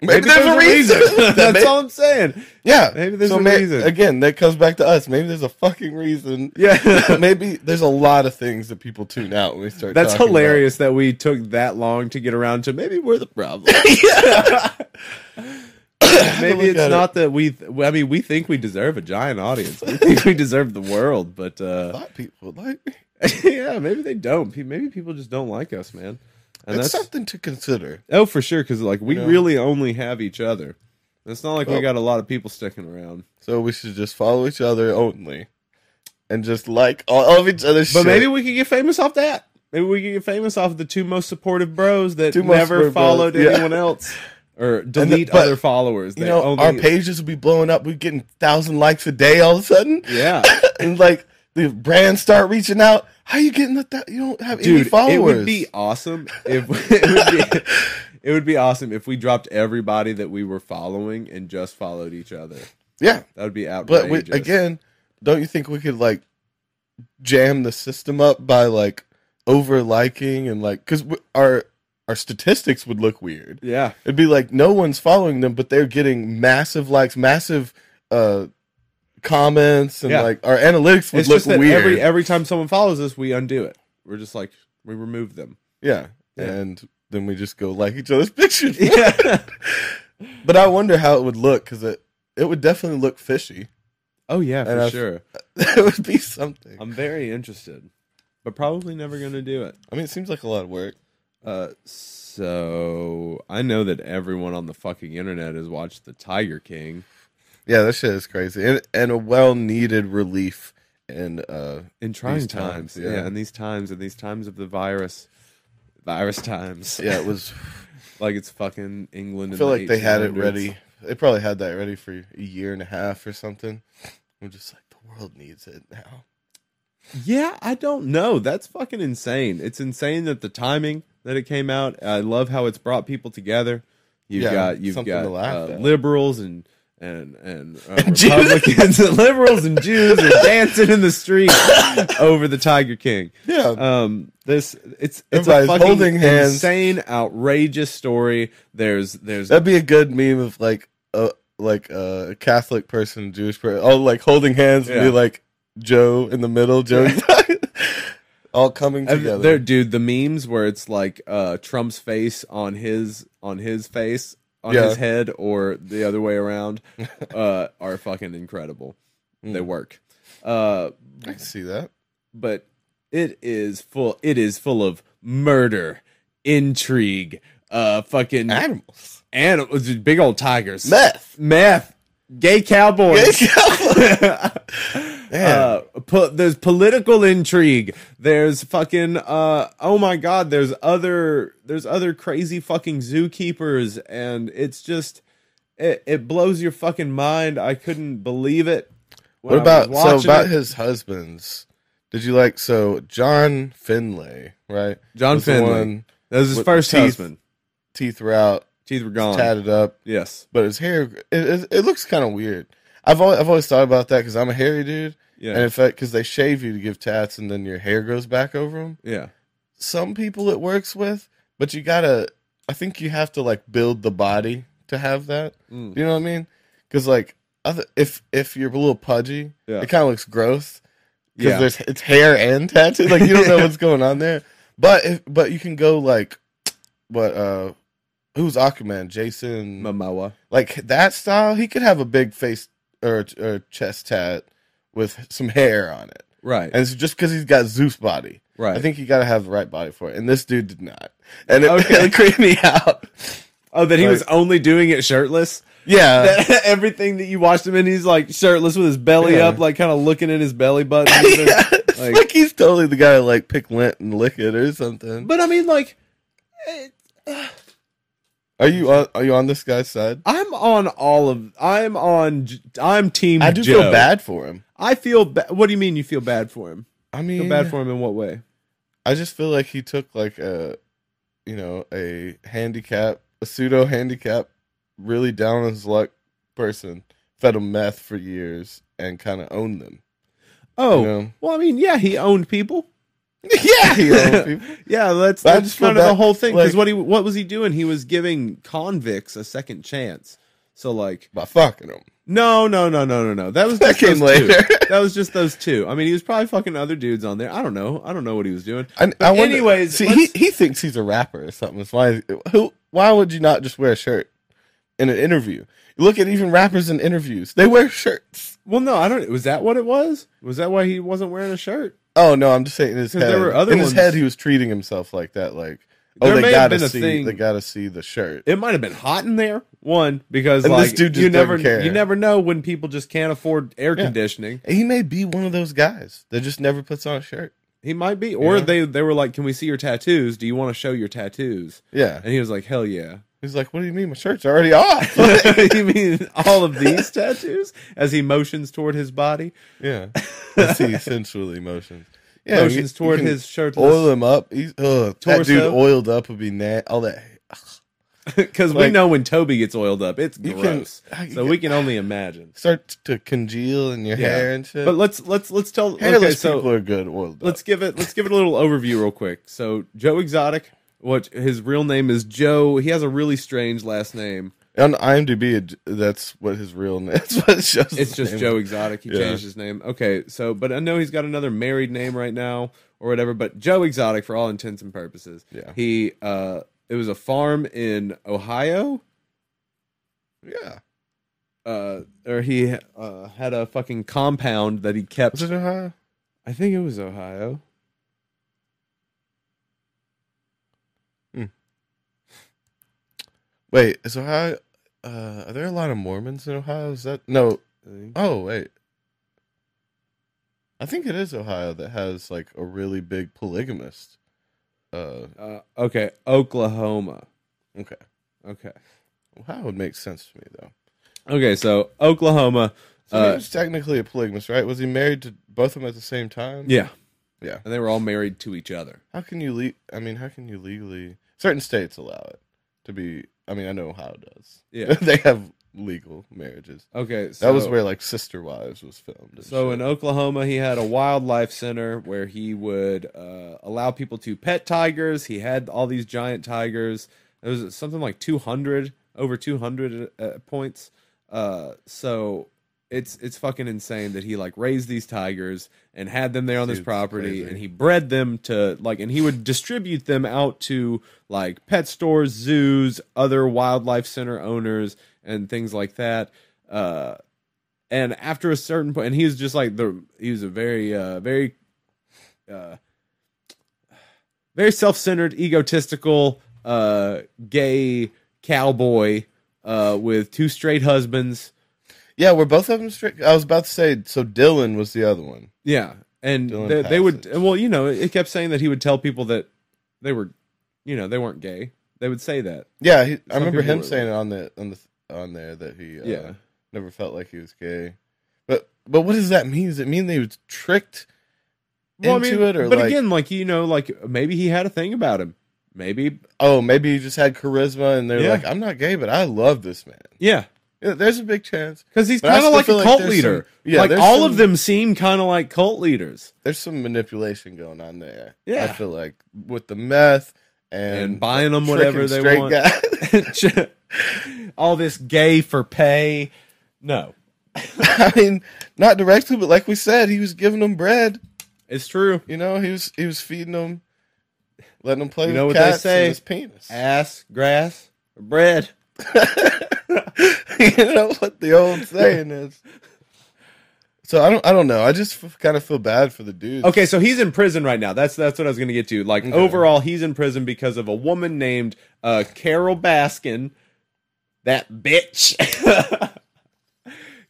[SPEAKER 2] maybe, there's, a reason. That
[SPEAKER 1] (laughs) That's
[SPEAKER 2] may-
[SPEAKER 1] all I'm saying.
[SPEAKER 2] Yeah.
[SPEAKER 1] Maybe there's a reason.
[SPEAKER 2] Again, that comes back to us. Maybe there's a fucking reason.
[SPEAKER 1] Yeah.
[SPEAKER 2] (laughs) maybe there's a lot of things that people tune out when we
[SPEAKER 1] (laughs)
[SPEAKER 2] start.
[SPEAKER 1] That's
[SPEAKER 2] talking
[SPEAKER 1] hilarious that we took that long to get around to. Maybe we're the
[SPEAKER 2] (laughs)
[SPEAKER 1] problem. (laughs)
[SPEAKER 2] about-
[SPEAKER 1] Maybe
[SPEAKER 2] Look
[SPEAKER 1] it's
[SPEAKER 2] at it.
[SPEAKER 1] not that we. Th- I mean, we think we deserve a giant audience. We think we deserve the world, but
[SPEAKER 2] A
[SPEAKER 1] uh, (laughs)
[SPEAKER 2] lot of people like me.
[SPEAKER 1] yeah, maybe they don't. Pe- Maybe people just don't like us, man. And
[SPEAKER 2] It's
[SPEAKER 1] that's
[SPEAKER 2] something to consider.
[SPEAKER 1] Oh, for sure, because like we
[SPEAKER 2] You know?
[SPEAKER 1] really only have each other. It's not like
[SPEAKER 2] Well-
[SPEAKER 1] we got a lot of people sticking around.
[SPEAKER 2] So we should just follow each other only, and just like all of each other's.
[SPEAKER 1] But
[SPEAKER 2] shit.
[SPEAKER 1] maybe we could get famous off that. Maybe we could get famous off the two most supportive bros that
[SPEAKER 2] Two most
[SPEAKER 1] never
[SPEAKER 2] supportive
[SPEAKER 1] followed
[SPEAKER 2] bros, yeah.
[SPEAKER 1] anyone else or delete
[SPEAKER 2] but,
[SPEAKER 1] other followers.
[SPEAKER 2] you
[SPEAKER 1] They
[SPEAKER 2] know
[SPEAKER 1] only-
[SPEAKER 2] our pages would be blowing up. We're getting thousand likes a day all of a sudden,
[SPEAKER 1] Yeah,
[SPEAKER 2] (laughs) and like the brands start reaching out. How you getting the thou- you don't have any
[SPEAKER 1] dude,
[SPEAKER 2] followers?
[SPEAKER 1] it would be awesome if (laughs) it would be. It would be awesome if we dropped everybody that we were following and just followed each other.
[SPEAKER 2] yeah,
[SPEAKER 1] That would be
[SPEAKER 2] But we,
[SPEAKER 1] outrageous.
[SPEAKER 2] again, don't you think we could like jam the system up by like over liking and like because our our statistics would look weird.
[SPEAKER 1] yeah,
[SPEAKER 2] It'd be like no one's following them, but they're getting massive likes, massive uh comments, and
[SPEAKER 1] Yeah.
[SPEAKER 2] like our analytics would
[SPEAKER 1] it's
[SPEAKER 2] look
[SPEAKER 1] just that
[SPEAKER 2] weird.
[SPEAKER 1] every e-, every time someone follows us, we undo it. We're just like we remove
[SPEAKER 2] (laughs)
[SPEAKER 1] them.
[SPEAKER 2] yeah.
[SPEAKER 1] Yeah.
[SPEAKER 2] and then we just go like each other's (laughs) pictures.
[SPEAKER 1] yeah.
[SPEAKER 2] But I wonder how it would look because it it would definitely look fishy.
[SPEAKER 1] (laughs)
[SPEAKER 2] (laughs)
[SPEAKER 1] Oh yeah,
[SPEAKER 2] And
[SPEAKER 1] for
[SPEAKER 2] I've-
[SPEAKER 1] sure.
[SPEAKER 2] that would be something.
[SPEAKER 1] I'm very interested, but probably never going to do it.
[SPEAKER 2] I mean, it seems like a lot of work.
[SPEAKER 1] Uh, so I know that everyone on the fucking internet has watched The Tiger King
[SPEAKER 2] Yeah, that shit is crazy, and and a well needed relief. And uh,
[SPEAKER 1] in trying
[SPEAKER 2] These
[SPEAKER 1] times,
[SPEAKER 2] times,
[SPEAKER 1] yeah.
[SPEAKER 2] yeah.
[SPEAKER 1] in these times, in these times of the virus, virus times,
[SPEAKER 2] yeah, it was.
[SPEAKER 1] (laughs) like it's fucking England.
[SPEAKER 2] I
[SPEAKER 1] in
[SPEAKER 2] feel
[SPEAKER 1] the
[SPEAKER 2] like they had it
[SPEAKER 1] 1800s.
[SPEAKER 2] ready They probably had that ready for a year and a half or something. We're just like the world needs it now.
[SPEAKER 1] Yeah, I don't know. That's fucking insane. It's insane that the timing that it came out. I love how it's brought people together. You've
[SPEAKER 2] Yeah,
[SPEAKER 1] got you've
[SPEAKER 2] something
[SPEAKER 1] got
[SPEAKER 2] to laugh
[SPEAKER 1] uh,
[SPEAKER 2] at.
[SPEAKER 1] liberals and and and uh,
[SPEAKER 2] (laughs) Jews.
[SPEAKER 1] Republicans (laughs) and liberals and Jews are
[SPEAKER 2] (laughs)
[SPEAKER 1] dancing in the street over the Tiger King.
[SPEAKER 2] Yeah,
[SPEAKER 1] Um, this it's it's
[SPEAKER 2] Everybody's
[SPEAKER 1] a fucking
[SPEAKER 2] holding hands.
[SPEAKER 1] insane, outrageous story. There's there's
[SPEAKER 2] that'd be a good meme of like a like a Catholic person, Jewish person, all like holding hands and
[SPEAKER 1] Yeah.
[SPEAKER 2] be like Joe in the middle, Joe, (laughs) all coming
[SPEAKER 1] Have-
[SPEAKER 2] together.
[SPEAKER 1] There, dude, the memes where it's like uh, Trump's face on his on his face on
[SPEAKER 2] Yeah.
[SPEAKER 1] his head or the other way
[SPEAKER 2] (laughs)
[SPEAKER 1] around uh, are fucking incredible. They
[SPEAKER 2] Mm.
[SPEAKER 1] work, uh,
[SPEAKER 2] I can see that.
[SPEAKER 1] but it is full. It is full of murder, intrigue, uh, fucking
[SPEAKER 2] Animals,
[SPEAKER 1] animals, big old tigers, (laughs)
[SPEAKER 2] meth,
[SPEAKER 1] meth, gay cowboys. (laughs)
[SPEAKER 2] (laughs)
[SPEAKER 1] Uh, po- there's political intrigue. There's fucking uh oh my god. There's other there's other crazy fucking zookeepers, and it's just it, it blows your fucking mind. I couldn't believe it. when
[SPEAKER 2] What
[SPEAKER 1] I was
[SPEAKER 2] about so
[SPEAKER 1] watching
[SPEAKER 2] about
[SPEAKER 1] it.
[SPEAKER 2] his husbands? Did you like so John Finlay, right?
[SPEAKER 1] John
[SPEAKER 2] Was the
[SPEAKER 1] Finlay.
[SPEAKER 2] one
[SPEAKER 1] that was his
[SPEAKER 2] with
[SPEAKER 1] first
[SPEAKER 2] teeth
[SPEAKER 1] husband.
[SPEAKER 2] teeth were out,
[SPEAKER 1] Teeth were gone.
[SPEAKER 2] tatted up,
[SPEAKER 1] Yes.
[SPEAKER 2] but his hair it, it, it looks kind of weird. I've always, I've always thought about that because I'm a hairy dude,
[SPEAKER 1] Yeah.
[SPEAKER 2] and in fact, because they shave you to give tats, and then your hair grows back over them.
[SPEAKER 1] yeah.
[SPEAKER 2] Some people it works with, but you gotta. I think you have to like build the body to have that.
[SPEAKER 1] Mm.
[SPEAKER 2] You know what I mean? Because like, other, if if you're a little pudgy,
[SPEAKER 1] Yeah.
[SPEAKER 2] it kind of looks gross. because
[SPEAKER 1] Yeah.
[SPEAKER 2] there's it's hair and tattoo. Like you
[SPEAKER 1] (laughs)
[SPEAKER 2] don't know what's going on there. But if, but you can go like what uh who's Aquaman? Jason
[SPEAKER 1] Momoa.
[SPEAKER 2] like that style. He could have a big face or or chest tat with some hair on it,
[SPEAKER 1] Right.
[SPEAKER 2] and it's just because he's got Zeus body.
[SPEAKER 1] right.
[SPEAKER 2] I think you got to have the right body for it, and this dude did not, and it,
[SPEAKER 1] Okay.
[SPEAKER 2] (laughs) it creeped me out.
[SPEAKER 1] oh, that he
[SPEAKER 2] like-
[SPEAKER 1] was only doing it shirtless.
[SPEAKER 2] Yeah, (laughs)
[SPEAKER 1] that, (laughs) everything that you watched him in, he's like shirtless with his belly
[SPEAKER 2] Yeah.
[SPEAKER 1] up, like kind of looking at his belly
[SPEAKER 2] (laughs)
[SPEAKER 1] button.
[SPEAKER 2] yeah. It's
[SPEAKER 1] Like-
[SPEAKER 2] like, he's totally the guy to like pick lint and lick it or something.
[SPEAKER 1] But I mean, like, it-
[SPEAKER 2] Are you on, are you on this guy's side?
[SPEAKER 1] I'm on all of. I'm on. J- I'm team.
[SPEAKER 2] I do
[SPEAKER 1] Joe.
[SPEAKER 2] feel bad for him.
[SPEAKER 1] I feel. Ba- what do you mean? You feel bad for him?
[SPEAKER 2] I
[SPEAKER 1] Feel
[SPEAKER 2] mean,
[SPEAKER 1] bad for him in what way?
[SPEAKER 2] I just feel like he took like a, you know, a handicap, a pseudo handicap, really down on his luck person, fed him meth for years and kind of owned them.
[SPEAKER 1] Oh,
[SPEAKER 2] Yeah.
[SPEAKER 1] well, I mean, yeah, he owned people.
[SPEAKER 2] (laughs) yeah,
[SPEAKER 1] (laughs)
[SPEAKER 2] he owned people.
[SPEAKER 1] Yeah, that's
[SPEAKER 2] But I
[SPEAKER 1] that's
[SPEAKER 2] just feel
[SPEAKER 1] kind of the
[SPEAKER 2] bad,
[SPEAKER 1] whole thing. Because
[SPEAKER 2] like-
[SPEAKER 1] what he what was he doing? He was giving convicts a second chance. So like,
[SPEAKER 2] by fucking him.
[SPEAKER 1] No, no, no, no, no, no. That
[SPEAKER 2] (laughs)
[SPEAKER 1] was
[SPEAKER 2] That
[SPEAKER 1] just
[SPEAKER 2] came
[SPEAKER 1] those
[SPEAKER 2] later.
[SPEAKER 1] Two. That was just those two. I mean, he was probably fucking other dudes on there. I don't know. I don't know what he was doing.
[SPEAKER 2] I, I wonder,
[SPEAKER 1] anyways,
[SPEAKER 2] see, he
[SPEAKER 1] let's-
[SPEAKER 2] he thinks he's a rapper or something. That's why who? Why would you not just wear a shirt in an interview? Look at even rappers in interviews; they wear shirts.
[SPEAKER 1] Well, no, I don't. Was that what it was? Was that why he wasn't wearing a shirt?
[SPEAKER 2] Oh no, I'm just saying in his
[SPEAKER 1] 'Cause
[SPEAKER 2] head.
[SPEAKER 1] there were other
[SPEAKER 2] in
[SPEAKER 1] ones.
[SPEAKER 2] his head, he was treating himself like that. Like, oh,
[SPEAKER 1] There may
[SPEAKER 2] they
[SPEAKER 1] have
[SPEAKER 2] gotta
[SPEAKER 1] been a
[SPEAKER 2] see,
[SPEAKER 1] thing-
[SPEAKER 2] they gotta see the shirt.
[SPEAKER 1] It might have been hot in there. One because
[SPEAKER 2] And this
[SPEAKER 1] like
[SPEAKER 2] dude just
[SPEAKER 1] you never
[SPEAKER 2] doesn't care.
[SPEAKER 1] you never know when people just can't afford air
[SPEAKER 2] Yeah.
[SPEAKER 1] conditioning.
[SPEAKER 2] And he may be one of those guys that just never puts on a shirt.
[SPEAKER 1] He might be, or
[SPEAKER 2] Yeah.
[SPEAKER 1] they they were like, "Can we see your tattoos? Do you want to show your tattoos?"
[SPEAKER 2] Yeah,
[SPEAKER 1] And he was like, "Hell
[SPEAKER 2] (laughs)
[SPEAKER 1] yeah." (laughs)
[SPEAKER 2] he's like, what do you mean? My shirt's already off. (laughs)
[SPEAKER 1] you mean all of these tattoos? As he motions toward his body,
[SPEAKER 2] (laughs) yeah, Let's see sensual emotions. Yeah,
[SPEAKER 1] motions
[SPEAKER 2] you- you
[SPEAKER 1] toward
[SPEAKER 2] can
[SPEAKER 1] his shirtless
[SPEAKER 2] Oil him up. He's ugh, that dude
[SPEAKER 1] Torso.
[SPEAKER 2] oiled up would be nat. All that.
[SPEAKER 1] (laughs) Because we
[SPEAKER 2] Like-
[SPEAKER 1] know when Toby gets oiled up, it's
[SPEAKER 2] You can-
[SPEAKER 1] gross.
[SPEAKER 2] I- you
[SPEAKER 1] so we can only
[SPEAKER 2] (laughs)
[SPEAKER 1] imagine.
[SPEAKER 2] Start to congeal in your
[SPEAKER 1] Yeah.
[SPEAKER 2] hair and shit.
[SPEAKER 1] But let's let's let's tell. Okay,
[SPEAKER 2] hairless
[SPEAKER 1] so
[SPEAKER 2] people are good oiled
[SPEAKER 1] let's
[SPEAKER 2] up.
[SPEAKER 1] give it let's give it a little overview real quick. So Joe Exotic, what his real name is Joe. He has a really strange last name.
[SPEAKER 2] On IMDb, it- that's what his real name. (laughs) That's what it shows
[SPEAKER 1] It's
[SPEAKER 2] his
[SPEAKER 1] just
[SPEAKER 2] name
[SPEAKER 1] Joe
[SPEAKER 2] is.
[SPEAKER 1] Exotic. He
[SPEAKER 2] Yeah.
[SPEAKER 1] changed his name. Okay, so but I know he's got another married name right now or whatever. But Joe Exotic, for all intents and purposes,
[SPEAKER 2] Yeah.
[SPEAKER 1] he uh, it was a farm in Ohio.
[SPEAKER 2] Yeah.
[SPEAKER 1] Uh, or he uh, had a fucking compound that he
[SPEAKER 2] Was
[SPEAKER 1] kept
[SPEAKER 2] it Ohio?
[SPEAKER 1] I think it was Ohio.
[SPEAKER 2] Wait, is Ohio? Uh, are there a lot of Mormons in Ohio? Is that no? Oh wait, I think it is Ohio that has like a really big polygamist. Uh,
[SPEAKER 1] Uh, okay, Oklahoma.
[SPEAKER 2] okay,
[SPEAKER 1] Okay.
[SPEAKER 2] Ohio would make sense to me though.
[SPEAKER 1] Okay, so Oklahoma.
[SPEAKER 2] So he
[SPEAKER 1] Uh,
[SPEAKER 2] was technically a polygamist, right? Was he married to both of them at the same time?
[SPEAKER 1] Yeah.
[SPEAKER 2] Yeah.
[SPEAKER 1] And they were all married to each other.
[SPEAKER 2] How can you le- I mean, how can you legally? Certain states allow it to be. I mean, I know Ohio does.
[SPEAKER 1] Yeah.
[SPEAKER 2] (laughs) they have legal marriages.
[SPEAKER 1] Okay. So,
[SPEAKER 2] That was where like Sister Wives was filmed. and
[SPEAKER 1] So
[SPEAKER 2] shit.
[SPEAKER 1] in Oklahoma, he had a wildlife center where he would uh, allow people to pet tigers. He had all these giant tigers. There was something like 200, over 200 uh, points. Uh, so it's it's fucking insane that he like raised these tigers and had them there on this
[SPEAKER 2] Dude, it's
[SPEAKER 1] property
[SPEAKER 2] crazy.
[SPEAKER 1] and he bred them to like and he would distribute them out to like pet stores, zoos, other wildlife center owners and things like that. Uh and after a certain point and he was just like the he was a very uh very uh very self-centered egotistical uh gay cowboy uh with two straight husbands
[SPEAKER 2] yeah, were both of them strict? I was about to say. So Dylan was the other one.
[SPEAKER 1] yeah and
[SPEAKER 2] Dylan
[SPEAKER 1] they, they would
[SPEAKER 2] Passage.
[SPEAKER 1] well you know it kept saying that he would tell people that they were you know they weren't gay they would say that
[SPEAKER 2] Yeah, he, I
[SPEAKER 1] Some
[SPEAKER 2] remember
[SPEAKER 1] people
[SPEAKER 2] him
[SPEAKER 1] were-
[SPEAKER 2] saying it on the on the on there that he uh,
[SPEAKER 1] Yeah.
[SPEAKER 2] never felt like he was gay. But but what does that mean? Does it mean they was tricked? into it, or
[SPEAKER 1] but
[SPEAKER 2] like-
[SPEAKER 1] again like you know like maybe he had a thing about him maybe
[SPEAKER 2] Oh, maybe he just had charisma, and they're
[SPEAKER 1] Yeah.
[SPEAKER 2] like, "I'm not gay, but I love this man."
[SPEAKER 1] yeah
[SPEAKER 2] Yeah, there's a big chance.
[SPEAKER 1] because he's
[SPEAKER 2] But I
[SPEAKER 1] kind of
[SPEAKER 2] still
[SPEAKER 1] like a
[SPEAKER 2] feel like
[SPEAKER 1] cult
[SPEAKER 2] there's
[SPEAKER 1] leader
[SPEAKER 2] some- yeah,
[SPEAKER 1] like
[SPEAKER 2] there's
[SPEAKER 1] all
[SPEAKER 2] some-
[SPEAKER 1] of them seem kind of like cult leaders
[SPEAKER 2] There's some manipulation going on there. I
[SPEAKER 1] Yeah.
[SPEAKER 2] feel like with the meth
[SPEAKER 1] and,
[SPEAKER 2] and,
[SPEAKER 1] buying them
[SPEAKER 2] tricking
[SPEAKER 1] whatever they
[SPEAKER 2] straight
[SPEAKER 1] want (laughs)
[SPEAKER 2] guys.
[SPEAKER 1] all this gay for pay. No,
[SPEAKER 2] (laughs) I mean, not directly, but like we said, he was giving them bread.
[SPEAKER 1] it's true.
[SPEAKER 2] You know, he was he was feeding them, letting them play
[SPEAKER 1] You
[SPEAKER 2] with
[SPEAKER 1] know what they
[SPEAKER 2] cats
[SPEAKER 1] say? "Ah."
[SPEAKER 2] and his penis.
[SPEAKER 1] Ass, grass, or bread.
[SPEAKER 2] (laughs) you know what the old saying is. So I don't I don't know. I just f- kind of feel bad for the dude.
[SPEAKER 1] Okay, so he's in prison right now. That's that's what I was going to get to. Like
[SPEAKER 2] Okay.
[SPEAKER 1] overall, he's in prison because of a woman named uh, Carol Baskin. That bitch, (laughs)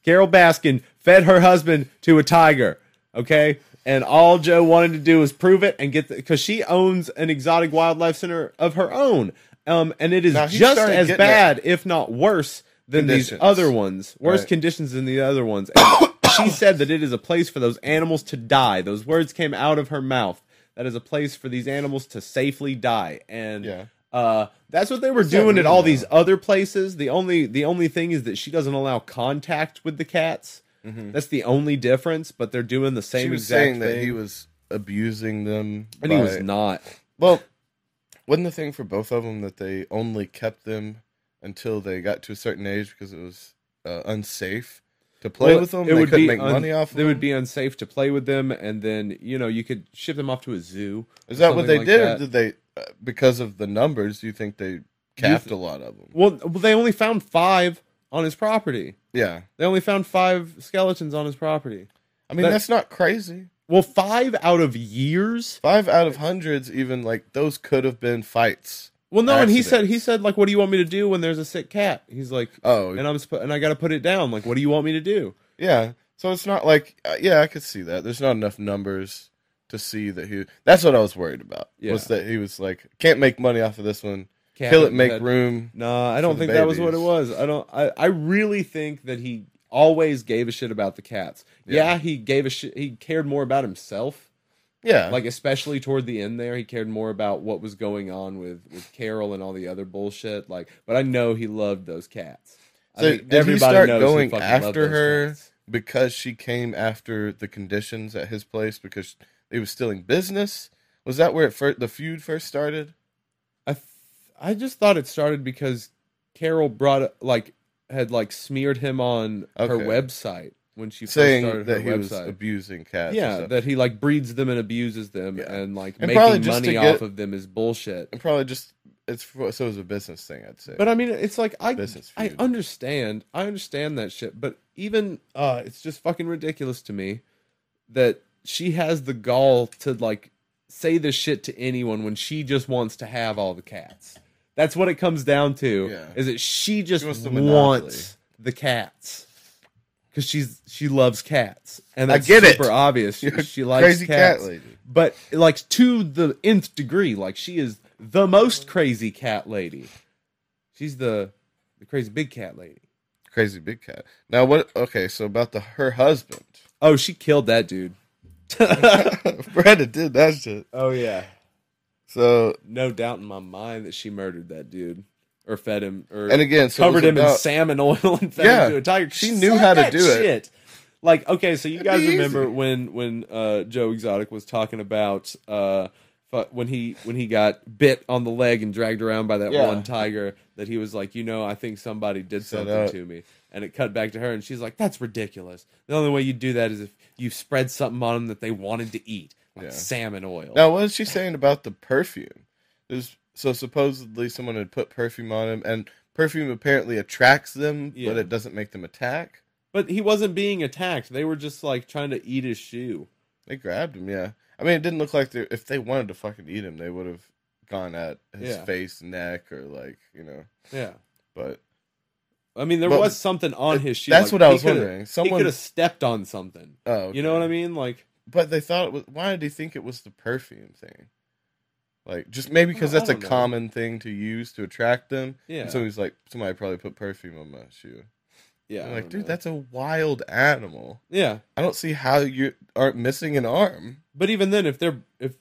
[SPEAKER 1] Carol Baskin, fed her husband to a tiger. Okay, and all Joe wanted to do was prove it and get because she owns an exotic wildlife center of her own. Um, and it is
[SPEAKER 2] Now, he
[SPEAKER 1] just
[SPEAKER 2] started
[SPEAKER 1] as
[SPEAKER 2] getting
[SPEAKER 1] bad, if not worse, than these
[SPEAKER 2] Conditions.
[SPEAKER 1] other ones. Worse
[SPEAKER 2] Right.
[SPEAKER 1] conditions than the other ones. And (coughs) she said that it is a place for those animals to die. Those words came out of her mouth. That is a place for these animals to safely die. And
[SPEAKER 2] Yeah.
[SPEAKER 1] uh, that's what they were
[SPEAKER 2] that
[SPEAKER 1] doing at
[SPEAKER 2] mean,
[SPEAKER 1] all
[SPEAKER 2] though?
[SPEAKER 1] these other places. The only the only thing is that she doesn't allow contact with the cats.
[SPEAKER 2] Mhm.
[SPEAKER 1] That's the only difference. But they're doing the
[SPEAKER 2] she
[SPEAKER 1] same
[SPEAKER 2] was
[SPEAKER 1] exact
[SPEAKER 2] saying
[SPEAKER 1] thing.
[SPEAKER 2] that he was abusing them,
[SPEAKER 1] and he was
[SPEAKER 2] by-
[SPEAKER 1] not.
[SPEAKER 2] Well, wasn't the thing for both of them that they only kept them until they got to a certain age because it was uh, unsafe to play
[SPEAKER 1] Well,
[SPEAKER 2] with them? They couldn't make
[SPEAKER 1] un-
[SPEAKER 2] money off. of
[SPEAKER 1] It would
[SPEAKER 2] them?
[SPEAKER 1] be unsafe to play with them, and then you know you could ship them off to a zoo.
[SPEAKER 2] Is that
[SPEAKER 1] something
[SPEAKER 2] what they
[SPEAKER 1] like
[SPEAKER 2] did?
[SPEAKER 1] that.
[SPEAKER 2] Or did they uh, because of the numbers? Do you think they capped a lot of them?
[SPEAKER 1] Well, well, they only found five on his property.
[SPEAKER 2] Yeah,
[SPEAKER 1] They only found five skeletons on his property.
[SPEAKER 2] I mean
[SPEAKER 1] That-
[SPEAKER 2] that's not crazy.
[SPEAKER 1] Well, five out of years.
[SPEAKER 2] Five out of hundreds, even like those could have been fights.
[SPEAKER 1] Well, no, and he said he said like, "What do you want me to do when there's a sick cat?" He's like,
[SPEAKER 2] Oh,
[SPEAKER 1] "And I'm sp- and I got to put it down." Like, what do you want me to do?
[SPEAKER 2] yeah. So it's not like uh, yeah, I could see that. There's not enough numbers to see that he. That's what I was worried about.
[SPEAKER 1] Yeah.
[SPEAKER 2] Was that he was like can't make money off of this one.
[SPEAKER 1] Cat
[SPEAKER 2] Kill it, make
[SPEAKER 1] had-
[SPEAKER 2] room.
[SPEAKER 1] No, I don't
[SPEAKER 2] for the
[SPEAKER 1] think that was what it
[SPEAKER 2] babies.
[SPEAKER 1] was. I don't. I, I really think that he always gave a shit about the cats. Yeah,
[SPEAKER 2] Yeah.
[SPEAKER 1] he gave a shit. He cared more about himself.
[SPEAKER 2] Yeah, like
[SPEAKER 1] Like especially toward the end there, he cared more about what was going on with with Carol and all the other bullshit. Like, but I know he loved those cats. I
[SPEAKER 2] So
[SPEAKER 1] think
[SPEAKER 2] did he start going
[SPEAKER 1] fucking loved
[SPEAKER 2] after
[SPEAKER 1] those
[SPEAKER 2] her?
[SPEAKER 1] cats.
[SPEAKER 2] because she came after the conditions at his place because they was still in business. Was that where it first, the feud first started?
[SPEAKER 1] I th- I just thought it started because Carol brought like had like smeared him on her
[SPEAKER 2] Okay.
[SPEAKER 1] website when she first
[SPEAKER 2] Saying
[SPEAKER 1] started
[SPEAKER 2] that he
[SPEAKER 1] her
[SPEAKER 2] was
[SPEAKER 1] website.
[SPEAKER 2] abusing cats. and
[SPEAKER 1] yeah,
[SPEAKER 2] stuff.
[SPEAKER 1] that he like breeds them and abuses them
[SPEAKER 2] Yeah.
[SPEAKER 1] and like
[SPEAKER 2] And probably
[SPEAKER 1] making
[SPEAKER 2] just to
[SPEAKER 1] money
[SPEAKER 2] get-
[SPEAKER 1] off of them is bullshit.
[SPEAKER 2] and probably just it's for- so it was a business thing. I'd say.
[SPEAKER 1] But I mean, it's like I
[SPEAKER 2] Business
[SPEAKER 1] I
[SPEAKER 2] feud.
[SPEAKER 1] understand, I understand that shit, but even uh, it's just fucking ridiculous to me that she has the gall to like say this shit to anyone when she just wants to have all the cats. That's what it comes down to.
[SPEAKER 2] Yeah.
[SPEAKER 1] Is that she just
[SPEAKER 2] She wants
[SPEAKER 1] wants,
[SPEAKER 2] the
[SPEAKER 1] the cats because she's she loves cats, and
[SPEAKER 2] I
[SPEAKER 1] that's
[SPEAKER 2] get it.
[SPEAKER 1] super
[SPEAKER 2] (laughs)
[SPEAKER 1] obvious.
[SPEAKER 2] You're
[SPEAKER 1] She,
[SPEAKER 2] a
[SPEAKER 1] she likes
[SPEAKER 2] crazy cat
[SPEAKER 1] cats
[SPEAKER 2] lady.
[SPEAKER 1] but like to the nth degree like she is the most crazy cat lady she's the the crazy big cat lady
[SPEAKER 2] Crazy big cat. Now what? Okay, so about the her husband,
[SPEAKER 1] Oh, she killed that dude. (laughs)
[SPEAKER 2] (laughs) Brenda did that shit.
[SPEAKER 1] oh yeah.
[SPEAKER 2] So
[SPEAKER 1] No doubt in my mind that she murdered that dude or fed him or
[SPEAKER 2] and again, so it was
[SPEAKER 1] covered him in
[SPEAKER 2] about-
[SPEAKER 1] salmon (laughs) oil and fed
[SPEAKER 2] Yeah,
[SPEAKER 1] him to a tiger.
[SPEAKER 2] she knew how to
[SPEAKER 1] that
[SPEAKER 2] do it.
[SPEAKER 1] Like okay, so you guys
[SPEAKER 2] That'd be
[SPEAKER 1] remember
[SPEAKER 2] easy.
[SPEAKER 1] when when uh, Joe Exotic was talking about uh, fu- when he when he got bit on the leg and dragged around by that
[SPEAKER 2] Yeah.
[SPEAKER 1] one tiger that he was like, you know, I think somebody did
[SPEAKER 2] Set
[SPEAKER 1] something
[SPEAKER 2] up.
[SPEAKER 1] to me, and it cut back to her, and she's like, that's ridiculous. The only way you do that is if you spread something on them that they wanted to eat, like
[SPEAKER 2] Yeah.
[SPEAKER 1] salmon oil.
[SPEAKER 2] Now, what is she saying about the perfume? Is so supposedly someone had put perfume on him, and perfume apparently attracts them,
[SPEAKER 1] Yeah.
[SPEAKER 2] but it doesn't make them attack.
[SPEAKER 1] But he wasn't being attacked. They were just like trying to eat his shoe.
[SPEAKER 2] They grabbed him. Yeah, I mean, it didn't look like they. If they wanted to fucking eat him, they would have gone at his
[SPEAKER 1] Yeah.
[SPEAKER 2] face, neck, or like you know.
[SPEAKER 1] Yeah.
[SPEAKER 2] But
[SPEAKER 1] I mean, there
[SPEAKER 2] But-
[SPEAKER 1] was something on his shoe.
[SPEAKER 2] that's
[SPEAKER 1] Like,
[SPEAKER 2] what I
[SPEAKER 1] he
[SPEAKER 2] was
[SPEAKER 1] coulda-
[SPEAKER 2] wondering.
[SPEAKER 1] He could
[SPEAKER 2] Someone,
[SPEAKER 1] have stepped on something.
[SPEAKER 2] oh,
[SPEAKER 1] You know what I mean? Like,
[SPEAKER 2] But they thought it was. Why did he think it was the perfume thing? Like just maybe because
[SPEAKER 1] Oh, I
[SPEAKER 2] that's a
[SPEAKER 1] don't know.
[SPEAKER 2] common thing to use to attract them.
[SPEAKER 1] yeah,
[SPEAKER 2] And so he's like, somebody probably put perfume on my shoe.
[SPEAKER 1] yeah.
[SPEAKER 2] I'm
[SPEAKER 1] I
[SPEAKER 2] like,
[SPEAKER 1] don't
[SPEAKER 2] dude,
[SPEAKER 1] know.
[SPEAKER 2] that's a wild animal.
[SPEAKER 1] yeah.
[SPEAKER 2] I don't see how you aren't missing an arm.
[SPEAKER 1] But even then, if they're if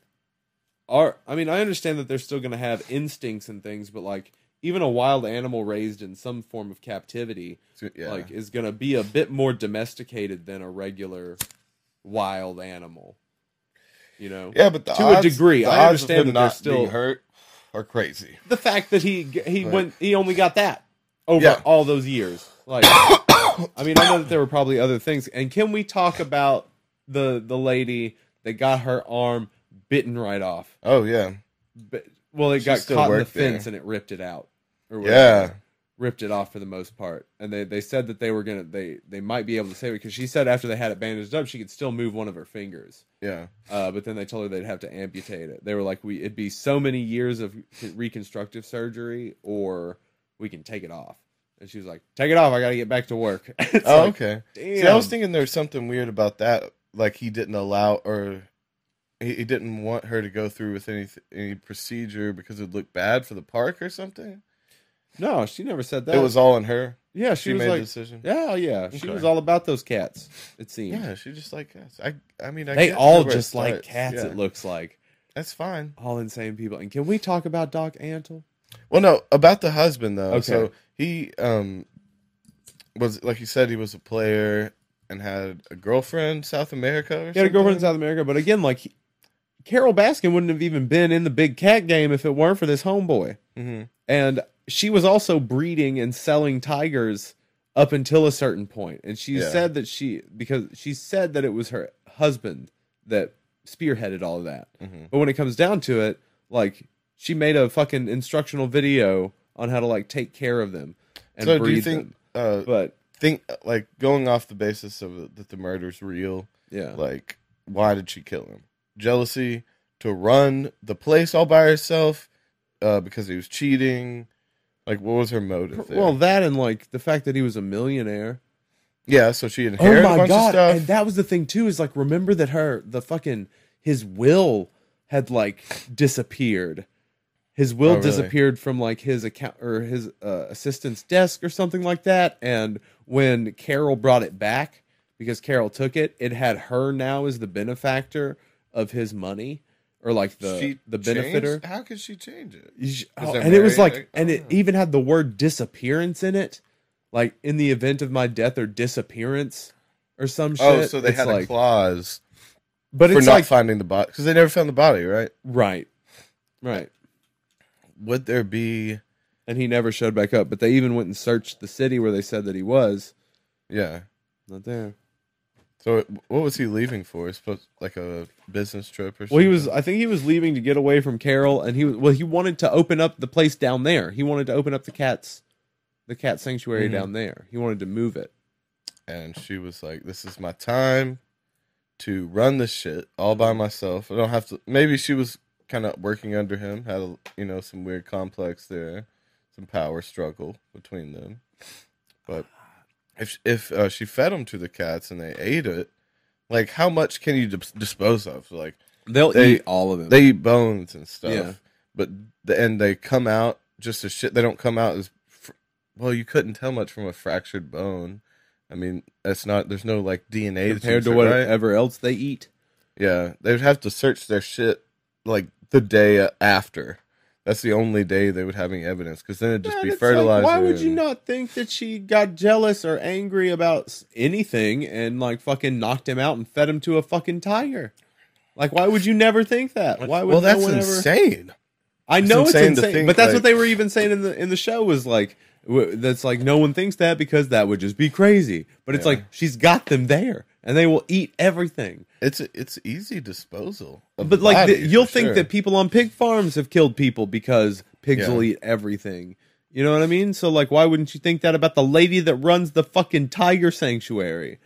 [SPEAKER 1] are, I mean, I understand that they're still going to have instincts and things, but like even a wild animal raised in some form of captivity,
[SPEAKER 2] So, yeah.
[SPEAKER 1] like, is going to be a bit more domesticated than a regular wild animal. You know,
[SPEAKER 2] yeah, but the
[SPEAKER 1] to a
[SPEAKER 2] odds-
[SPEAKER 1] degree,
[SPEAKER 2] the
[SPEAKER 1] I
[SPEAKER 2] odds of
[SPEAKER 1] understand
[SPEAKER 2] him
[SPEAKER 1] that they're
[SPEAKER 2] not
[SPEAKER 1] still-
[SPEAKER 2] being hurt are crazy.
[SPEAKER 1] (coughs) the fact that he he
[SPEAKER 2] Right.
[SPEAKER 1] went he only got that over
[SPEAKER 2] Yeah.
[SPEAKER 1] all those years. Like, I mean, I know that there were probably other things. And can we talk about the the lady that got her arm bitten right off?
[SPEAKER 2] Oh yeah,
[SPEAKER 1] But, well, it
[SPEAKER 2] She
[SPEAKER 1] got
[SPEAKER 2] still
[SPEAKER 1] caught in the
[SPEAKER 2] worked there.
[SPEAKER 1] fence and it ripped it out. Or whatever.
[SPEAKER 2] yeah.
[SPEAKER 1] ripped it off for the most part. And they they said that they were gonna they they might be able to save it because she said after they had it bandaged up, she could still move one of her fingers.
[SPEAKER 2] Yeah,
[SPEAKER 1] Uh, but then they told her they'd have to amputate it. They were like, "We it'd be so many years of reconstructive surgery, or we can take it off." And she was like, "Take it off! I got to get back to work." (laughs) It's
[SPEAKER 2] Oh,
[SPEAKER 1] like,
[SPEAKER 2] okay.
[SPEAKER 1] Damn.
[SPEAKER 2] See, I was thinking there was something weird about that. Like he didn't allow, or he, he didn't want her to go through with any any procedure because it looked bad for the park or something.
[SPEAKER 1] no, she never said that.
[SPEAKER 2] It was all in her.
[SPEAKER 1] yeah,
[SPEAKER 2] She,
[SPEAKER 1] she, was
[SPEAKER 2] made
[SPEAKER 1] like,
[SPEAKER 2] the decision.
[SPEAKER 1] yeah, yeah, she
[SPEAKER 2] Okay.
[SPEAKER 1] was all about those cats. It seemed.
[SPEAKER 2] Yeah, she just like cats. I, I mean, I
[SPEAKER 1] They
[SPEAKER 2] guess
[SPEAKER 1] all
[SPEAKER 2] that's where it
[SPEAKER 1] just like
[SPEAKER 2] starts.
[SPEAKER 1] cats.
[SPEAKER 2] Yeah.
[SPEAKER 1] It looks like
[SPEAKER 2] That's fine.
[SPEAKER 1] all insane people. And can we talk about Doc Antle?
[SPEAKER 2] Well, no, about the husband though.
[SPEAKER 1] Okay.
[SPEAKER 2] So he um was like you said he was a player and had a girlfriend South America. Or
[SPEAKER 1] He had a girlfriend in South
[SPEAKER 2] something?
[SPEAKER 1] America, but again, like he- Carol Baskin wouldn't have even been in the big cat game if it weren't for this homeboy.
[SPEAKER 2] Mhm.
[SPEAKER 1] and she was also breeding and selling tigers up until a certain point and she
[SPEAKER 2] Yeah.
[SPEAKER 1] said that she because she said that it was her husband that spearheaded all of that
[SPEAKER 2] Mhm.
[SPEAKER 1] but when it comes down to it like she made a fucking instructional video on how to like take care of them and
[SPEAKER 2] So do
[SPEAKER 1] breed
[SPEAKER 2] you think
[SPEAKER 1] them
[SPEAKER 2] uh,
[SPEAKER 1] but
[SPEAKER 2] think like going off the basis of it, that the murder's real?
[SPEAKER 1] yeah
[SPEAKER 2] Like, why did she kill him? Jealousy to run the place all by herself uh, because he was cheating. Like, what was her motive? There?
[SPEAKER 1] well that and like the fact that he was a millionaire
[SPEAKER 2] yeah. So she inherited a bunch of stuff.
[SPEAKER 1] Oh And that was the thing too, is like remember that her the fucking his will had like disappeared. His will
[SPEAKER 2] Oh, really?
[SPEAKER 1] disappeared from like his account or his uh, assistant's desk or something like that. And when Carol brought it back, because Carol took it, it had her now as the benefactor of his money or like the
[SPEAKER 2] She
[SPEAKER 1] the
[SPEAKER 2] changed-
[SPEAKER 1] benefactor.
[SPEAKER 2] How could she change it?
[SPEAKER 1] Sh-
[SPEAKER 2] Was
[SPEAKER 1] oh,
[SPEAKER 2] there
[SPEAKER 1] and it was
[SPEAKER 2] Mary?
[SPEAKER 1] like,
[SPEAKER 2] Like,
[SPEAKER 1] and it
[SPEAKER 2] oh.
[SPEAKER 1] even had the word disappearance in it, like in the event of my death or disappearance or some shit.
[SPEAKER 2] Oh, so they
[SPEAKER 1] It's
[SPEAKER 2] had
[SPEAKER 1] like,
[SPEAKER 2] a clause
[SPEAKER 1] but
[SPEAKER 2] for not
[SPEAKER 1] it's like
[SPEAKER 2] finding the body because they never found the body, right?
[SPEAKER 1] right, right.
[SPEAKER 2] Would there be?
[SPEAKER 1] And he never showed back up. But they even went and searched the city where they said that he was.
[SPEAKER 2] Yeah.
[SPEAKER 1] Not there.
[SPEAKER 2] So it, what was he leaving for? It's supposed like a business trip or something.
[SPEAKER 1] Well, he was. I think he was leaving to get away from Carol, and he was. Well, he wanted to open up the place down there. He wanted to open up the cats, the cat sanctuary
[SPEAKER 2] Mhm.
[SPEAKER 1] down there. He wanted to move it.
[SPEAKER 2] and she was like, "This is my time to run this shit all by myself. I don't have to." Maybe she was kind of working under him. Had a, you know some weird complex there, some power struggle between them. But if if uh, she fed them to the cats and they ate it, like how much can you dis- dispose of? Like
[SPEAKER 1] They'll
[SPEAKER 2] They-
[SPEAKER 1] eat all of it.
[SPEAKER 2] they eat bones and stuff,
[SPEAKER 1] Yeah.
[SPEAKER 2] but the, and they come out just as shit. They don't come out as fr- well, you couldn't tell much from a fractured bone. I mean, that's not. There's no like DNA that's
[SPEAKER 1] compared to
[SPEAKER 2] inside, right?
[SPEAKER 1] whatever else they eat.
[SPEAKER 2] Yeah, they'd have to search their shit like the day after. That's the only day they would have any evidence because then it'd just
[SPEAKER 1] Yeah,
[SPEAKER 2] be
[SPEAKER 1] and it's like,
[SPEAKER 2] fertilized.
[SPEAKER 1] why would you not think that she got jealous or angry about s- anything and like fucking knocked him out and fed him to a fucking tiger? Like, why would you never think that? Why would
[SPEAKER 2] well, that's
[SPEAKER 1] no one ever?
[SPEAKER 2] insane.
[SPEAKER 1] I
[SPEAKER 2] It's
[SPEAKER 1] know it's
[SPEAKER 2] insane
[SPEAKER 1] insane,
[SPEAKER 2] to think,
[SPEAKER 1] but that's
[SPEAKER 2] like-
[SPEAKER 1] what they were even saying in the in the show was like w- that's like no one thinks that because that would just be crazy. But it's
[SPEAKER 2] Yeah.
[SPEAKER 1] like she's got them there, and they will eat everything.
[SPEAKER 2] It's it's easy disposal. Of
[SPEAKER 1] But
[SPEAKER 2] the
[SPEAKER 1] like, the,
[SPEAKER 2] body,
[SPEAKER 1] you'll
[SPEAKER 2] for
[SPEAKER 1] think
[SPEAKER 2] sure.
[SPEAKER 1] that people on pig farms have killed people because pigs
[SPEAKER 2] Yeah.
[SPEAKER 1] will eat everything. You know what I mean? So like, why wouldn't you think that about the lady that runs the fucking tiger sanctuary?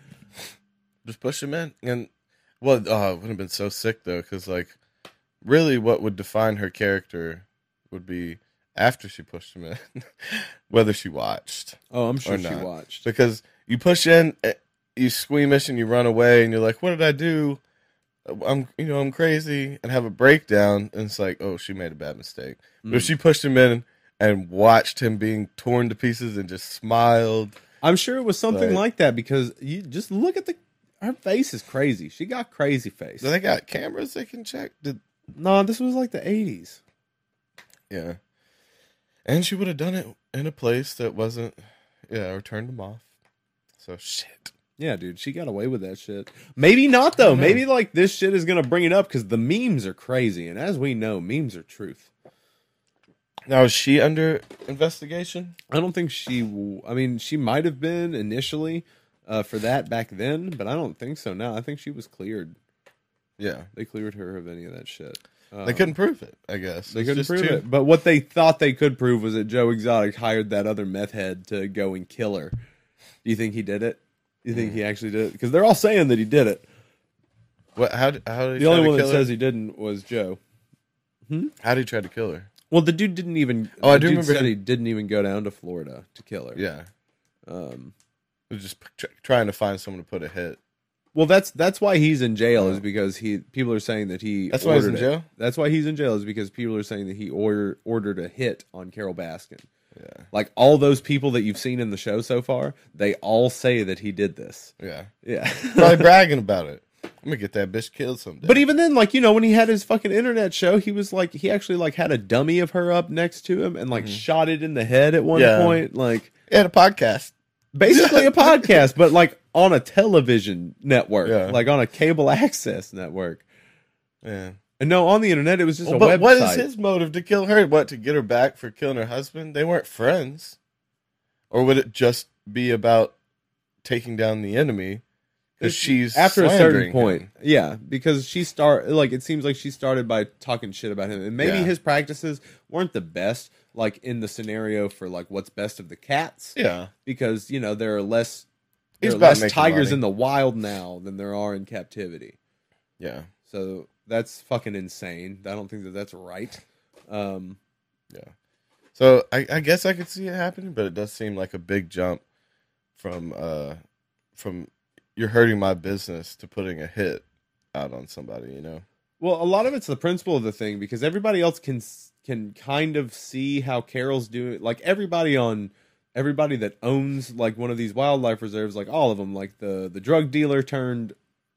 [SPEAKER 2] just push them in and well oh, it would have been so sick though because like really what would define her character would be after she pushed him in (laughs) whether she watched
[SPEAKER 1] Oh, I'm sure
[SPEAKER 2] Or
[SPEAKER 1] she
[SPEAKER 2] not.
[SPEAKER 1] watched.
[SPEAKER 2] because you push in eh, you squeamish and you run away and you're like what did i do i'm you know i'm crazy and have a breakdown and it's like oh she made a bad mistake but if
[SPEAKER 1] Mm.
[SPEAKER 2] she pushed him in and watched him being torn to pieces and just smiled
[SPEAKER 1] I'm sure it was something
[SPEAKER 2] Right.
[SPEAKER 1] like that because you just look at the her face is crazy. She got crazy face.
[SPEAKER 2] so they got uh, cameras they can check did
[SPEAKER 1] No, this was like the 80s.
[SPEAKER 2] Yeah. And she would have done it in a place that wasn't, yeah, or turned them off. So shit.
[SPEAKER 1] Yeah, dude, she got away with that shit. Maybe not though.
[SPEAKER 2] Mhm.
[SPEAKER 1] Maybe like this shit is gonna bring it up because the memes are crazy, and as we know, memes are truth.
[SPEAKER 2] Now is she under investigation?
[SPEAKER 1] I don't think she. W- I mean, she might have been initially uh, for that back then, but I don't think so now. I think she was cleared.
[SPEAKER 2] Yeah,
[SPEAKER 1] They cleared her of any of that shit. Um,
[SPEAKER 2] they couldn't prove it. I guess
[SPEAKER 1] They
[SPEAKER 2] It's
[SPEAKER 1] couldn't
[SPEAKER 2] just
[SPEAKER 1] prove
[SPEAKER 2] too-
[SPEAKER 1] it. But what they thought they could prove was that Joe Exotic hired that other meth head to go and kill her. Do you think he did it? Do you think he actually did it? Because they're all saying that he did it.
[SPEAKER 2] What? How? did- How did he
[SPEAKER 1] The
[SPEAKER 2] try
[SPEAKER 1] only
[SPEAKER 2] to
[SPEAKER 1] one that
[SPEAKER 2] kill
[SPEAKER 1] says
[SPEAKER 2] her?
[SPEAKER 1] he didn't was Joe.
[SPEAKER 2] How did he try to kill her?
[SPEAKER 1] Well, the dude didn't even.
[SPEAKER 2] Oh, I
[SPEAKER 1] the
[SPEAKER 2] do
[SPEAKER 1] dude
[SPEAKER 2] remember
[SPEAKER 1] Said
[SPEAKER 2] him-
[SPEAKER 1] he didn't even go down to Florida to kill her.
[SPEAKER 2] Yeah,
[SPEAKER 1] Um,
[SPEAKER 2] He was just p- tr- trying to find someone to put a hit.
[SPEAKER 1] well, that's that's why he's in jail is
[SPEAKER 2] Oh.
[SPEAKER 1] because he people are saying that he.
[SPEAKER 2] That's why he's in
[SPEAKER 1] ordered it.
[SPEAKER 2] jail.
[SPEAKER 1] That's why he's in jail is because people are saying that he order, ordered a hit on Carol Baskin.
[SPEAKER 2] Yeah,
[SPEAKER 1] Like all those people that you've seen in the show so far, they all say that he did this.
[SPEAKER 2] yeah.
[SPEAKER 1] Yeah.
[SPEAKER 2] Probably bragging about it. I'm gonna get that bitch killed
[SPEAKER 1] (laughs)
[SPEAKER 2] someday.
[SPEAKER 1] But even then, like you know, when he had his fucking internet show, he was like, he actually like had a dummy of her up next to him and like shot it in the head at one
[SPEAKER 2] Mm-hmm. Yeah.
[SPEAKER 1] point, like
[SPEAKER 2] he had a podcast. (laughs)
[SPEAKER 1] basically a podcast, but like on a television network,
[SPEAKER 2] Yeah.
[SPEAKER 1] like on a cable access network.
[SPEAKER 2] Yeah.
[SPEAKER 1] And no, on the internet, it was just
[SPEAKER 2] Well,
[SPEAKER 1] a
[SPEAKER 2] but
[SPEAKER 1] website.
[SPEAKER 2] what is his motive to kill her? What to get her back for killing her husband? They weren't friends, or would it just be about taking down the enemy?
[SPEAKER 1] It's-
[SPEAKER 2] Because she's
[SPEAKER 1] after a
[SPEAKER 2] slandering
[SPEAKER 1] certain point
[SPEAKER 2] him.
[SPEAKER 1] yeah because she start like it seems like she started by talking shit about him and maybe
[SPEAKER 2] Yeah.
[SPEAKER 1] his practices weren't the best like in the scenario for like what's best of the cats
[SPEAKER 2] Yeah,
[SPEAKER 1] because you know there are less there
[SPEAKER 2] He's
[SPEAKER 1] are
[SPEAKER 2] about
[SPEAKER 1] less
[SPEAKER 2] making
[SPEAKER 1] tigers
[SPEAKER 2] money.
[SPEAKER 1] in the wild now than there are in captivity
[SPEAKER 2] yeah,
[SPEAKER 1] so that's fucking insane i don't think that that's right um
[SPEAKER 2] yeah. So I, I guess I could see it happening, but it does seem like a big jump from uh from you're hurting my business to putting a hit out on somebody. You know?
[SPEAKER 1] Well, a lot of it's the principle of the thing because everybody else can can kind of see how Carol's doing. Like everybody on everybody that owns like one of these wildlife reserves, like all of them, like the the drug dealer turned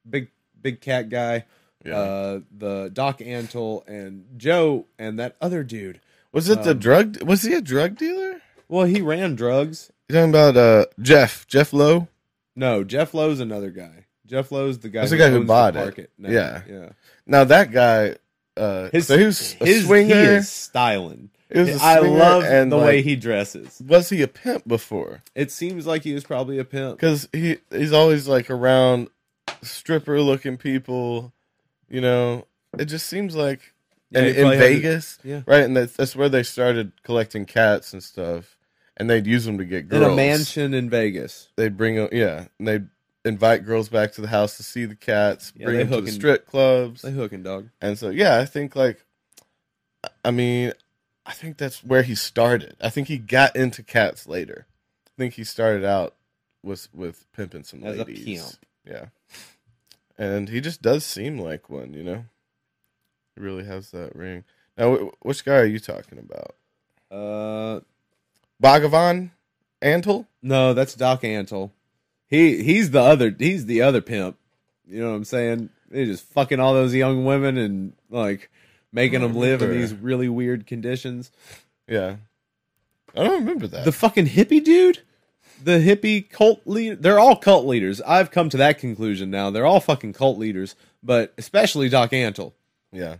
[SPEAKER 1] big big cat guy,
[SPEAKER 2] Yeah.
[SPEAKER 1] uh, the Doc Antle and Joe and that other dude.
[SPEAKER 2] was it the
[SPEAKER 1] um,
[SPEAKER 2] drug? Was he a drug dealer?
[SPEAKER 1] Well, he ran drugs.
[SPEAKER 2] You talking about uh Jeff Jeff Lowe?
[SPEAKER 1] No, Jeff Lowe's another guy. Jeff Lowe's the guy.
[SPEAKER 2] That's the guy who
[SPEAKER 1] owns
[SPEAKER 2] bought it.
[SPEAKER 1] market now.
[SPEAKER 2] Yeah.
[SPEAKER 1] yeah.
[SPEAKER 2] Now that guy, uh,
[SPEAKER 1] His-
[SPEAKER 2] so he was a
[SPEAKER 1] His
[SPEAKER 2] swinger.
[SPEAKER 1] he is styling.
[SPEAKER 2] He was a
[SPEAKER 1] I
[SPEAKER 2] swinger,
[SPEAKER 1] love
[SPEAKER 2] and,
[SPEAKER 1] the
[SPEAKER 2] like,
[SPEAKER 1] way he dresses.
[SPEAKER 2] was he a pimp before?
[SPEAKER 1] It seems like he was probably a pimp.
[SPEAKER 2] Because he he's always like around stripper looking people. You know, it just seems like
[SPEAKER 1] Yeah,
[SPEAKER 2] and
[SPEAKER 1] he
[SPEAKER 2] in
[SPEAKER 1] probably had to-
[SPEAKER 2] Vegas,
[SPEAKER 1] yeah.
[SPEAKER 2] right? And that's, that's where they started collecting cats and stuff, and they'd use them to get
[SPEAKER 1] In
[SPEAKER 2] girls.
[SPEAKER 1] a mansion in Vegas.
[SPEAKER 2] They bring them, yeah, and they invite girls back to the house to see the cats,
[SPEAKER 1] Yeah,
[SPEAKER 2] bring
[SPEAKER 1] they
[SPEAKER 2] them to the
[SPEAKER 1] hooking-
[SPEAKER 2] strip clubs.
[SPEAKER 1] They hooking dog.
[SPEAKER 2] And so, yeah, I think like, I mean, I think that's where he started. I think he got into cats later. I think he started out was with pimping some
[SPEAKER 1] As a
[SPEAKER 2] ladies. Yeah, and he just does seem like one. You know, he really has that ring. Now, wh- which guy are you talking about?
[SPEAKER 1] Uh,
[SPEAKER 2] Bhagavan Antle?
[SPEAKER 1] No, that's Doc Antle. He he's the other he's the other pimp. You know what I'm saying? He's just fucking all those young women and like making them live in these really weird conditions.
[SPEAKER 2] Yeah. I don't remember that.
[SPEAKER 1] The fucking hippie dude, the hippie cult leader. They're all cult leaders. I've come to that conclusion now. They're all fucking cult leaders, but especially Doc Antle.
[SPEAKER 2] yeah.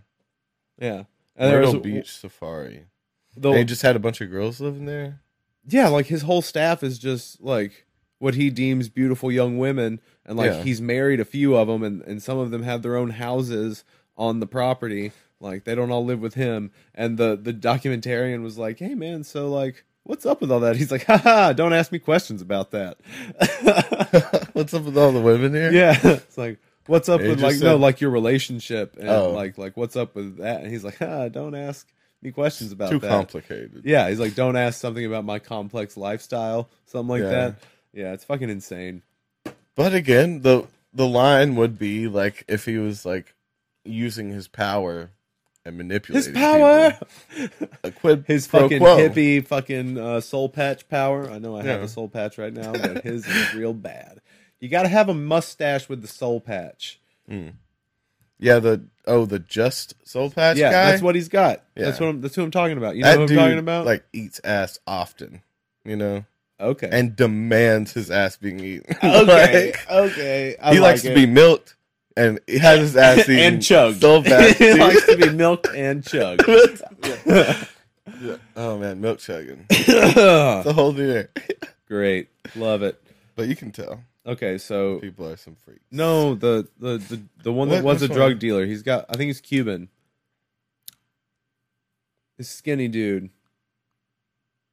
[SPEAKER 1] Yeah, and there was
[SPEAKER 2] Myrtle Beach Safari.
[SPEAKER 1] the-
[SPEAKER 2] They just had a bunch of girls living there. (laughs)
[SPEAKER 1] yeah, like his whole staff is just like what he deems beautiful young women, and like
[SPEAKER 2] Yeah.
[SPEAKER 1] he's married a few of them, and and some of them have their own houses on the property. Like they don't all live with him. And the the documentarian was like, "Hey man, so like." What's up with all that? He's like, "Ha ha! Don't ask me questions about that." (laughs)
[SPEAKER 2] What's up with all the women here?
[SPEAKER 1] yeah, it's like, "What's up
[SPEAKER 2] He
[SPEAKER 1] with
[SPEAKER 2] just
[SPEAKER 1] like no,
[SPEAKER 2] said-
[SPEAKER 1] like your relationship and
[SPEAKER 2] Oh.
[SPEAKER 1] like like what's up with that?" And he's like, "Ha! Don't ask me questions about
[SPEAKER 2] Too
[SPEAKER 1] that."
[SPEAKER 2] complicated.
[SPEAKER 1] Yeah, he's like, don't ask something about my complex lifestyle, something like
[SPEAKER 2] Yeah.
[SPEAKER 1] that. Yeah, it's fucking insane.
[SPEAKER 2] But again, the the line would be like if he was like using his power and manipulating people. A quid
[SPEAKER 1] (laughs) his
[SPEAKER 2] pro
[SPEAKER 1] fucking
[SPEAKER 2] quo.
[SPEAKER 1] hippie, fucking uh, soul patch power. I know I have
[SPEAKER 2] Yeah.
[SPEAKER 1] a soul patch right now, but his is real bad. You got to have a mustache with the soul patch.
[SPEAKER 2] Hmm. Yeah, the oh the just soul patch
[SPEAKER 1] yeah,
[SPEAKER 2] guy.
[SPEAKER 1] that's what he's got.
[SPEAKER 2] Yeah.
[SPEAKER 1] That's what I'm, that's who I'm talking about. You know
[SPEAKER 2] that
[SPEAKER 1] what I'm
[SPEAKER 2] dude
[SPEAKER 1] talking about?
[SPEAKER 2] like eats ass often, you know,
[SPEAKER 1] okay,
[SPEAKER 2] and demands his ass being eaten.
[SPEAKER 1] (laughs)
[SPEAKER 2] (laughs)
[SPEAKER 1] okay,
[SPEAKER 2] Like,
[SPEAKER 1] okay. I
[SPEAKER 2] he likes
[SPEAKER 1] like
[SPEAKER 2] to be
[SPEAKER 1] (laughs) it.
[SPEAKER 2] milked and he has his ass
[SPEAKER 1] (laughs)
[SPEAKER 2] eaten
[SPEAKER 1] and chugged.
[SPEAKER 2] so
[SPEAKER 1] (laughs)
[SPEAKER 2] bad.
[SPEAKER 1] he
[SPEAKER 2] dude.
[SPEAKER 1] likes to be milked and chugged.
[SPEAKER 2] (laughs)
[SPEAKER 1] (laughs)
[SPEAKER 2] Yeah. Oh man, milk chugging
[SPEAKER 1] Ugh.
[SPEAKER 2] the whole thing.
[SPEAKER 1] Great, love it.
[SPEAKER 2] But you can tell
[SPEAKER 1] Okay, so
[SPEAKER 2] people are some freaks.
[SPEAKER 1] No, the the the, the one that
[SPEAKER 2] What-
[SPEAKER 1] was a
[SPEAKER 2] which
[SPEAKER 1] drug
[SPEAKER 2] one?
[SPEAKER 1] dealer. He's got I think he's Cuban. This skinny dude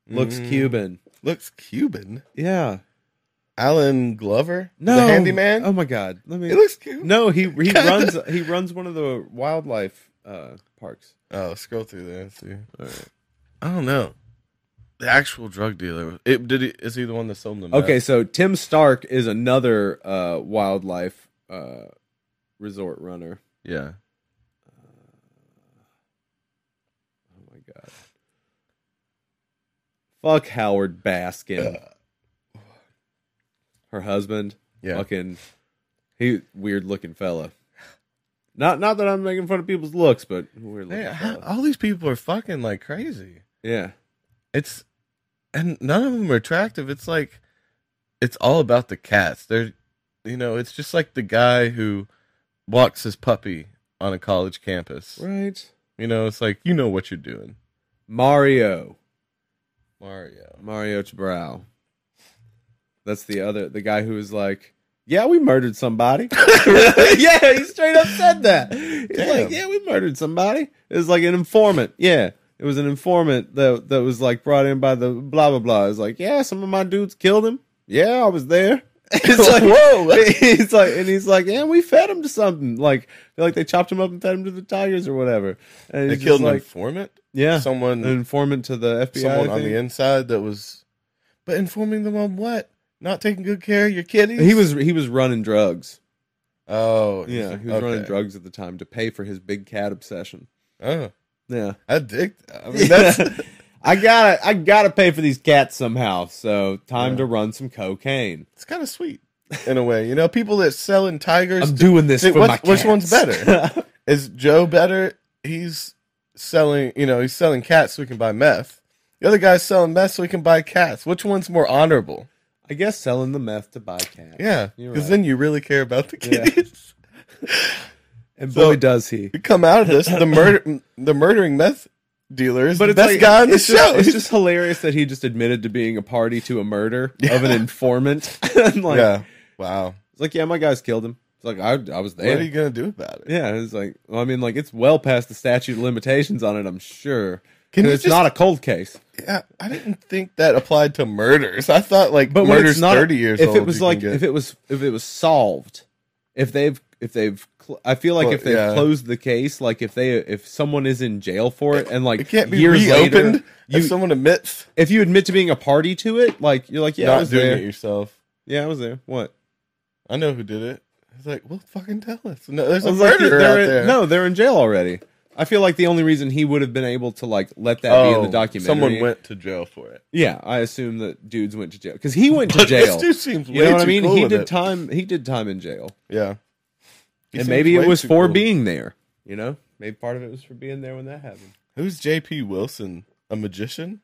[SPEAKER 1] looks
[SPEAKER 2] Mm,
[SPEAKER 1] Cuban.
[SPEAKER 2] Looks Cuban.
[SPEAKER 1] Yeah.
[SPEAKER 2] Alan Glover,
[SPEAKER 1] No.
[SPEAKER 2] the handyman.
[SPEAKER 1] Oh my god. Let me
[SPEAKER 2] he looks cute.
[SPEAKER 1] No, he he runs he runs one of the wildlife uh parks.
[SPEAKER 2] Oh, scroll through there. and See. I don't know. The actual drug dealer. It did. He, is he the one that sold them?
[SPEAKER 1] Okay, so Tim Stark is another uh wildlife uh resort runner.
[SPEAKER 2] Yeah.
[SPEAKER 1] Oh my god. Fuck Howard Baskin. Her husband.
[SPEAKER 2] Yeah.
[SPEAKER 1] Fucking he weird looking fella. Not not that I'm making fun of people's looks, but weird looking
[SPEAKER 2] Hey, how-
[SPEAKER 1] fella.
[SPEAKER 2] all these people are fucking like crazy.
[SPEAKER 1] Yeah.
[SPEAKER 2] It's and none of them are attractive. It's like it's all about the cats. They're you know, it's just like the guy who walks his puppy on a college campus.
[SPEAKER 1] Right.
[SPEAKER 2] You know, it's like you know what you're doing.
[SPEAKER 1] Mario.
[SPEAKER 2] Mario.
[SPEAKER 1] Mario Chabrow. That's the other the guy who was like, Yeah, we murdered
[SPEAKER 2] (laughs)
[SPEAKER 1] somebody. (laughs) yeah, he straight up said that. He's like,
[SPEAKER 2] Damn.
[SPEAKER 1] Yeah, we murdered somebody. It was like an informant. Yeah. It was an informant that that was like brought in by the blah blah blah. It was like, Yeah, some of my dudes killed him. Yeah, I was
[SPEAKER 2] (laughs)
[SPEAKER 1] there. It's like (laughs)
[SPEAKER 2] whoa.
[SPEAKER 1] he's like, and he's like, yeah, we fed him to something. Like, they're like they chopped him up and fed him to the tigers or whatever. And
[SPEAKER 2] They
[SPEAKER 1] he's
[SPEAKER 2] killed
[SPEAKER 1] just
[SPEAKER 2] an
[SPEAKER 1] like,
[SPEAKER 2] informant.
[SPEAKER 1] yeah, an
[SPEAKER 2] Someone
[SPEAKER 1] informant to Mm. the FBI.
[SPEAKER 2] someone
[SPEAKER 1] I
[SPEAKER 2] on the
[SPEAKER 1] think.
[SPEAKER 2] inside that was but informing them on what? Not taking good care of your kitties?
[SPEAKER 1] He was he was running drugs.
[SPEAKER 2] Oh
[SPEAKER 1] Yeah, he was running drugs at the time to pay for his big cat obsession.
[SPEAKER 2] Oh.
[SPEAKER 1] Yeah,
[SPEAKER 2] I dig that.
[SPEAKER 1] (laughs)
[SPEAKER 2] I mean that's
[SPEAKER 1] I gotta I gotta pay for these cats somehow. So time
[SPEAKER 2] Yeah.
[SPEAKER 1] to run some cocaine.
[SPEAKER 2] it's kind of sweet in a way. You know, people that selling tigers.
[SPEAKER 1] I'm doing this
[SPEAKER 2] Dude,
[SPEAKER 1] for
[SPEAKER 2] what's-
[SPEAKER 1] my
[SPEAKER 2] which one's
[SPEAKER 1] cats. (laughs)
[SPEAKER 2] is Joe better? He's selling. You know, he's selling cats so he can buy meth. The other guy's selling meth so he can buy cats. Which one's more honorable?
[SPEAKER 1] I guess selling the meth to buy cats.
[SPEAKER 2] Yeah,
[SPEAKER 1] You're
[SPEAKER 2] because
[SPEAKER 1] right.
[SPEAKER 2] then you really care about the
[SPEAKER 1] Yeah.
[SPEAKER 2] kitties.
[SPEAKER 1] and
[SPEAKER 2] So-
[SPEAKER 1] boy does he.
[SPEAKER 2] You come out of this,
[SPEAKER 1] (laughs)
[SPEAKER 2] the murder, the murdering meth dealer is
[SPEAKER 1] But
[SPEAKER 2] the
[SPEAKER 1] it's
[SPEAKER 2] best
[SPEAKER 1] like-
[SPEAKER 2] guy on the
[SPEAKER 1] it's just-
[SPEAKER 2] show.
[SPEAKER 1] it's
[SPEAKER 2] (laughs)
[SPEAKER 1] just hilarious that he just admitted to being a party to a murder (laughs) of an informant. And like,
[SPEAKER 2] yeah. Wow.
[SPEAKER 1] It's like, yeah, my guys killed him. It's like, I, I was there.
[SPEAKER 2] What are you gonna do about it?
[SPEAKER 1] yeah, it's like, well, I mean, like, it's well past the statute of limitations on it, I'm sure.
[SPEAKER 2] Can
[SPEAKER 1] And
[SPEAKER 2] you
[SPEAKER 1] it's
[SPEAKER 2] just-
[SPEAKER 1] not a cold case.
[SPEAKER 2] Yeah, I didn't think that applied to murders. I thought like
[SPEAKER 1] But when
[SPEAKER 2] murders
[SPEAKER 1] it's not,
[SPEAKER 2] thirty years
[SPEAKER 1] if
[SPEAKER 2] old.
[SPEAKER 1] it was
[SPEAKER 2] you can
[SPEAKER 1] like,
[SPEAKER 2] get-
[SPEAKER 1] if it was, if it was solved, if they've, if they've, cl- I feel like
[SPEAKER 2] Well,
[SPEAKER 1] if they've
[SPEAKER 2] yeah.
[SPEAKER 1] closed the case, like if they, if someone is in jail for it, and like
[SPEAKER 2] it can't be
[SPEAKER 1] years
[SPEAKER 2] reopened
[SPEAKER 1] later,
[SPEAKER 2] if
[SPEAKER 1] you-
[SPEAKER 2] someone admits
[SPEAKER 1] if you admit to being a party to it, like you're like, yeah, I
[SPEAKER 2] not
[SPEAKER 1] was
[SPEAKER 2] doing
[SPEAKER 1] there.
[SPEAKER 2] it yourself.
[SPEAKER 1] Yeah, I was there. What?
[SPEAKER 2] I know who did it. He's like, well, fucking tell us. No, there's
[SPEAKER 1] I
[SPEAKER 2] a
[SPEAKER 1] was like,
[SPEAKER 2] murderer
[SPEAKER 1] they're
[SPEAKER 2] out
[SPEAKER 1] in-
[SPEAKER 2] there.
[SPEAKER 1] No, they're in jail already. I feel like the only reason he would have been able to like let that be in the documentary.
[SPEAKER 2] Oh, Someone went to jail for it.
[SPEAKER 1] Yeah, I assume that dudes went to jail because he went to
[SPEAKER 2] But
[SPEAKER 1] jail.
[SPEAKER 2] (laughs) This dude seems
[SPEAKER 1] you
[SPEAKER 2] way
[SPEAKER 1] know what I
[SPEAKER 2] too
[SPEAKER 1] mean?
[SPEAKER 2] cool
[SPEAKER 1] he
[SPEAKER 2] with
[SPEAKER 1] did
[SPEAKER 2] it.
[SPEAKER 1] time. He did time in jail,
[SPEAKER 2] Yeah. He
[SPEAKER 1] and
[SPEAKER 2] seems
[SPEAKER 1] maybe it
[SPEAKER 2] way
[SPEAKER 1] was
[SPEAKER 2] too
[SPEAKER 1] for
[SPEAKER 2] cool.
[SPEAKER 1] being there. You know, maybe part of it was for being there when that happened.
[SPEAKER 2] Who's J.P. Wilson? A magician?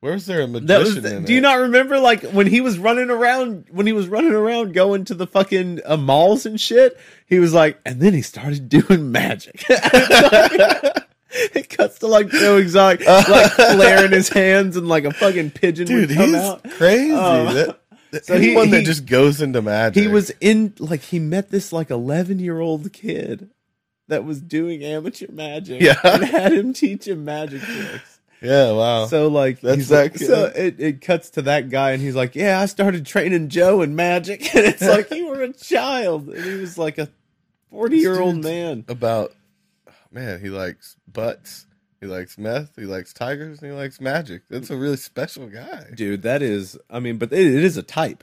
[SPEAKER 2] Where's there a
[SPEAKER 1] That
[SPEAKER 2] magician
[SPEAKER 1] was.
[SPEAKER 2] in
[SPEAKER 1] do you
[SPEAKER 2] it?
[SPEAKER 1] not remember like when he was running around when he was running around going to the fucking uh, malls and shit? He was like, and then he started (laughs) doing magic. it cuts to like Joe Exotic, like flare in his hands and like a fucking pigeon
[SPEAKER 2] Dude,
[SPEAKER 1] would come
[SPEAKER 2] he's
[SPEAKER 1] out.
[SPEAKER 2] crazy.
[SPEAKER 1] Oh.
[SPEAKER 2] that, that-
[SPEAKER 1] So he-
[SPEAKER 2] anyone that
[SPEAKER 1] he-
[SPEAKER 2] just goes into magic.
[SPEAKER 1] He was in like he met this like 11 year old kid that was doing amateur magic
[SPEAKER 2] Yeah.
[SPEAKER 1] (laughs) and had him teach him magic tricks.
[SPEAKER 2] Yeah, wow.
[SPEAKER 1] So like
[SPEAKER 2] Uh-huh. That's
[SPEAKER 1] he's like-
[SPEAKER 2] that kid.
[SPEAKER 1] so it, it cuts to that guy and he's like, Yeah, I started training Joe in magic (laughs) and it's like you were a child and he was like a forty year old
[SPEAKER 2] Dude.
[SPEAKER 1] man.
[SPEAKER 2] about man, he likes butts, he likes meth, he likes tigers, and he likes magic. That's a really special guy.
[SPEAKER 1] Dude, that is I mean, but it, it is a type.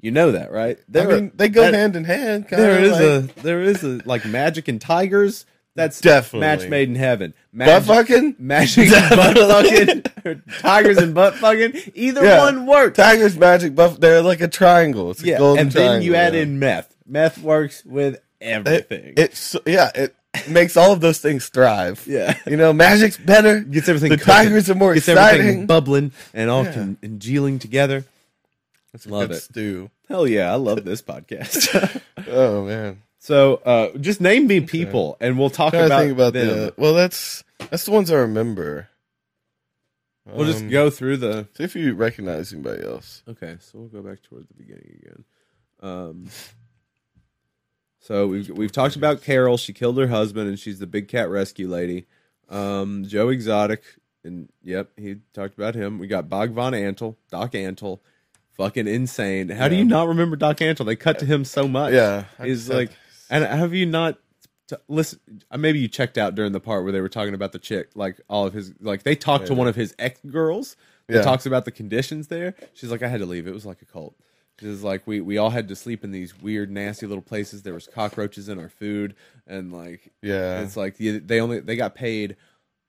[SPEAKER 1] You know that, right?
[SPEAKER 2] I mean, they go
[SPEAKER 1] that-
[SPEAKER 2] hand in hand. Kind
[SPEAKER 1] there
[SPEAKER 2] of
[SPEAKER 1] is
[SPEAKER 2] like,
[SPEAKER 1] a there is a like magic and tigers. That's
[SPEAKER 2] Definitely.
[SPEAKER 1] match made in heaven.
[SPEAKER 2] butt
[SPEAKER 1] Magic,
[SPEAKER 2] fucking
[SPEAKER 1] magic and butt fucking
[SPEAKER 2] (laughs)
[SPEAKER 1] or tigers and butt fucking. Either
[SPEAKER 2] Yeah.
[SPEAKER 1] one works.
[SPEAKER 2] tigers, magic, buff. They're like a triangle. It's a
[SPEAKER 1] yeah,
[SPEAKER 2] golden
[SPEAKER 1] and then you add
[SPEAKER 2] triangle, yeah.
[SPEAKER 1] in meth. Meth works with everything.
[SPEAKER 2] It, it's yeah. It makes all of those things thrive.
[SPEAKER 1] yeah. (laughs)
[SPEAKER 2] You know, magic's better.
[SPEAKER 1] Gets everything
[SPEAKER 2] The
[SPEAKER 1] cooking.
[SPEAKER 2] tigers are more
[SPEAKER 1] Gets everything
[SPEAKER 2] exciting.
[SPEAKER 1] bubbling and all
[SPEAKER 2] Yeah.
[SPEAKER 1] con- and congealing together.
[SPEAKER 2] It's
[SPEAKER 1] Love
[SPEAKER 2] good
[SPEAKER 1] it.
[SPEAKER 2] stew.
[SPEAKER 1] Hell yeah, I love this
[SPEAKER 2] (laughs)
[SPEAKER 1] podcast.
[SPEAKER 2] Oh man.
[SPEAKER 1] so uh, just name me people, and we'll talk
[SPEAKER 2] trying to
[SPEAKER 1] about,
[SPEAKER 2] think about
[SPEAKER 1] them.
[SPEAKER 2] the well that's that's the ones I remember.
[SPEAKER 1] We'll just
[SPEAKER 2] Um,
[SPEAKER 1] go through the
[SPEAKER 2] see if you recognize anybody else.
[SPEAKER 1] Okay, so we'll go back toward the beginning again. Um, (laughs) so we've we've talked about Carol. She killed her husband, and she's the big cat rescue lady. Um, Joe Exotic, and yep, he talked about him. We got Bog Von Antle, Doc Antle, fucking insane. How do
[SPEAKER 2] Yeah.
[SPEAKER 1] you not remember Doc Antle? They cut to him so much.
[SPEAKER 2] Yeah. I
[SPEAKER 1] He's
[SPEAKER 2] just had-
[SPEAKER 1] like- and have you not? T- listen, uh, maybe you checked out during the part where they were talking about the chick, like all of his, like they talked to
[SPEAKER 2] Maybe.
[SPEAKER 1] one of his ex girls that
[SPEAKER 2] Yeah.
[SPEAKER 1] talks about the conditions there. She's like, I had to leave. It was like a cult. She's like, we we all had to sleep in these weird, nasty little places. There was cockroaches in our food, and like
[SPEAKER 2] Yeah.
[SPEAKER 1] it's like you- they only they got paid.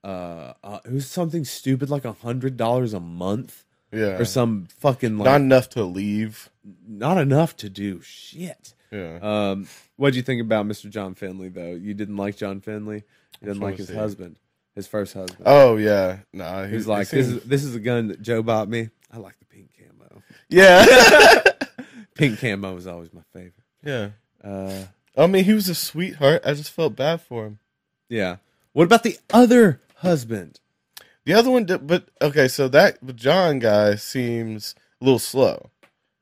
[SPEAKER 1] Uh, uh, it was something stupid like a hundred dollars a month
[SPEAKER 2] yeah.
[SPEAKER 1] or some fucking like
[SPEAKER 2] Not enough to leave.
[SPEAKER 1] not enough to do shit.
[SPEAKER 2] Yeah.
[SPEAKER 1] Um, what would you think about Mr. John Finley though? You didn't like John Finley. You didn't
[SPEAKER 2] trying
[SPEAKER 1] like
[SPEAKER 2] to
[SPEAKER 1] his
[SPEAKER 2] see.
[SPEAKER 1] husband, his first husband.
[SPEAKER 2] oh yeah. Nah, he-
[SPEAKER 1] He's
[SPEAKER 2] he
[SPEAKER 1] like, this
[SPEAKER 2] seemed-
[SPEAKER 1] is this is a gun that Joe bought me. I like the pink camo.
[SPEAKER 2] (laughs)
[SPEAKER 1] (laughs)
[SPEAKER 2] Yeah.
[SPEAKER 1] Pink camo was always my favorite.
[SPEAKER 2] yeah.
[SPEAKER 1] Uh,
[SPEAKER 2] I mean he was a sweetheart. I just felt bad for him.
[SPEAKER 1] yeah. What about the other husband?
[SPEAKER 2] The other one did, but okay, so that but John guy seems a little slow.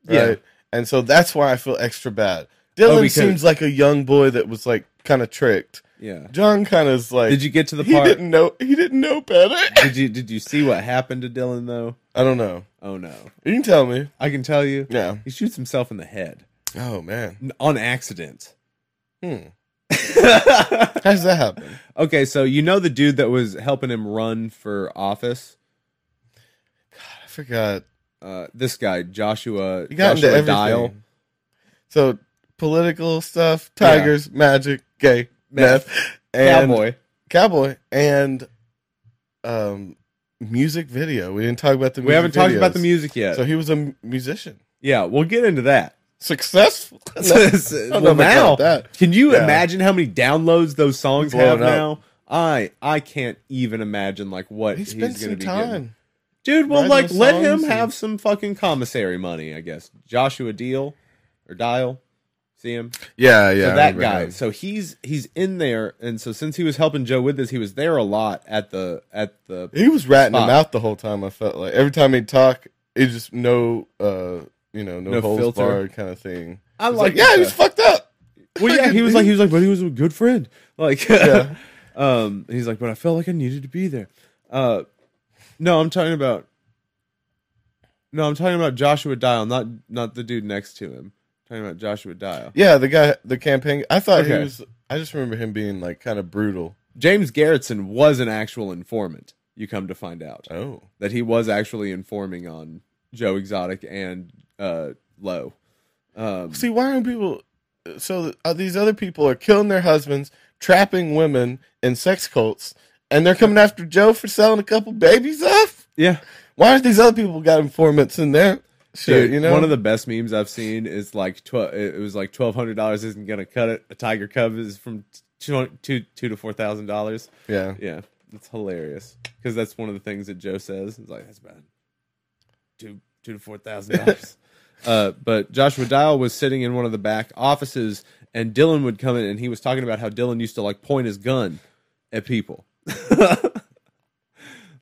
[SPEAKER 2] Right?
[SPEAKER 1] Yeah.
[SPEAKER 2] And so that's why I feel extra bad. Dylan
[SPEAKER 1] because-
[SPEAKER 2] seems like a young boy that was like kind of tricked.
[SPEAKER 1] Yeah.
[SPEAKER 2] John kind of is like
[SPEAKER 1] Did you get to the
[SPEAKER 2] he
[SPEAKER 1] part?
[SPEAKER 2] didn't know he didn't know better.
[SPEAKER 1] (laughs) Did you did you see what happened to Dylan though?
[SPEAKER 2] I don't know.
[SPEAKER 1] Oh no.
[SPEAKER 2] You can tell me.
[SPEAKER 1] I can tell you.
[SPEAKER 2] Yeah.
[SPEAKER 1] He shoots himself in the head
[SPEAKER 2] Oh man.
[SPEAKER 1] N- on accident. (laughs)
[SPEAKER 2] Hmm. How does that happen?
[SPEAKER 1] okay, so you know the dude that was helping him run for office?
[SPEAKER 2] I forgot.
[SPEAKER 1] uh, this guy Joshua
[SPEAKER 2] You got into
[SPEAKER 1] Joshua
[SPEAKER 2] everything.
[SPEAKER 1] Dial.
[SPEAKER 2] So political stuff, tigers, magic, gay,
[SPEAKER 1] Meth.
[SPEAKER 2] meth, and
[SPEAKER 1] Cowboy.
[SPEAKER 2] cowboy, and um, music video. We didn't talk about the.
[SPEAKER 1] We haven't talked about the
[SPEAKER 2] videos.
[SPEAKER 1] music yet.
[SPEAKER 2] So he was a m- musician,
[SPEAKER 1] yeah, we'll get into
[SPEAKER 2] (laughs)
[SPEAKER 1] that.
[SPEAKER 2] successful. (laughs)
[SPEAKER 1] (laughs) well,
[SPEAKER 2] know about
[SPEAKER 1] now,
[SPEAKER 2] that.
[SPEAKER 1] can you
[SPEAKER 2] Yeah.
[SPEAKER 1] imagine how many downloads those songs
[SPEAKER 2] Blowing
[SPEAKER 1] have
[SPEAKER 2] up.
[SPEAKER 1] now? I I can't even imagine like what
[SPEAKER 2] he
[SPEAKER 1] he's,
[SPEAKER 2] spent
[SPEAKER 1] gonna
[SPEAKER 2] some
[SPEAKER 1] be getting.
[SPEAKER 2] time.
[SPEAKER 1] Dude, well,
[SPEAKER 2] writing
[SPEAKER 1] like
[SPEAKER 2] those
[SPEAKER 1] let him
[SPEAKER 2] songs and-
[SPEAKER 1] have some fucking commissary money, I guess. Joshua Deal or Dial, see him.
[SPEAKER 2] Yeah, yeah.
[SPEAKER 1] so
[SPEAKER 2] I
[SPEAKER 1] that
[SPEAKER 2] remember
[SPEAKER 1] guy
[SPEAKER 2] him.
[SPEAKER 1] so he's he's in there and so since he was helping joe with this he was there a lot at the at the
[SPEAKER 2] He was ratting him
[SPEAKER 1] Spot.
[SPEAKER 2] out the whole time. I felt like every time he'd talk, it just no, uh, you know, no,
[SPEAKER 1] No
[SPEAKER 2] holds
[SPEAKER 1] filter.
[SPEAKER 2] barred kind of thing.
[SPEAKER 1] i
[SPEAKER 2] It's like, yeah, he was fucked up.
[SPEAKER 1] Well, yeah, he was like, he was like, but he was a good friend. Like, (laughs)
[SPEAKER 2] Yeah.
[SPEAKER 1] um, he's like, but I felt like I needed to be there. Uh, no, I'm talking about. No, I'm talking about Joshua Dial, not not the dude next to him. I'm talking about Joshua Dial.
[SPEAKER 2] yeah, the guy, the campaign. I thought
[SPEAKER 1] Okay.
[SPEAKER 2] he was. I just remember him being like kind of brutal.
[SPEAKER 1] James Garretson was an actual informant. You come to find out
[SPEAKER 2] Oh,
[SPEAKER 1] that he was actually informing on Joe Exotic and uh, Lowe. Um,
[SPEAKER 2] see, why aren't people? So th- uh, these other people are killing their husbands, trapping women in sex cults, and they're coming after Joe for selling a couple babies off.
[SPEAKER 1] Yeah.
[SPEAKER 2] Why aren't these other people got informants in there? Shit,
[SPEAKER 1] Dude,
[SPEAKER 2] you know
[SPEAKER 1] one of the best memes I've seen is like twelve. It was like twelve hundred dollars isn't gonna cut it. A tiger cub is from two two, two to four thousand dollars.
[SPEAKER 2] yeah.
[SPEAKER 1] Yeah, that's hilarious because that's one of the things that Joe says. It's like that's about two two to four thousand
[SPEAKER 2] (laughs)
[SPEAKER 1] dollars. Uh, but Joshua Dial was sitting in one of the back offices, and Dylan would come in, and he was talking about how Dylan used to like point his gun at people, (laughs)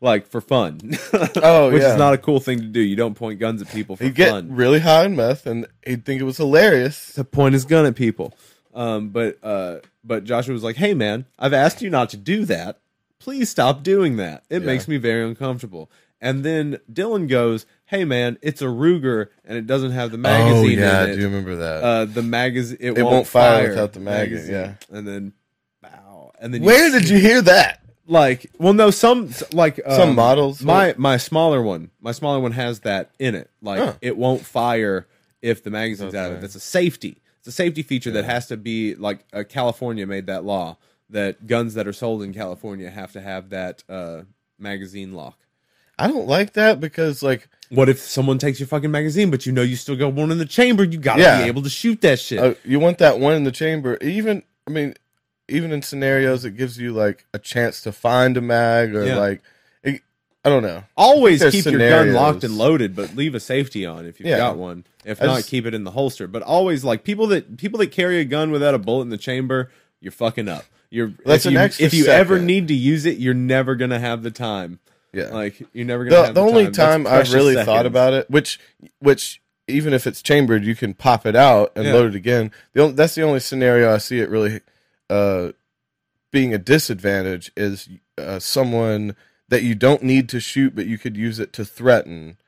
[SPEAKER 1] like for fun. (laughs)
[SPEAKER 2] Oh
[SPEAKER 1] which
[SPEAKER 2] yeah,
[SPEAKER 1] is not a cool thing to do. You don't point guns at people for
[SPEAKER 2] he'd get
[SPEAKER 1] fun.
[SPEAKER 2] really high on meth, and he'd think it was hilarious.
[SPEAKER 1] to point his gun at people. Um, but uh, but Joshua was like, "Hey, man, I've asked you not to do that. Please stop doing that. It
[SPEAKER 2] Yeah.
[SPEAKER 1] makes me very uncomfortable." And then Dylan goes, "Hey, man, it's a Ruger and it doesn't have the magazine in it.
[SPEAKER 2] remember that?
[SPEAKER 1] Uh, the magazine it,
[SPEAKER 2] Oh, It
[SPEAKER 1] won't,
[SPEAKER 2] won't fire without the maga-
[SPEAKER 1] magazine."
[SPEAKER 2] yeah.
[SPEAKER 1] and then bow, and then you
[SPEAKER 2] Where did you hear that?
[SPEAKER 1] like well no some like um,
[SPEAKER 2] Some models will-
[SPEAKER 1] my my smaller one my smaller one has that in it like
[SPEAKER 2] Huh.
[SPEAKER 1] it won't fire if the magazine's out of it
[SPEAKER 2] Okay.
[SPEAKER 1] that's a safety it's a safety feature that has to be like uh, california made that law that guns that are sold in california have to have that uh magazine lock
[SPEAKER 2] I don't like that because like
[SPEAKER 1] what if someone takes your fucking magazine but you know you still got one in the chamber you gotta
[SPEAKER 2] Yeah.
[SPEAKER 1] be able to shoot that shit
[SPEAKER 2] uh, you want that one in the chamber. Even I mean, even in scenarios, it gives you like a chance to find a mag or
[SPEAKER 1] Yeah.
[SPEAKER 2] like it, I don't know.
[SPEAKER 1] always
[SPEAKER 2] There's
[SPEAKER 1] keep your gun
[SPEAKER 2] scenarios.
[SPEAKER 1] locked and loaded, but leave a safety on if you've
[SPEAKER 2] Yeah.
[SPEAKER 1] got one. If
[SPEAKER 2] I
[SPEAKER 1] not,
[SPEAKER 2] just-
[SPEAKER 1] keep it in the holster. But always like people that people that carry a gun without a bullet in the chamber, you're fucking up. You're
[SPEAKER 2] That's
[SPEAKER 1] if
[SPEAKER 2] an
[SPEAKER 1] you,
[SPEAKER 2] extra
[SPEAKER 1] if you ever
[SPEAKER 2] second.
[SPEAKER 1] need to use it, you're never gonna have the time.
[SPEAKER 2] Yeah.
[SPEAKER 1] Like you're never gonna.
[SPEAKER 2] the,
[SPEAKER 1] have
[SPEAKER 2] the
[SPEAKER 1] the,
[SPEAKER 2] only
[SPEAKER 1] That's
[SPEAKER 2] time I
[SPEAKER 1] precious
[SPEAKER 2] really thought
[SPEAKER 1] seconds.
[SPEAKER 2] about it, which which even if it's chambered, you can pop it out and
[SPEAKER 1] Yeah.
[SPEAKER 2] load it again. The only, that's the only scenario I see it really uh, being a disadvantage is uh, someone that you don't need to shoot, but you could use it to threaten,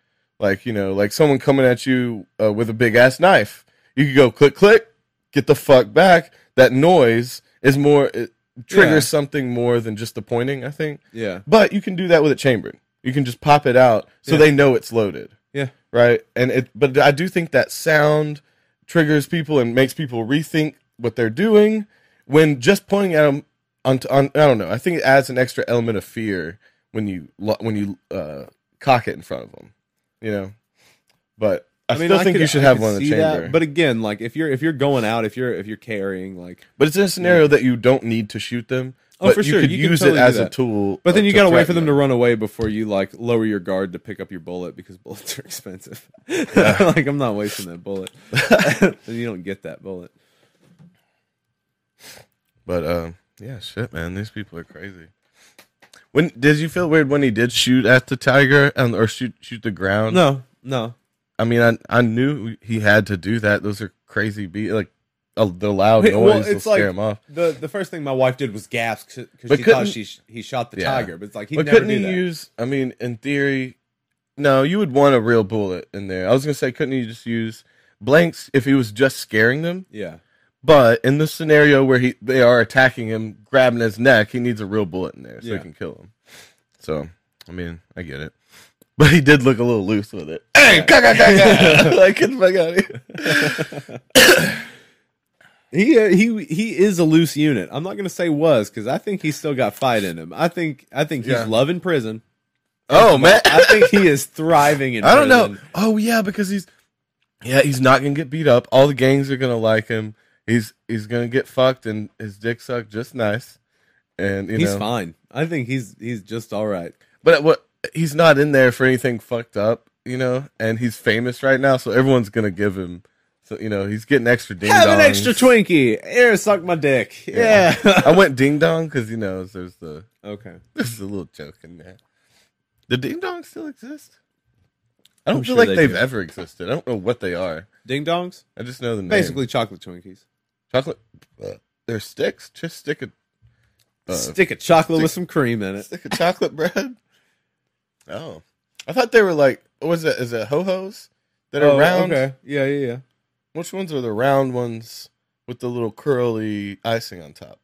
[SPEAKER 2] like you know, like someone coming at you uh, with a big ass knife. You could go click click, get the fuck back. That noise is more it triggers
[SPEAKER 1] Yeah.
[SPEAKER 2] something more than just the pointing. I think.
[SPEAKER 1] Yeah,
[SPEAKER 2] But you can do that with it chambered. You can just pop it out so
[SPEAKER 1] Yeah.
[SPEAKER 2] they know it's loaded.
[SPEAKER 1] Yeah.
[SPEAKER 2] Right. And it but I do think that sound triggers people and makes people rethink what they're doing when just pointing at them on, on I don't know. I think it adds an extra element of fear when you lo- when you uh, cock it in front of them. You know. But I, still think
[SPEAKER 1] could-
[SPEAKER 2] you should
[SPEAKER 1] I
[SPEAKER 2] have
[SPEAKER 1] could
[SPEAKER 2] one in the
[SPEAKER 1] see that,
[SPEAKER 2] chamber.
[SPEAKER 1] but again, like if you're if you're going out, if you're if you're carrying like
[SPEAKER 2] but it's in a scenario that you don't need to shoot them.
[SPEAKER 1] Oh,
[SPEAKER 2] but
[SPEAKER 1] for sure,
[SPEAKER 2] You could
[SPEAKER 1] you can
[SPEAKER 2] use
[SPEAKER 1] totally
[SPEAKER 2] it
[SPEAKER 1] do
[SPEAKER 2] as a
[SPEAKER 1] that.
[SPEAKER 2] tool.
[SPEAKER 1] But then
[SPEAKER 2] uh,
[SPEAKER 1] you
[SPEAKER 2] to
[SPEAKER 1] gotta wait for them
[SPEAKER 2] threaten
[SPEAKER 1] to run away before you like lower your guard to pick up your bullet because (laughs) bullets are expensive. (laughs) like I'm not wasting that (laughs) bullet. and you don't get that bullet.
[SPEAKER 2] But um, yeah, shit, man, these people are crazy. When did you feel weird when he did shoot at the tiger and or shoot shoot the ground?
[SPEAKER 1] No, no.
[SPEAKER 2] I mean, I I knew he had to do that. Those are crazy beat like uh, the loud
[SPEAKER 1] Wait,
[SPEAKER 2] noise
[SPEAKER 1] well,
[SPEAKER 2] will
[SPEAKER 1] it's like-
[SPEAKER 2] scare him off.
[SPEAKER 1] The the first thing my wife did was gasp because
[SPEAKER 2] But
[SPEAKER 1] she thought
[SPEAKER 2] couldn't-
[SPEAKER 1] she sh- he shot the
[SPEAKER 2] Yeah.
[SPEAKER 1] tiger, but it's like he
[SPEAKER 2] but
[SPEAKER 1] never
[SPEAKER 2] couldn't
[SPEAKER 1] did
[SPEAKER 2] he
[SPEAKER 1] that.
[SPEAKER 2] use? I mean, in theory, no, you would want a real bullet in there. I was gonna say, couldn't he just use blanks if he was just scaring them?
[SPEAKER 1] yeah,
[SPEAKER 2] But in the scenario where he they are attacking him, grabbing his neck, he needs a real bullet in there so
[SPEAKER 1] Yeah.
[SPEAKER 2] he can kill him. So I mean, I get it. (laughs) But he did look a little loose with it. Hey,
[SPEAKER 1] Yeah.
[SPEAKER 2] ka ka ka
[SPEAKER 1] (laughs)
[SPEAKER 2] ka! like get the fuck out of here.
[SPEAKER 1] he uh, he he is a loose unit. I'm not gonna say was because I think he's still got fight in him. I think I think he's
[SPEAKER 2] Yeah.
[SPEAKER 1] loving prison.
[SPEAKER 2] oh man,
[SPEAKER 1] I think he is thriving in.
[SPEAKER 2] I don't know.
[SPEAKER 1] prison.
[SPEAKER 2] Oh yeah, because he's yeah he's not gonna get beat up. All the gangs are gonna like him. He's he's gonna get fucked and his dick sucked just nice. And you
[SPEAKER 1] He's
[SPEAKER 2] know,
[SPEAKER 1] fine. I think he's he's just all right.
[SPEAKER 2] But what he's not in there for anything fucked up, you know, and he's famous right now, so everyone's gonna give him. So you know, he's getting extra ding
[SPEAKER 1] Have
[SPEAKER 2] dong.
[SPEAKER 1] an extra Twinkie. Air suck my dick. Yeah.
[SPEAKER 2] Yeah. I went ding dong because you know there's the
[SPEAKER 1] (laughs) okay.
[SPEAKER 2] there's a little joke in there. The ding dong still exist? I don't
[SPEAKER 1] I'm
[SPEAKER 2] feel
[SPEAKER 1] sure they
[SPEAKER 2] like they have
[SPEAKER 1] do.
[SPEAKER 2] ever existed. I don't know what they are.
[SPEAKER 1] Ding dongs.
[SPEAKER 2] I just know the name.
[SPEAKER 1] Basically, chocolate Twinkies.
[SPEAKER 2] chocolate. Uh, they're sticks. Just stick a uh,
[SPEAKER 1] stick a chocolate with some cream in it.
[SPEAKER 2] stick of chocolate bread. Oh, I thought they were like what was it? Is it ho hos that are round?
[SPEAKER 1] Oh, Okay. Yeah, yeah, yeah.
[SPEAKER 2] Which ones are the round ones with the little curly icing on top?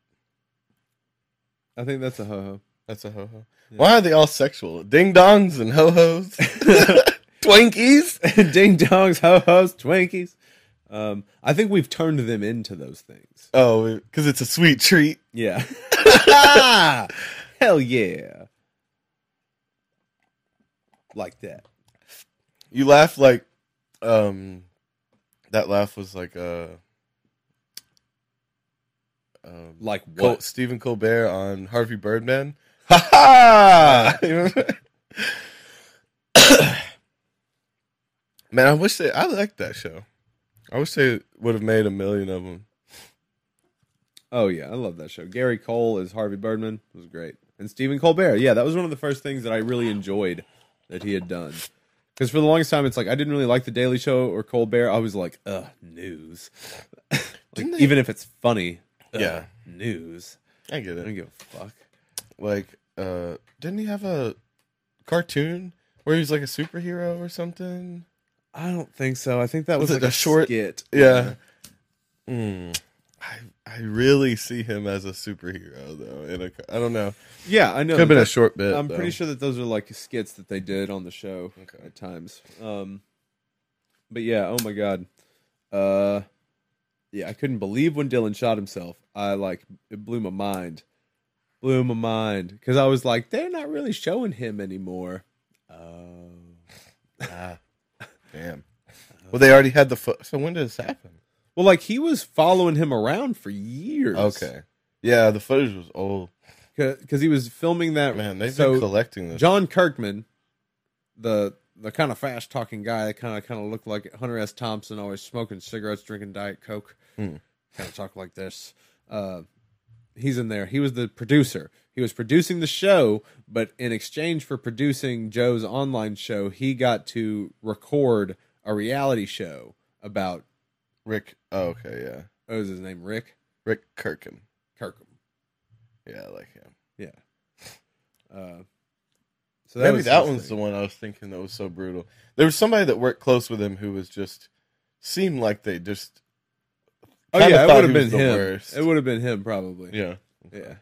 [SPEAKER 1] I think that's a (laughs) ho
[SPEAKER 2] That's a ho ho.
[SPEAKER 1] Yeah.
[SPEAKER 2] Why are they all sexual? Ding dongs and ho hos, Twinkies.
[SPEAKER 1] ho. Ding dongs, ho hos, Twinkies. Um, I think we've turned them into those things.
[SPEAKER 2] Oh, because it's a sweet treat.
[SPEAKER 1] Yeah. (laughs) Hell yeah. Like that.
[SPEAKER 2] You laugh like, um, that laugh was like uh, um,
[SPEAKER 1] Like what?
[SPEAKER 2] Col- Stephen Colbert on
[SPEAKER 1] (laughs)
[SPEAKER 2] Harvey Birdman. (laughs) Ha ha! You remember? (coughs) Man, I wish they. I liked that show. I wish they would have made a million of them.
[SPEAKER 1] Oh yeah, I love that show. Gary Cole is Harvey Birdman. It was great. And Stephen Colbert. Yeah, that was one of the first things that I really enjoyed that he had done. Because for the longest time, it's like I didn't really like The Daily Show or Colbert. I was like, ugh, news. (laughs) Like,
[SPEAKER 2] Didn't they-
[SPEAKER 1] Even if it's funny. ugh,
[SPEAKER 2] Yeah.
[SPEAKER 1] News.
[SPEAKER 2] I get
[SPEAKER 1] I don't
[SPEAKER 2] it.
[SPEAKER 1] give a fuck.
[SPEAKER 2] Like, uh, didn't he have a cartoon where he was like a superhero or something?
[SPEAKER 1] I don't think so. I think that was,
[SPEAKER 2] Was it
[SPEAKER 1] like
[SPEAKER 2] a
[SPEAKER 1] a
[SPEAKER 2] short-
[SPEAKER 1] skit.
[SPEAKER 2] Yeah. Mm. I I really see him as a superhero though. In a, I don't know.
[SPEAKER 1] Yeah, I know.
[SPEAKER 2] Could have been a short bit.
[SPEAKER 1] I'm
[SPEAKER 2] though.
[SPEAKER 1] pretty sure that those are like skits that they did on the show
[SPEAKER 2] Okay.
[SPEAKER 1] at times. Um, but yeah, oh my god, uh, yeah, I couldn't believe when Dylan shot himself. I like it blew my mind, blew my mind because I was like, they're not really showing him anymore. Oh,
[SPEAKER 2] Ah, (laughs) damn. Well, they already had the fo- so when did this happen?
[SPEAKER 1] well, like he was following him around for years.
[SPEAKER 2] Okay. Yeah, the footage was old.
[SPEAKER 1] because he was filming that.
[SPEAKER 2] Man, they've
[SPEAKER 1] so-
[SPEAKER 2] been collecting this.
[SPEAKER 1] John Kirkman, the the kind of fast talking guy that kind of kind of looked like Hunter S. Thompson, always smoking cigarettes, drinking Diet Coke,
[SPEAKER 2] Hmm.
[SPEAKER 1] kind of talk like this. Uh, he's in there. He was the producer. He was producing the show, but in exchange for producing Joe's online show, he got to record a reality show about
[SPEAKER 2] Rick. Oh, okay, yeah.
[SPEAKER 1] what was his name Rick
[SPEAKER 2] Rick Kirkham.
[SPEAKER 1] Kirkham.
[SPEAKER 2] Yeah, I like him.
[SPEAKER 1] Uh, so
[SPEAKER 2] Maybe
[SPEAKER 1] was
[SPEAKER 2] that
[SPEAKER 1] his
[SPEAKER 2] one's
[SPEAKER 1] thing.
[SPEAKER 2] the one I was thinking that was so brutal. There was somebody that worked close with him who was just seemed like they just
[SPEAKER 1] Oh
[SPEAKER 2] Kinda
[SPEAKER 1] yeah, it
[SPEAKER 2] thought
[SPEAKER 1] would have
[SPEAKER 2] he was
[SPEAKER 1] been
[SPEAKER 2] the
[SPEAKER 1] him.
[SPEAKER 2] worst.
[SPEAKER 1] It would have been him probably.
[SPEAKER 2] yeah.
[SPEAKER 1] yeah.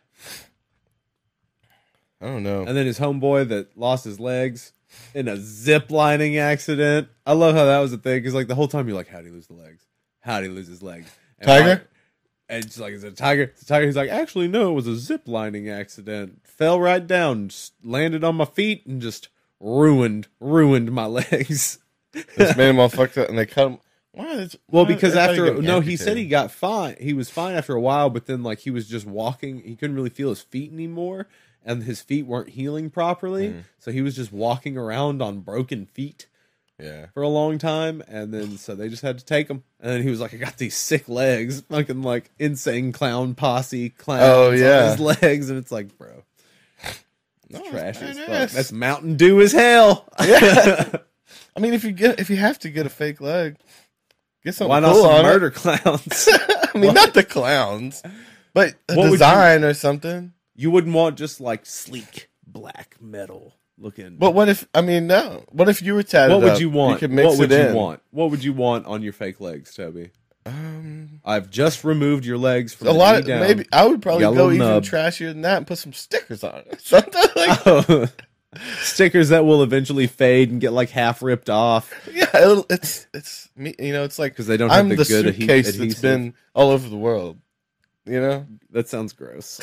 [SPEAKER 2] I don't know.
[SPEAKER 1] And then his homeboy that lost his legs in a zip lining accident. I love how that was a thing because like the whole time you're like, how'd he lose the legs? How'd he lose his legs? And
[SPEAKER 2] Tiger?
[SPEAKER 1] Mike- and it's like, is it a tiger? It's a tiger. He's like, actually, no, it was a zip lining accident. Fell right down, just landed on my feet, and just ruined, ruined my (laughs) legs.
[SPEAKER 2] this man (laughs) all fucked up, and they cut him. Why? Is,
[SPEAKER 1] Well,
[SPEAKER 2] why-
[SPEAKER 1] because
[SPEAKER 2] I thought
[SPEAKER 1] after
[SPEAKER 2] got
[SPEAKER 1] no, he said he
[SPEAKER 2] amputated.
[SPEAKER 1] got fine. He was fine after a while, but then like he was just walking. He couldn't really feel his feet anymore, and his feet weren't healing properly.
[SPEAKER 2] Mhm.
[SPEAKER 1] So he was just walking around on broken feet
[SPEAKER 2] Yeah,
[SPEAKER 1] for a long time, and then so they just had to take him. And then he was like, "I got these sick legs, (laughs) fucking like insane clown posse clowns
[SPEAKER 2] Oh,
[SPEAKER 1] on
[SPEAKER 2] yeah.
[SPEAKER 1] his legs," and it's like, bro,
[SPEAKER 2] (laughs) No, it's
[SPEAKER 1] trash as fuck.
[SPEAKER 2] badass.
[SPEAKER 1] That's Mountain Dew as hell.
[SPEAKER 2] Yeah. I mean, if you get if you have to get a fake leg, get
[SPEAKER 1] (laughs)
[SPEAKER 2] something
[SPEAKER 1] Why not
[SPEAKER 2] cool
[SPEAKER 1] some
[SPEAKER 2] on it.
[SPEAKER 1] murder
[SPEAKER 2] (laughs)
[SPEAKER 1] clowns?
[SPEAKER 2] I mean, not the clowns, but a
[SPEAKER 1] What would you-
[SPEAKER 2] design or something.
[SPEAKER 1] you wouldn't want just like sleek black metal looking.
[SPEAKER 2] But what if? I mean, no. What if you were tatted?
[SPEAKER 1] what would
[SPEAKER 2] up?
[SPEAKER 1] you want?
[SPEAKER 2] could mix
[SPEAKER 1] what would
[SPEAKER 2] it
[SPEAKER 1] you
[SPEAKER 2] in.
[SPEAKER 1] want? What would you want on your fake legs, Toby?
[SPEAKER 2] Um,
[SPEAKER 1] I've just removed your legs from
[SPEAKER 2] a
[SPEAKER 1] the
[SPEAKER 2] lot
[SPEAKER 1] knee
[SPEAKER 2] of
[SPEAKER 1] down.
[SPEAKER 2] maybe. I would probably
[SPEAKER 1] Yellow
[SPEAKER 2] go even
[SPEAKER 1] nub.
[SPEAKER 2] trashier than that and put some stickers on it. (laughs) Something
[SPEAKER 1] (laughs)
[SPEAKER 2] like
[SPEAKER 1] stickers that will eventually fade and get like half ripped off
[SPEAKER 2] yeah, it'll, it's it's me. You know, it's like
[SPEAKER 1] because they don't have
[SPEAKER 2] I'm the,
[SPEAKER 1] the, good adhe-
[SPEAKER 2] suitcase that's
[SPEAKER 1] adhesive.
[SPEAKER 2] been all over the world. You know?
[SPEAKER 1] That sounds gross.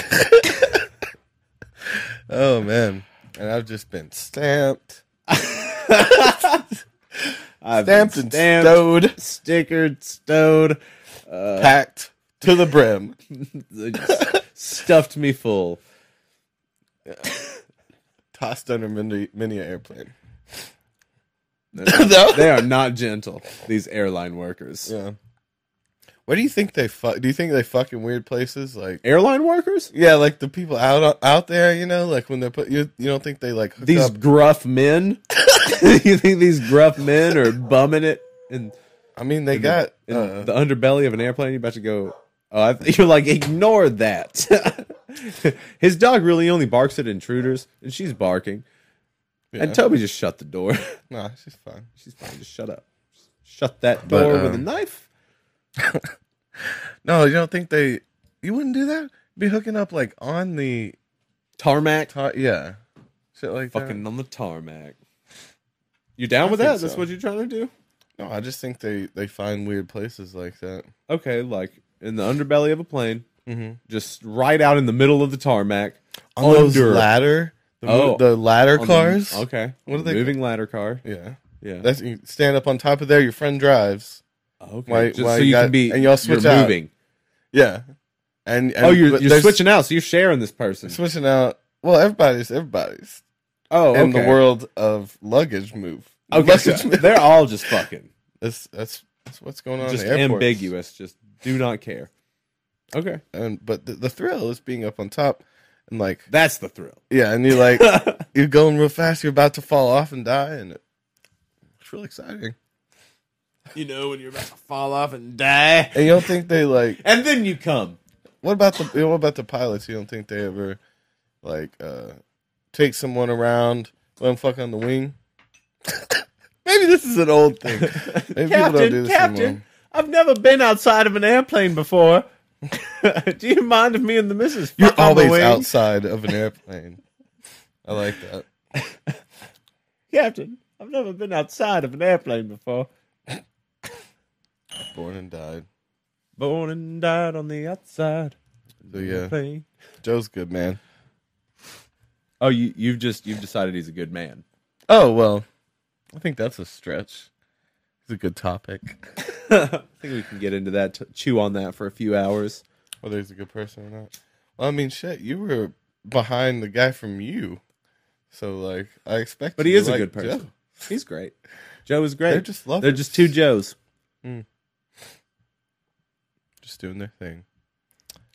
[SPEAKER 2] Oh man. And I've just been stamped.
[SPEAKER 1] I've been
[SPEAKER 2] Stamped and stowed.
[SPEAKER 1] stickered, stowed, uh,
[SPEAKER 2] Packed to the brim.
[SPEAKER 1] they just stuffed me full.
[SPEAKER 2] Tossed under mini mini (laughs) airplane.
[SPEAKER 1] They're
[SPEAKER 2] No.
[SPEAKER 1] not- they are not gentle. These airline workers.
[SPEAKER 2] (laughs) Yeah. Where do you think they fuck do you think they fuck in weird places? Like
[SPEAKER 1] Airline workers?
[SPEAKER 2] Yeah, like the people out on, out there, you know, like when they're put you you don't think they like hook
[SPEAKER 1] these
[SPEAKER 2] up
[SPEAKER 1] gruff men (laughs) you think these gruff men are bumming it in,
[SPEAKER 2] I mean they
[SPEAKER 1] in
[SPEAKER 2] got
[SPEAKER 1] the, in
[SPEAKER 2] uh,
[SPEAKER 1] the underbelly of an airplane you're about to go oh I, th- (laughs) you're like ignore that (laughs) his dog really only barks at intruders and she's barking
[SPEAKER 2] yeah.
[SPEAKER 1] and toby just shut the door (laughs)
[SPEAKER 2] Nah, she's fine.
[SPEAKER 1] she's fine just shut up shut that
[SPEAKER 2] But,
[SPEAKER 1] door with a
[SPEAKER 2] um,
[SPEAKER 1] knife
[SPEAKER 2] No, you don't think they you wouldn't do that? Be hooking up like on the
[SPEAKER 1] tarmac
[SPEAKER 2] tar- yeah. Shit like that.
[SPEAKER 1] fucking on the tarmac you down
[SPEAKER 2] I
[SPEAKER 1] with
[SPEAKER 2] think
[SPEAKER 1] that that's
[SPEAKER 2] so.
[SPEAKER 1] what you're trying to do
[SPEAKER 2] No, I just think they they find weird places like that.
[SPEAKER 1] Okay, like in the underbelly of a plane,
[SPEAKER 2] Mm-hmm.
[SPEAKER 1] just right out in the middle of the tarmac.
[SPEAKER 2] On those
[SPEAKER 1] Under.
[SPEAKER 2] ladder, the,
[SPEAKER 1] Oh.
[SPEAKER 2] the ladder
[SPEAKER 1] on the-
[SPEAKER 2] cars.
[SPEAKER 1] okay.
[SPEAKER 2] What are they
[SPEAKER 1] Moving ladder car.
[SPEAKER 2] Yeah,
[SPEAKER 1] Yeah.
[SPEAKER 2] that's you stand up on top of there. Your friend drives.
[SPEAKER 1] okay.
[SPEAKER 2] why-
[SPEAKER 1] Just
[SPEAKER 2] why
[SPEAKER 1] so
[SPEAKER 2] you
[SPEAKER 1] you
[SPEAKER 2] got-
[SPEAKER 1] can be
[SPEAKER 2] and y'all switch
[SPEAKER 1] you're
[SPEAKER 2] out.
[SPEAKER 1] moving.
[SPEAKER 2] Yeah, and, and
[SPEAKER 1] oh, you're
[SPEAKER 2] but
[SPEAKER 1] you're
[SPEAKER 2] there's-
[SPEAKER 1] switching out, so you're sharing this person.
[SPEAKER 2] switching out. Well, everybody's everybody's
[SPEAKER 1] oh, okay.
[SPEAKER 2] in the (laughs) world of luggage move.
[SPEAKER 1] Okay, so
[SPEAKER 2] luggage move.
[SPEAKER 1] they're all just fucking
[SPEAKER 2] That's that's that's what's going (laughs) on. in
[SPEAKER 1] just
[SPEAKER 2] the airports.
[SPEAKER 1] ambiguous. Just do not care. Okay,
[SPEAKER 2] and but the, the thrill is being up on top and like
[SPEAKER 1] that's the thrill.
[SPEAKER 2] yeah and you're (laughs) like you're going real fast you're about to fall off and die and it, it's real exciting
[SPEAKER 1] (laughs) you know when you're about to fall off and die,
[SPEAKER 2] and you don't think they like
[SPEAKER 1] and then you come.
[SPEAKER 2] what about the you know, what about the pilots you don't think they ever like uh take someone around let them fuck on the wing (laughs) maybe this is an old thing maybe people don't do this anymore
[SPEAKER 1] I've never been outside of an airplane before. (laughs) do you mind if me and the missus?
[SPEAKER 2] you're
[SPEAKER 1] fuck on the
[SPEAKER 2] always
[SPEAKER 1] wing?
[SPEAKER 2] outside of an airplane i like that
[SPEAKER 1] Captain. I've never been outside of an airplane before.
[SPEAKER 2] born and died
[SPEAKER 1] Born and died on the outside.
[SPEAKER 2] so
[SPEAKER 1] of an
[SPEAKER 2] yeah
[SPEAKER 1] airplane.
[SPEAKER 2] joe's good man
[SPEAKER 1] Oh, you you've just you've decided he's a good man. (laughs)
[SPEAKER 2] Oh well, I think that's a stretch. It's a good topic.
[SPEAKER 1] I think we can get into that. t- chew on that for a few hours.
[SPEAKER 2] Whether he's a good person or not. Well, I mean, shit, you were behind the guy from you, so like I expect.
[SPEAKER 1] But he
[SPEAKER 2] you to
[SPEAKER 1] is a
[SPEAKER 2] like
[SPEAKER 1] good person.
[SPEAKER 2] Joe.
[SPEAKER 1] He's great. Joe is great.
[SPEAKER 2] They're just lovers.
[SPEAKER 1] They're just two Joes
[SPEAKER 2] just doing their thing.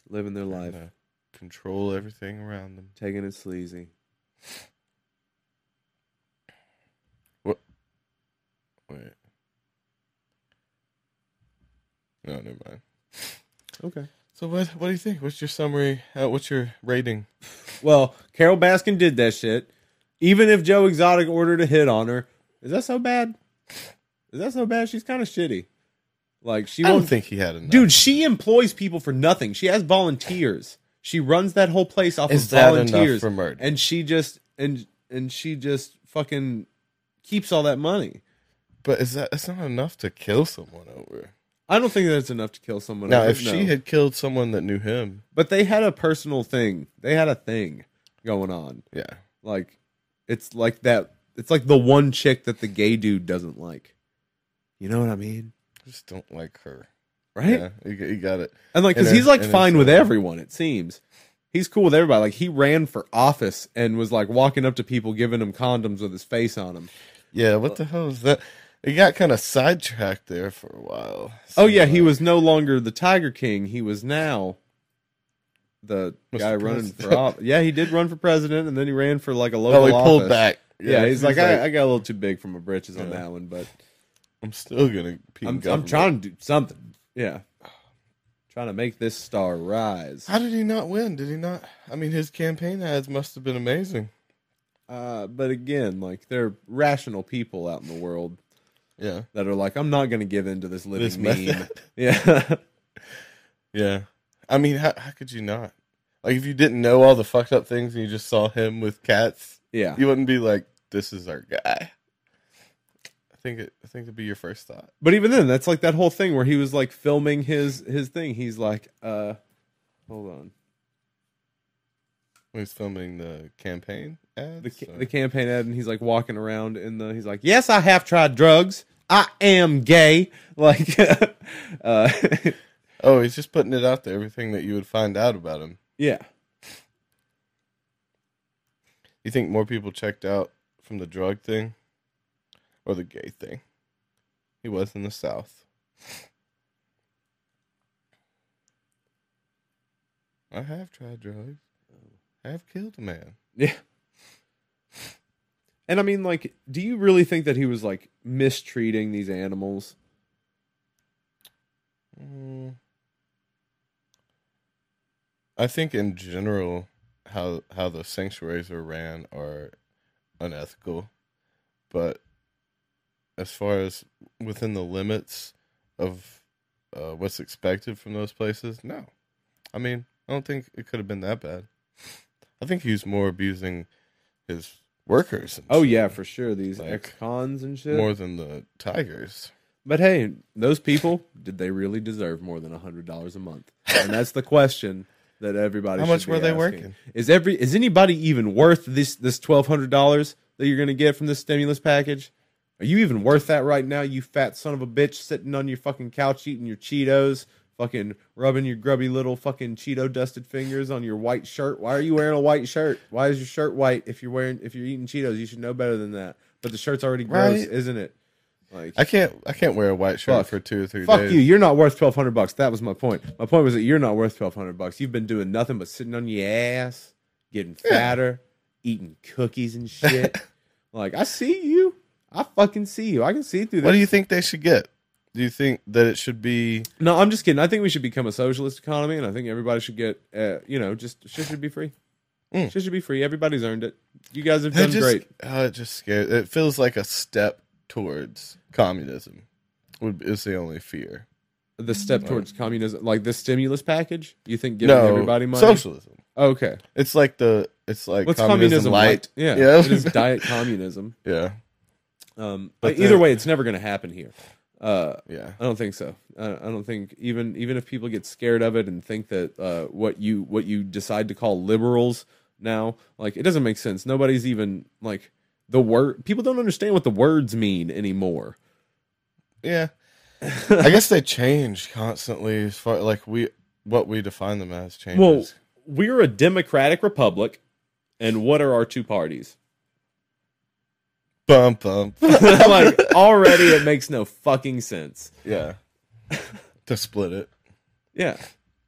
[SPEAKER 1] living their life,
[SPEAKER 2] Trying to control everything around them.
[SPEAKER 1] taking it sleazy.
[SPEAKER 2] Wait. No, never mind.
[SPEAKER 1] Okay.
[SPEAKER 2] So what? What do you think? What's your summary? Uh, what's your rating?
[SPEAKER 1] Well, Carol Baskin did that shit. Even if Joe Exotic ordered a hit on her, is that so bad? Is that so bad? She's kind of shitty. Like she
[SPEAKER 2] I don't
[SPEAKER 1] won't
[SPEAKER 2] think he had enough.
[SPEAKER 1] Um, Dude, she employs people for nothing. She has volunteers. She runs that whole place off
[SPEAKER 2] is
[SPEAKER 1] of
[SPEAKER 2] that enough
[SPEAKER 1] volunteers,
[SPEAKER 2] for murder?
[SPEAKER 1] and she just and and she just fucking keeps all that money.
[SPEAKER 2] but is that? That's not enough to kill someone over.
[SPEAKER 1] I don't think that's enough to kill someone.
[SPEAKER 2] Now,
[SPEAKER 1] else,
[SPEAKER 2] if she
[SPEAKER 1] no.
[SPEAKER 2] had killed someone that knew him,
[SPEAKER 1] but they had a personal thing. They had a thing going on.
[SPEAKER 2] yeah,
[SPEAKER 1] Like it's like that. It's like the one chick that the gay dude doesn't like. You know what I mean,
[SPEAKER 2] just don't like her.
[SPEAKER 1] right?
[SPEAKER 2] Yeah, you, g- you got it.
[SPEAKER 1] And like, because
[SPEAKER 2] And
[SPEAKER 1] he's
[SPEAKER 2] it-
[SPEAKER 1] like
[SPEAKER 2] and it's,
[SPEAKER 1] fine with
[SPEAKER 2] uh,
[SPEAKER 1] everyone, it seems. He's cool with everybody. Like, he ran for office and was like walking up to people, giving them condoms with his face on them.
[SPEAKER 2] Yeah, what the hell is that? It got kind of sidetracked there for a while.
[SPEAKER 1] Oh, yeah, he
[SPEAKER 2] Like,
[SPEAKER 1] was no longer the Tiger King. He was now the
[SPEAKER 2] Mr.
[SPEAKER 1] guy running for
[SPEAKER 2] President.
[SPEAKER 1] office. Yeah, he did run for president and then he ran for like a local
[SPEAKER 2] Oh, he pulled
[SPEAKER 1] office.
[SPEAKER 2] back.
[SPEAKER 1] Yeah, he's, like, I, I
[SPEAKER 2] I,
[SPEAKER 1] got a little too big for my britches on
[SPEAKER 2] Yeah.
[SPEAKER 1] that one, but
[SPEAKER 2] am still gonna. pee in
[SPEAKER 1] I'm, I'm
[SPEAKER 2] government."
[SPEAKER 1] trying to do something.
[SPEAKER 2] (sighs)
[SPEAKER 1] Yeah. Trying to make this star rise.
[SPEAKER 2] How did he not win? Did he not? I mean, his campaign ads must have been amazing.
[SPEAKER 1] Uh, but again, like, they're rational people out in the world.
[SPEAKER 2] Yeah,
[SPEAKER 1] that are like, I'm not going to give in to this living
[SPEAKER 2] This
[SPEAKER 1] meme.
[SPEAKER 2] method.
[SPEAKER 1] (laughs) Yeah.
[SPEAKER 2] yeah. I mean, how how could you not? Like, if you didn't know all the fucked up things and you just saw him with cats,
[SPEAKER 1] yeah.
[SPEAKER 2] you wouldn't be like, "This is our guy." I think it. I think it'd be your first thought.
[SPEAKER 1] But even then, that's like that whole thing where he was like filming his his thing. He's like, uh, hold on.
[SPEAKER 2] He was filming the campaign ads.
[SPEAKER 1] The, ca-
[SPEAKER 2] so-
[SPEAKER 1] the campaign ad, and he's like walking around in the, he's like, yes, I have tried drugs. I am gay. (laughs) Like, uh, (laughs)
[SPEAKER 2] oh, he's just putting it out there, everything that you would find out about him.
[SPEAKER 1] yeah.
[SPEAKER 2] You think more people checked out from the drug thing or the gay thing? He was in the South. I have tried drugs. I have killed a man.
[SPEAKER 1] Yeah. And I mean, like, do you really think that he was like mistreating these animals?
[SPEAKER 2] Mm. I think in general, how how the sanctuaries are ran are unethical, but as far as within the limits of uh, what's expected from those places, no. I mean, I don't think it could have been that bad. I think he was more abusing his workers. and
[SPEAKER 1] Oh
[SPEAKER 2] shit,
[SPEAKER 1] yeah, for sure. These
[SPEAKER 2] Like,
[SPEAKER 1] ex cons and shit.
[SPEAKER 2] more than the tigers.
[SPEAKER 1] But hey, those people, did they really deserve more than hundred dollars a month? And that's the question that everybody.
[SPEAKER 2] How
[SPEAKER 1] should
[SPEAKER 2] much
[SPEAKER 1] be
[SPEAKER 2] were they
[SPEAKER 1] asking.
[SPEAKER 2] working?
[SPEAKER 1] Is every is anybody even worth this this twelve hundred dollars that you're going to get from this stimulus package? Are you even worth that right now? You fat son of a bitch sitting on your fucking couch eating your Cheetos, fucking rubbing your grubby little fucking Cheeto dusted fingers on your white shirt. Why are you wearing a white shirt? Why is your shirt white? If you're wearing if you're eating Cheetos, you should know better than that. But the shirt's already gross,
[SPEAKER 2] Right.
[SPEAKER 1] isn't it? Like
[SPEAKER 2] I can't. I can't wear a white shirt
[SPEAKER 1] Fuck.
[SPEAKER 2] for two or three
[SPEAKER 1] Fuck
[SPEAKER 2] days.
[SPEAKER 1] you. You're not worth twelve hundred bucks. That was my point. My point was that you're not worth twelve hundred bucks. You've been doing nothing but sitting on your ass, getting
[SPEAKER 2] Yeah.
[SPEAKER 1] fatter, eating cookies
[SPEAKER 2] (laughs)
[SPEAKER 1] and shit. like I see you. I fucking see you. I can see through this.
[SPEAKER 2] What do you think they should get? Do you think that it should be?
[SPEAKER 1] no, I'm just kidding. I think we should become a socialist economy, and I think everybody should get, uh, you know, just shit should be free.
[SPEAKER 2] Mm.
[SPEAKER 1] Shit should be free. Everybody's earned it. You guys have
[SPEAKER 2] It
[SPEAKER 1] done
[SPEAKER 2] just,
[SPEAKER 1] great.
[SPEAKER 2] oh, it just scares. It feels like a step towards communism. Would is the only fear.
[SPEAKER 1] The step towards communism, like this stimulus package. You think giving
[SPEAKER 2] Mm. no,
[SPEAKER 1] everybody money?
[SPEAKER 2] socialism.
[SPEAKER 1] Okay.
[SPEAKER 2] It's like the. It's like
[SPEAKER 1] What's
[SPEAKER 2] communism, light.
[SPEAKER 1] Yeah.
[SPEAKER 2] Yeah.
[SPEAKER 1] It is diet communism.
[SPEAKER 2] Yeah,
[SPEAKER 1] Um,
[SPEAKER 2] But
[SPEAKER 1] either
[SPEAKER 2] the-
[SPEAKER 1] way, it's never going to happen here. Uh,
[SPEAKER 2] yeah.
[SPEAKER 1] I don't think so. Uh, I don't think even even if people get scared of it and think that uh, what you what you decide to call liberals now, like it doesn't make sense. Nobody's even like the word. People don't understand what the words mean anymore. (laughs)
[SPEAKER 2] Yeah. I guess they change constantly as far like we what we define them as changes.
[SPEAKER 1] Well, we're a democratic republic, and what are our two (laughs) parties?
[SPEAKER 2] bum
[SPEAKER 1] (laughs)
[SPEAKER 2] bum.
[SPEAKER 1] like already, it makes no fucking sense.
[SPEAKER 2] yeah. to split it.
[SPEAKER 1] Yeah.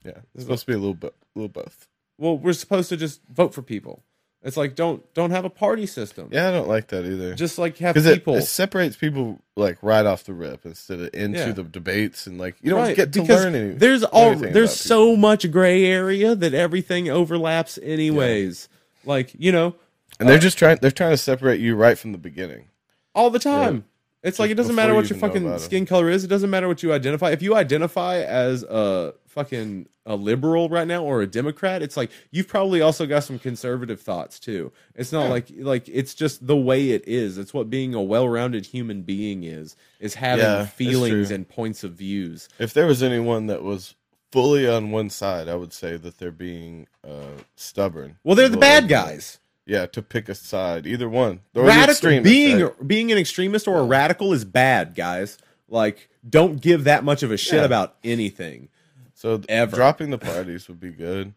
[SPEAKER 2] Yeah. It's supposed to be a little bit little both.
[SPEAKER 1] Well, we're supposed to just vote for people. It's like don't don't have a party system.
[SPEAKER 2] Yeah, I don't like that either.
[SPEAKER 1] Just like have
[SPEAKER 2] Because it,
[SPEAKER 1] people.
[SPEAKER 2] it separates people like right off the rip instead of into
[SPEAKER 1] Yeah.
[SPEAKER 2] the debates and like you don't
[SPEAKER 1] Right,
[SPEAKER 2] get to
[SPEAKER 1] because
[SPEAKER 2] learn any
[SPEAKER 1] There's all
[SPEAKER 2] anything
[SPEAKER 1] there's
[SPEAKER 2] about
[SPEAKER 1] so much gray area that everything overlaps anyways. Like, you know,
[SPEAKER 2] and they're just trying they're trying to separate you right from the beginning.
[SPEAKER 1] all the time. It's like it doesn't matter
[SPEAKER 2] before
[SPEAKER 1] what
[SPEAKER 2] you
[SPEAKER 1] your
[SPEAKER 2] even know about
[SPEAKER 1] fucking
[SPEAKER 2] 'em.
[SPEAKER 1] skin color is, it doesn't matter what you identify. If you identify as a fucking a liberal right now or a democrat, it's like you've probably also got some conservative thoughts too. It's not like like it's just the way it is. It's what being a well-rounded human being is is having
[SPEAKER 2] Yeah, that's
[SPEAKER 1] feelings
[SPEAKER 2] true.
[SPEAKER 1] and points of views.
[SPEAKER 2] If there was anyone that was fully on one side, I would say that they're being uh, stubborn.
[SPEAKER 1] Well, they're the
[SPEAKER 2] Well,
[SPEAKER 1] bad
[SPEAKER 2] yeah.
[SPEAKER 1] guys.
[SPEAKER 2] Yeah, to pick a side, either one. Or the
[SPEAKER 1] radical
[SPEAKER 2] extremist,
[SPEAKER 1] being
[SPEAKER 2] right?
[SPEAKER 1] being an extremist or a radical is bad, guys. Like, don't give that much of a shit
[SPEAKER 2] Yeah.
[SPEAKER 1] about anything.
[SPEAKER 2] so th-
[SPEAKER 1] ever.
[SPEAKER 2] dropping the parties would be good.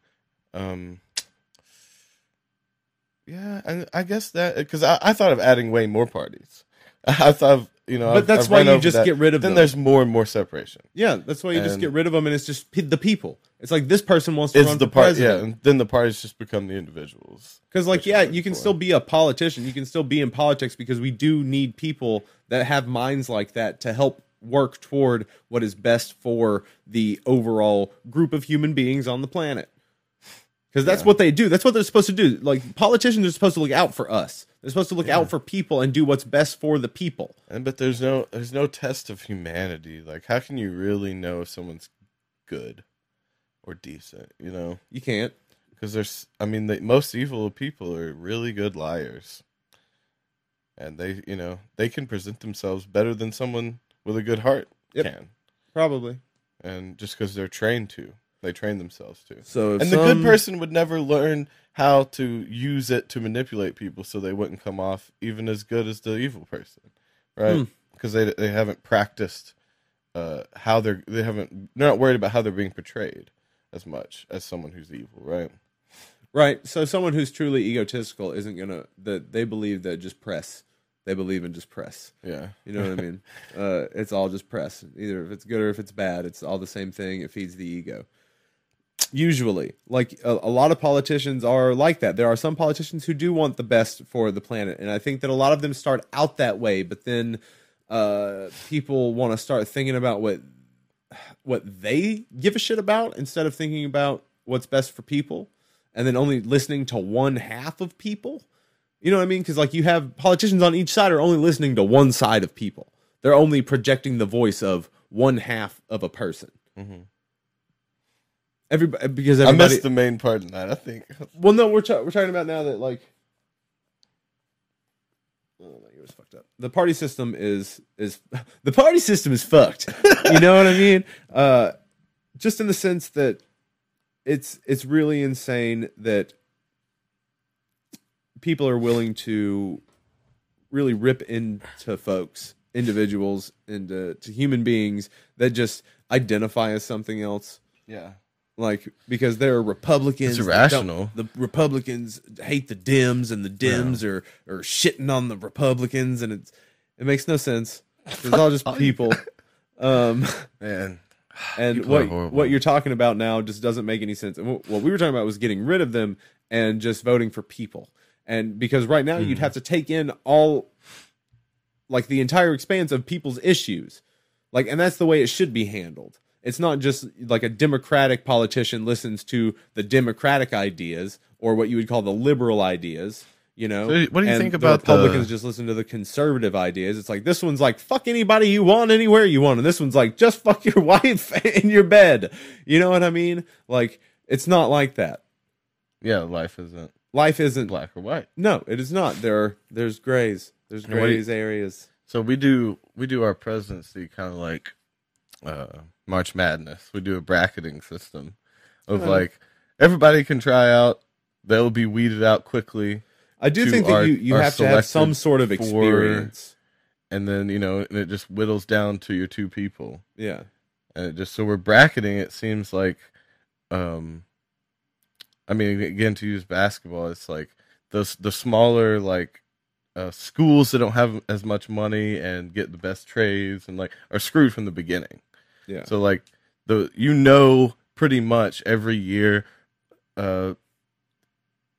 [SPEAKER 2] Um, yeah, I, I guess that because I, I thought of adding way more parties. (laughs) I thought of, you know,
[SPEAKER 1] But
[SPEAKER 2] I've-
[SPEAKER 1] that's
[SPEAKER 2] I've
[SPEAKER 1] why
[SPEAKER 2] run
[SPEAKER 1] you
[SPEAKER 2] over
[SPEAKER 1] just
[SPEAKER 2] that.
[SPEAKER 1] get rid of
[SPEAKER 2] Then
[SPEAKER 1] them.
[SPEAKER 2] there's more and more separation.
[SPEAKER 1] Yeah, that's why you just
[SPEAKER 2] And-
[SPEAKER 1] get rid of them, and it's just pe- the people. It's like this person wants to
[SPEAKER 2] It's
[SPEAKER 1] run
[SPEAKER 2] the
[SPEAKER 1] for
[SPEAKER 2] part, yeah,
[SPEAKER 1] president
[SPEAKER 2] and then the parties just become the individuals.
[SPEAKER 1] because, like,
[SPEAKER 2] Which
[SPEAKER 1] yeah,
[SPEAKER 2] I'm
[SPEAKER 1] you can
[SPEAKER 2] for.
[SPEAKER 1] still be a politician, you can still be in politics because we do need people that have minds like that to help work toward what is best for the overall group of human beings on the planet. Because that's what they do. That's what they're supposed to do. Like politicians are supposed to look out for us. They're supposed to look out for people and do what's best for the people.
[SPEAKER 2] And but there's no there's no test of humanity. Like how can you really know if someone's good or decent? You know,
[SPEAKER 1] You can't.
[SPEAKER 2] because there's I mean the most evil people are really good liars, and they you know they can present themselves better than someone with a good heart
[SPEAKER 1] Yep.
[SPEAKER 2] can,
[SPEAKER 1] Probably.
[SPEAKER 2] and just because they're trained to, they train themselves to.
[SPEAKER 1] So if
[SPEAKER 2] And the good person would never learn how to use it to manipulate people, so they wouldn't come off even as good as the evil person, right?
[SPEAKER 1] Hmm.
[SPEAKER 2] Because they they haven't practiced uh, how they're they haven't they're not worried about how they're being portrayed as much as someone who's evil, right?
[SPEAKER 1] Right. So someone who's truly egotistical isn't gonna that they believe that just press. They believe in just press.
[SPEAKER 2] Yeah,
[SPEAKER 1] You know what I mean? Uh, it's all just press. Either if it's good or if it's bad, it's all the same thing. It feeds the ego. Usually, like a, a lot of politicians are like that. There are some politicians who do want the best for the planet, and I think that a lot of them start out that way, but then uh, people want to start thinking about what what they give a shit about instead of thinking about what's best for people, and then only listening to one half of people. You know what I mean? Because like you have politicians on each side are only listening to one side of people. They're only projecting the voice of one half of a person. Everybody, because
[SPEAKER 2] I
[SPEAKER 1] everybody.
[SPEAKER 2] missed the main part in that. I think
[SPEAKER 1] well, no, we're ta- we're talking about now that like. I don't know, you oh, is fucked up. The party system is is (laughs) the party system is fucked. you know what I mean? Uh, just in the sense that it's it's really insane that people are willing to really rip into folks, individuals, into to human beings that just identify as something else
[SPEAKER 2] Yeah.
[SPEAKER 1] like because there are Republicans.
[SPEAKER 2] It's
[SPEAKER 1] that don't-
[SPEAKER 2] irrational.
[SPEAKER 1] The Republicans hate the Dems, and the Dems are are shitting on the Republicans, and it's it makes no
[SPEAKER 2] (laughs)
[SPEAKER 1] sense. It's all just people. Um,
[SPEAKER 2] Man.
[SPEAKER 1] and
[SPEAKER 2] People are
[SPEAKER 1] what
[SPEAKER 2] horrible.
[SPEAKER 1] what you're talking about now just doesn't make any sense. And wh- what we were talking about was getting rid of them and just voting for people. And because right now
[SPEAKER 2] Hmm.
[SPEAKER 1] you'd have to take in all, like the entire expanse of people's issues, like, and that's the way it should be handled. It's not just like a democratic politician listens to the democratic ideas or what you would call the liberal ideas. You know,
[SPEAKER 2] So what do you
[SPEAKER 1] And
[SPEAKER 2] think about
[SPEAKER 1] the Republicans?
[SPEAKER 2] the-
[SPEAKER 1] Just listen to the conservative ideas. It's like this one's like fuck anybody you want anywhere you want, and this one's like just fuck your (laughs) wife in your bed. You know what I mean? Like it's not like that.
[SPEAKER 2] Yeah, life isn't
[SPEAKER 1] Life isn't.
[SPEAKER 2] black or white.
[SPEAKER 1] No, it is not. There are there's grays. There's
[SPEAKER 2] And what do you-
[SPEAKER 1] grays areas.
[SPEAKER 2] So we do we do our presidency kind of like uh March Madness. We do a bracketing system of
[SPEAKER 1] Oh.
[SPEAKER 2] like everybody can try out. They'll be weeded out quickly,
[SPEAKER 1] I do
[SPEAKER 2] to
[SPEAKER 1] think that
[SPEAKER 2] are-
[SPEAKER 1] you you
[SPEAKER 2] are
[SPEAKER 1] have to have some
[SPEAKER 2] selected
[SPEAKER 1] sort of
[SPEAKER 2] for-
[SPEAKER 1] experience.
[SPEAKER 2] and then you know, and it just whittles down to your two people.
[SPEAKER 1] Yeah.
[SPEAKER 2] and it just so we're bracketing it seems like um i mean again to use basketball it's like the s- the smaller like uh, schools that don't have as much money and get the best trades and like are screwed from the beginning
[SPEAKER 1] Yeah.
[SPEAKER 2] so like the you know pretty much every year uh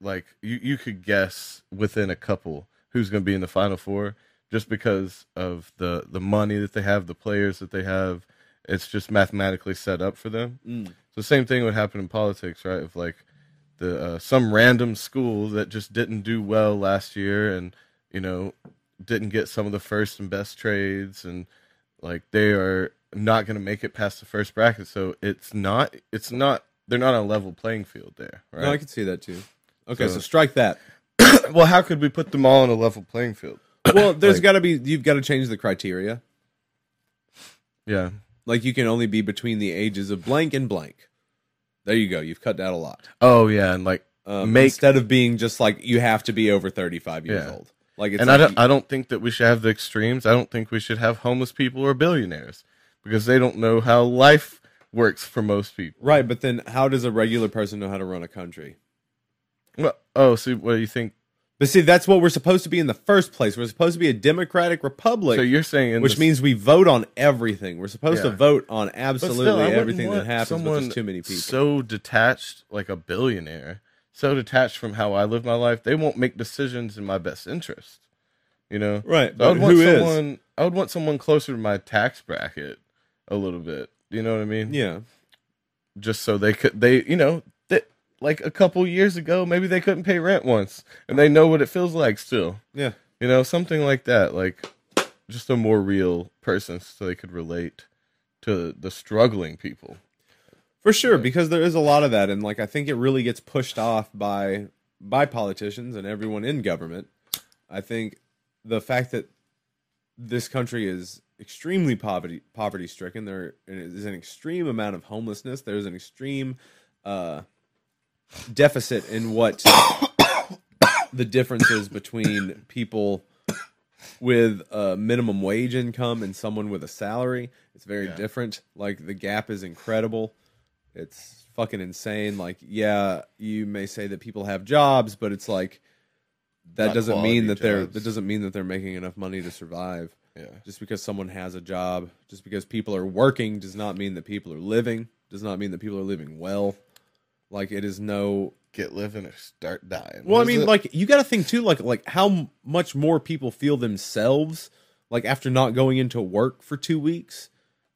[SPEAKER 2] like you you could guess within a couple who's going to be in the final four just because of the the money that they have the players that they have it's just mathematically set up for them
[SPEAKER 1] Mm.
[SPEAKER 2] so same thing would happen in politics right if like the uh, some random school that just didn't do well last year and you know didn't get some of the first and best trades and like they are not going to make it past the first bracket so it's not it's not they're not on a level playing field there right
[SPEAKER 1] No, I can see that too. Okay, so,
[SPEAKER 2] So-
[SPEAKER 1] strike
[SPEAKER 2] (coughs)
[SPEAKER 1] that.
[SPEAKER 2] well, how could we put them all on a level playing field?
[SPEAKER 1] Well, there's
[SPEAKER 2] Like-
[SPEAKER 1] got to be you've got to change the criteria.
[SPEAKER 2] Yeah.
[SPEAKER 1] Like you can only be between the ages of blank and blank. There you go. You've cut that a lot.
[SPEAKER 2] Oh yeah, and like,
[SPEAKER 1] um,
[SPEAKER 2] Make-
[SPEAKER 1] instead of being just like you have to be over 35 years
[SPEAKER 2] Yeah.
[SPEAKER 1] old like it's
[SPEAKER 2] and I
[SPEAKER 1] like,
[SPEAKER 2] don't, I don't think that we should have the extremes. I don't think we should have homeless people or billionaires because they don't know how life works for most people.
[SPEAKER 1] right but then how does a regular person know how to run a country
[SPEAKER 2] Well, oh, so what do you think?
[SPEAKER 1] but see that's what we're supposed to be in the first place we're supposed to be a democratic republic
[SPEAKER 2] so you're saying, in
[SPEAKER 1] which
[SPEAKER 2] this-
[SPEAKER 1] means we vote on everything we're supposed to
[SPEAKER 2] Yeah.
[SPEAKER 1] vote on
[SPEAKER 2] but
[SPEAKER 1] absolutely
[SPEAKER 2] still, I wouldn't
[SPEAKER 1] everything that
[SPEAKER 2] want
[SPEAKER 1] happens but
[SPEAKER 2] someone
[SPEAKER 1] there's too many people
[SPEAKER 2] So detached, like a billionaire, so detached from how I live my life, they won't make decisions in my best interest. You know,
[SPEAKER 1] right
[SPEAKER 2] I
[SPEAKER 1] but
[SPEAKER 2] would want
[SPEAKER 1] who is
[SPEAKER 2] someone. I would want someone closer to my tax bracket, a little bit. You know what I mean?
[SPEAKER 1] yeah
[SPEAKER 2] Just so they could, they, you know, that like a couple years ago, maybe they couldn't pay rent once, and they know what it feels like still.
[SPEAKER 1] yeah
[SPEAKER 2] You know, something like that. Like, just a more real person, so they could relate to the struggling people.
[SPEAKER 1] For sure, because there is a lot of that, and like I think it really gets pushed off by by politicians and everyone in government. I think the fact that this country is extremely poverty poverty stricken, there is an extreme amount of homelessness. There is an extreme uh, deficit in what the differences between people with a minimum wage income and someone with a salary. It's very
[SPEAKER 2] Yeah.
[SPEAKER 1] different. Like the gap is incredible. It's fucking insane. Like, yeah, you may say that people have jobs, but it's like that
[SPEAKER 2] Not
[SPEAKER 1] doesn't mean
[SPEAKER 2] quality
[SPEAKER 1] that they're
[SPEAKER 2] jobs.
[SPEAKER 1] that doesn't mean that they're making enough money to survive.
[SPEAKER 2] Yeah.
[SPEAKER 1] Just because someone has a job, just because people are working does not mean that people are living, does not mean that people are living well. Like it is no
[SPEAKER 2] Get living or start dying.
[SPEAKER 1] well, I
[SPEAKER 2] What is
[SPEAKER 1] mean,
[SPEAKER 2] it?
[SPEAKER 1] like you got to think too, like like how m- much more people feel themselves, like after not going into work for two weeks,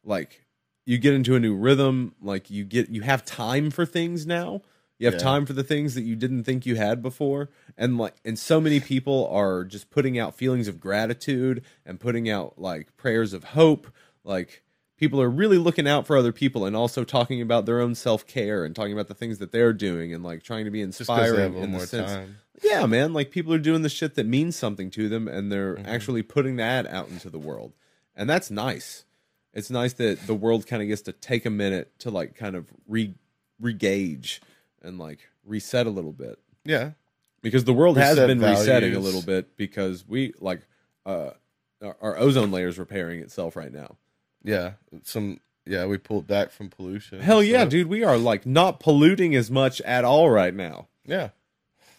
[SPEAKER 1] like you get into a new rhythm, like you get you have time for things now. You have
[SPEAKER 2] Yeah.
[SPEAKER 1] time for the things that you didn't think you had before, and like and so many people are just putting out feelings of gratitude and putting out like prayers of hope, like people are really looking out for other people and also talking about their own self care and talking about the things that they're doing and like trying to be
[SPEAKER 2] Just because they
[SPEAKER 1] inspiring
[SPEAKER 2] have a little
[SPEAKER 1] in the
[SPEAKER 2] more
[SPEAKER 1] sense.
[SPEAKER 2] time.
[SPEAKER 1] Yeah, man. Like people are doing the shit that means something to them and they're
[SPEAKER 2] Mhm.
[SPEAKER 1] actually putting that out into the world. And that's nice. It's nice that the world kind of gets to take a minute to like kind of re regauge and like reset a little bit.
[SPEAKER 2] Yeah.
[SPEAKER 1] Because the world has
[SPEAKER 2] Reset
[SPEAKER 1] been resetting a
[SPEAKER 2] values.
[SPEAKER 1] little bit because we like uh our, our ozone layer is repairing itself right now.
[SPEAKER 2] Yeah. Some yeah, we pulled back from pollution.
[SPEAKER 1] Hell yeah,
[SPEAKER 2] so-
[SPEAKER 1] dude. We are like not polluting as much at all right now.
[SPEAKER 2] Yeah.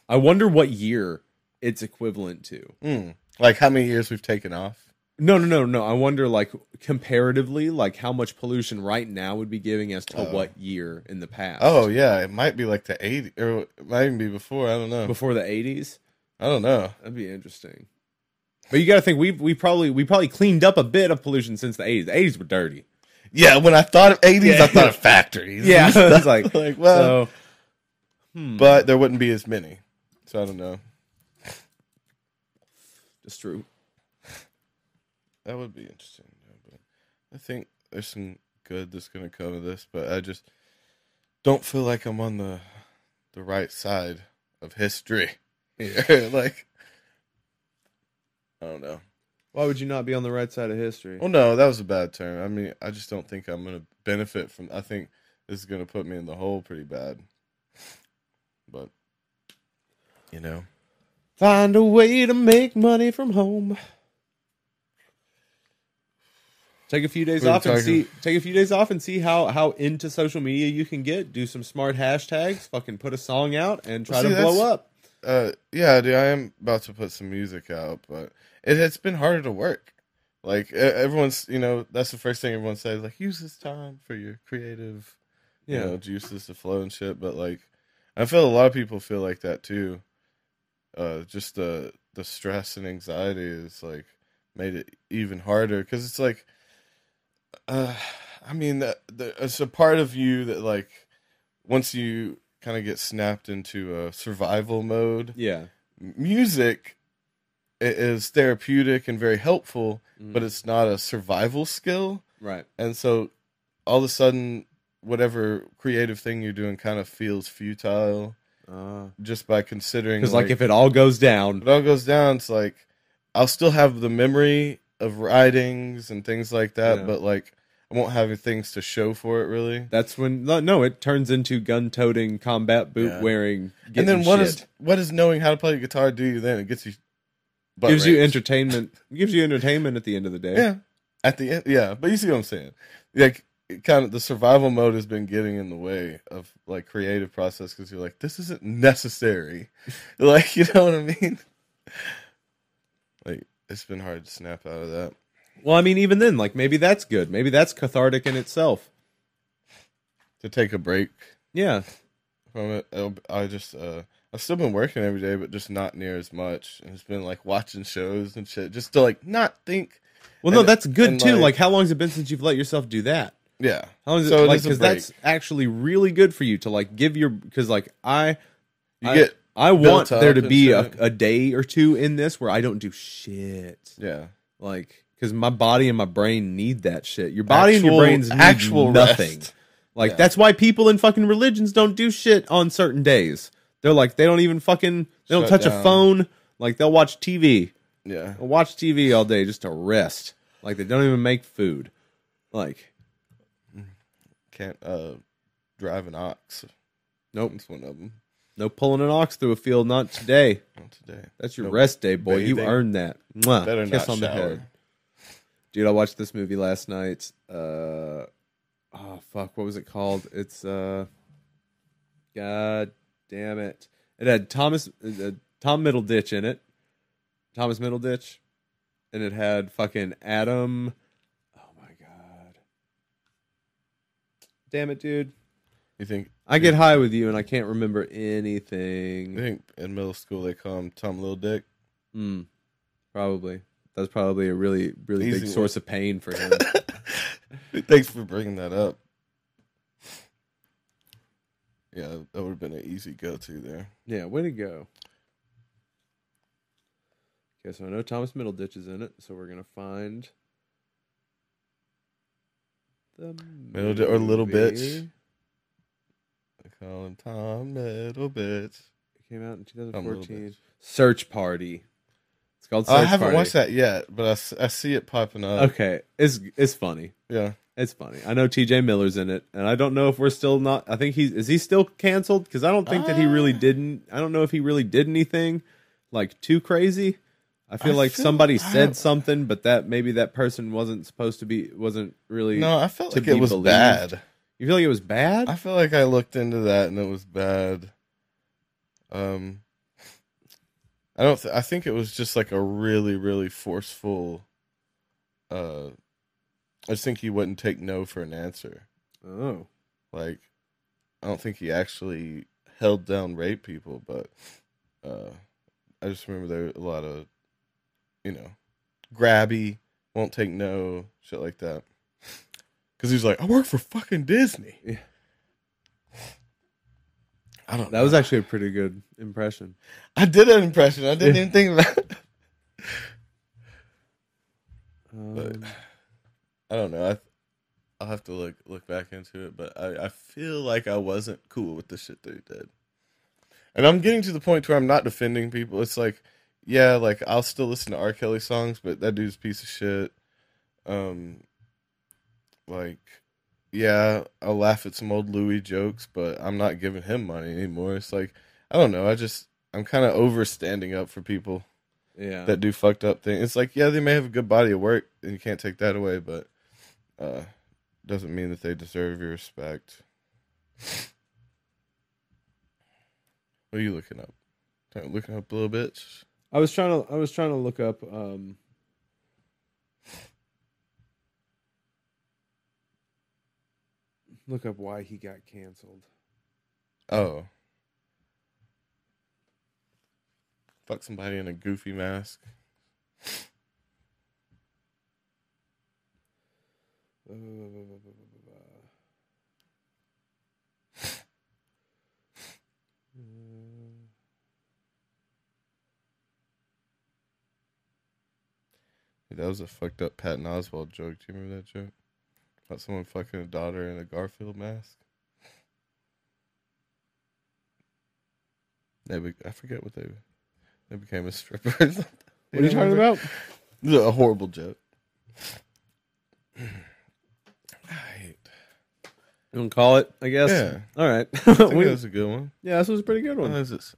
[SPEAKER 1] I wonder what year it's equivalent to.
[SPEAKER 2] Mm. Like how many years we've taken off?
[SPEAKER 1] No, no, no, no. I wonder, like, comparatively, like how much pollution right now would be giving as to
[SPEAKER 2] Oh.
[SPEAKER 1] what year in the past.
[SPEAKER 2] Oh yeah, it might be like the eighty or it might even be before, I don't know.
[SPEAKER 1] before the eighties,
[SPEAKER 2] I don't know.
[SPEAKER 1] that'd be interesting. But you got to think we we probably we probably cleaned up a bit of pollution since the eighties. The eighties were dirty.
[SPEAKER 2] Yeah, when I thought of eighties
[SPEAKER 1] Yeah.
[SPEAKER 2] I thought of
[SPEAKER 1] (laughs)
[SPEAKER 2] factories.
[SPEAKER 1] Yeah,
[SPEAKER 2] and
[SPEAKER 1] (laughs)
[SPEAKER 2] stuff.
[SPEAKER 1] it's like-
[SPEAKER 2] (laughs) like well
[SPEAKER 1] so, hmm,
[SPEAKER 2] but there wouldn't be as many. So I don't know.
[SPEAKER 1] that's true.
[SPEAKER 2] That would be interesting. yeah, But I think there's some good that's going to come of this, but I just don't feel like I'm on the the right side of history. (laughs) here. like I don't know.
[SPEAKER 1] Why would you not be on the right side of history?
[SPEAKER 2] Well, no, that was a bad term. I mean, I just don't think I'm going to benefit from. I think this is going to put me in the hole pretty bad. But you know,
[SPEAKER 1] Find a way to make money from home. Take a few days
[SPEAKER 2] We were
[SPEAKER 1] off and
[SPEAKER 2] talking-
[SPEAKER 1] see. Take a few days off and see how how into social media you can get. Do some smart hashtags. Fucking put a song out and try
[SPEAKER 2] Well, see,
[SPEAKER 1] to blow
[SPEAKER 2] that's-
[SPEAKER 1] up.
[SPEAKER 2] uh, yeah, dude, I am about to put some music out, but it has been harder to work. Like e- everyone's, you know, that's the first thing everyone says. Like, use this time for your creative,
[SPEAKER 1] Yeah,
[SPEAKER 2] you know, juices to flow and shit. But like, I feel a lot of people feel like that too. Uh, just the the stress and anxiety is like made it even harder because it's like, uh, I mean, that the, it's a part of you that like once you kind of get snapped into a survival mode,
[SPEAKER 1] yeah.
[SPEAKER 2] music i- is therapeutic and very helpful,
[SPEAKER 1] Mhm.
[SPEAKER 2] but it's not a survival skill
[SPEAKER 1] right.
[SPEAKER 2] and so all of a sudden whatever creative thing you're doing kind of feels futile
[SPEAKER 1] Because
[SPEAKER 2] just by considering
[SPEAKER 1] Uh, like, if it all goes down,
[SPEAKER 2] it all goes down it's like i'll still have the memory of writings and things like that
[SPEAKER 1] Yeah.
[SPEAKER 2] but like i won't have things to show for it really
[SPEAKER 1] that's when no, no it turns into gun toting, combat boot wearing.
[SPEAKER 2] and then
[SPEAKER 1] what
[SPEAKER 2] what
[SPEAKER 1] shit.
[SPEAKER 2] is what does knowing how to play guitar do you then it gets you butt
[SPEAKER 1] gives you
[SPEAKER 2] raped.
[SPEAKER 1] entertainment? gives you entertainment at the end of the day.
[SPEAKER 2] yeah at the end yeah but you see what i'm saying like it kind of the survival mode has been getting in the way of like creative process because you're like this isn't necessary (laughs) like you know what i mean like it's been hard to snap out of that
[SPEAKER 1] Well, I mean, even then, like maybe that's good. Maybe that's cathartic in itself.
[SPEAKER 2] to take a break
[SPEAKER 1] Yeah.
[SPEAKER 2] from it I'll- i just uh i've still been working every day but just not near as much and it's been like watching shows and shit just to like not think
[SPEAKER 1] Well, no,
[SPEAKER 2] And-
[SPEAKER 1] that's good
[SPEAKER 2] and,
[SPEAKER 1] too. Like,
[SPEAKER 2] like-
[SPEAKER 1] how long has it been since you've let yourself do that?
[SPEAKER 2] yeah
[SPEAKER 1] How long is
[SPEAKER 2] So
[SPEAKER 1] it
[SPEAKER 2] it
[SPEAKER 1] like
[SPEAKER 2] is a
[SPEAKER 1] because
[SPEAKER 2] break.
[SPEAKER 1] that's actually really good for you to like give your because like I
[SPEAKER 2] you
[SPEAKER 1] I,
[SPEAKER 2] get
[SPEAKER 1] I want
[SPEAKER 2] built
[SPEAKER 1] there
[SPEAKER 2] up
[SPEAKER 1] to
[SPEAKER 2] and
[SPEAKER 1] be a,
[SPEAKER 2] shit.
[SPEAKER 1] a day or two in this where I don't do shit
[SPEAKER 2] yeah
[SPEAKER 1] like because my body and my brain need that shit. Your body and your
[SPEAKER 2] Actual-
[SPEAKER 1] brains need
[SPEAKER 2] actual
[SPEAKER 1] nothing.
[SPEAKER 2] rest.
[SPEAKER 1] Like
[SPEAKER 2] Yeah.
[SPEAKER 1] that's why people in fucking religions don't do shit on certain days. They're like they don't even fucking they don't
[SPEAKER 2] Shut
[SPEAKER 1] touch a
[SPEAKER 2] down.
[SPEAKER 1] phone. Like they'll watch TV.
[SPEAKER 2] yeah
[SPEAKER 1] They'll watch TV all day just to rest. Like they don't even make food. Like
[SPEAKER 2] can't uh drive an ox
[SPEAKER 1] nope.
[SPEAKER 2] That's one of them.
[SPEAKER 1] No pulling an ox through a field, not today.
[SPEAKER 2] Not today.
[SPEAKER 1] That's your
[SPEAKER 2] Nope.
[SPEAKER 1] rest day, boy. You
[SPEAKER 2] Bathing.
[SPEAKER 1] earned that. Mwah.
[SPEAKER 2] Better
[SPEAKER 1] Kiss
[SPEAKER 2] not
[SPEAKER 1] on the
[SPEAKER 2] shower.
[SPEAKER 1] head. Dude, I watched this movie last night. Uh oh fuck, what was it called? It's uh God damn it. It had Thomas uh, Tom Middleditch in it. Thomas Middleditch. And it had fucking Adam Oh my god. Damn it, dude.
[SPEAKER 2] You think?
[SPEAKER 1] I
[SPEAKER 2] you-
[SPEAKER 1] get high with you and I can't remember anything.
[SPEAKER 2] You think in middle school they call him Tom Little
[SPEAKER 1] (laughs)
[SPEAKER 2] Dick?
[SPEAKER 1] Mm, probably. That's probably a really, really big
[SPEAKER 2] Easy one.
[SPEAKER 1] source of pain for him.
[SPEAKER 2] Thanks for bringing that up. Yeah, that would have been an easy go-to there.
[SPEAKER 1] yeah, way to go. Okay, so I know Thomas Middleditch is in it, so we're gonna find the
[SPEAKER 2] Middle di- or little bitch.
[SPEAKER 1] movie.
[SPEAKER 2] I call him Tom Little Bitch.
[SPEAKER 1] It came out in
[SPEAKER 2] Tom Little
[SPEAKER 1] 2014.
[SPEAKER 2] Bitch.
[SPEAKER 1] Search Party. It's called Search
[SPEAKER 2] I haven't
[SPEAKER 1] Party.
[SPEAKER 2] watched that yet, but I s- I, see it popping up.
[SPEAKER 1] Okay, it's it's funny.
[SPEAKER 2] Yeah.
[SPEAKER 1] It's funny. I know T.J. Miller's in it, and I don't know if we're still not. I think he's is he still canceled? Because I don't think that he really
[SPEAKER 2] Ah.
[SPEAKER 1] didn't. I don't know if he really did anything like too crazy. I feel
[SPEAKER 2] I
[SPEAKER 1] like
[SPEAKER 2] feel-
[SPEAKER 1] somebody
[SPEAKER 2] I
[SPEAKER 1] said
[SPEAKER 2] don't-
[SPEAKER 1] something, but that maybe that person wasn't supposed to be. Wasn't really.
[SPEAKER 2] No, I felt
[SPEAKER 1] To
[SPEAKER 2] like it
[SPEAKER 1] be
[SPEAKER 2] was
[SPEAKER 1] believed.
[SPEAKER 2] bad.
[SPEAKER 1] You feel like it was bad?
[SPEAKER 2] I feel like I looked into that and it was bad. Um, I don't. Th- I think it was just like a really, really forceful. Uh, I just think he wouldn't take no for an answer.
[SPEAKER 1] oh,
[SPEAKER 2] Like, I don't think he actually held down rape people, but uh, I just remember there were a lot of, you know, grabby, won't take no, shit like that. Because he was like, I work for fucking Disney.
[SPEAKER 1] Yeah.
[SPEAKER 2] I don't.
[SPEAKER 1] that was
[SPEAKER 2] know.
[SPEAKER 1] actually a pretty good impression.
[SPEAKER 2] I did an impression. I didn't
[SPEAKER 1] Yeah.
[SPEAKER 2] even think about. It. But-
[SPEAKER 1] Um,
[SPEAKER 2] I don't know. I, I'll have to look look back into it, but I, I feel like I wasn't cool with the shit that he did. And I'm getting to the point where I'm not defending people. It's like, yeah, like I'll still listen to R. Kelly songs, but that dude's a piece of shit. Um, like, yeah, I'll laugh at some old Louis jokes, but I'm not giving him money anymore. It's like, I don't know. I just I'm kind of over standing up for people
[SPEAKER 1] yeah.
[SPEAKER 2] that do fucked up things. It's like, yeah, they may have a good body of work, and you can't take that away, but uh doesn't mean that they deserve your respect. what are you looking up? Kinda Looking up little bitch.
[SPEAKER 1] I was trying to I was trying to look up um look up why he got canceled.
[SPEAKER 2] Oh, fuck somebody in a goofy mask.
[SPEAKER 1] Uh,
[SPEAKER 2] That was a fucked up Patton Oswald joke. Do you remember that joke? About someone fucking a daughter in a Garfield mask. They be- I forget what they they became a stripper. or (laughs) something.
[SPEAKER 1] What are you talking
[SPEAKER 2] Remember?
[SPEAKER 1] about?
[SPEAKER 2] This is a
[SPEAKER 1] (clears throat)
[SPEAKER 2] horrible joke. I hate.
[SPEAKER 1] You want to call it? I guess.
[SPEAKER 2] Yeah,
[SPEAKER 1] All right.
[SPEAKER 2] I
[SPEAKER 1] (laughs)
[SPEAKER 2] think
[SPEAKER 1] We-
[SPEAKER 2] that was a good one.
[SPEAKER 1] yeah, this was a pretty good one.
[SPEAKER 2] What is this?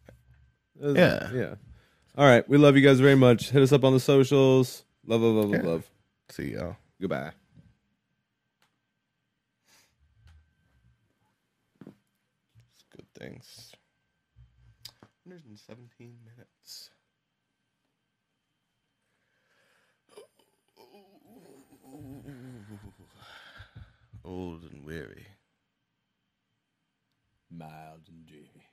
[SPEAKER 1] That was-
[SPEAKER 2] yeah.
[SPEAKER 1] Yeah. All right. We love you guys very much. Hit us up on the socials. Love, love, love, love,
[SPEAKER 2] Yeah.
[SPEAKER 1] love.
[SPEAKER 2] See y'all.
[SPEAKER 1] Goodbye.
[SPEAKER 2] It's good things. 117 minutes. Old and weary.
[SPEAKER 1] Mild and dreamy.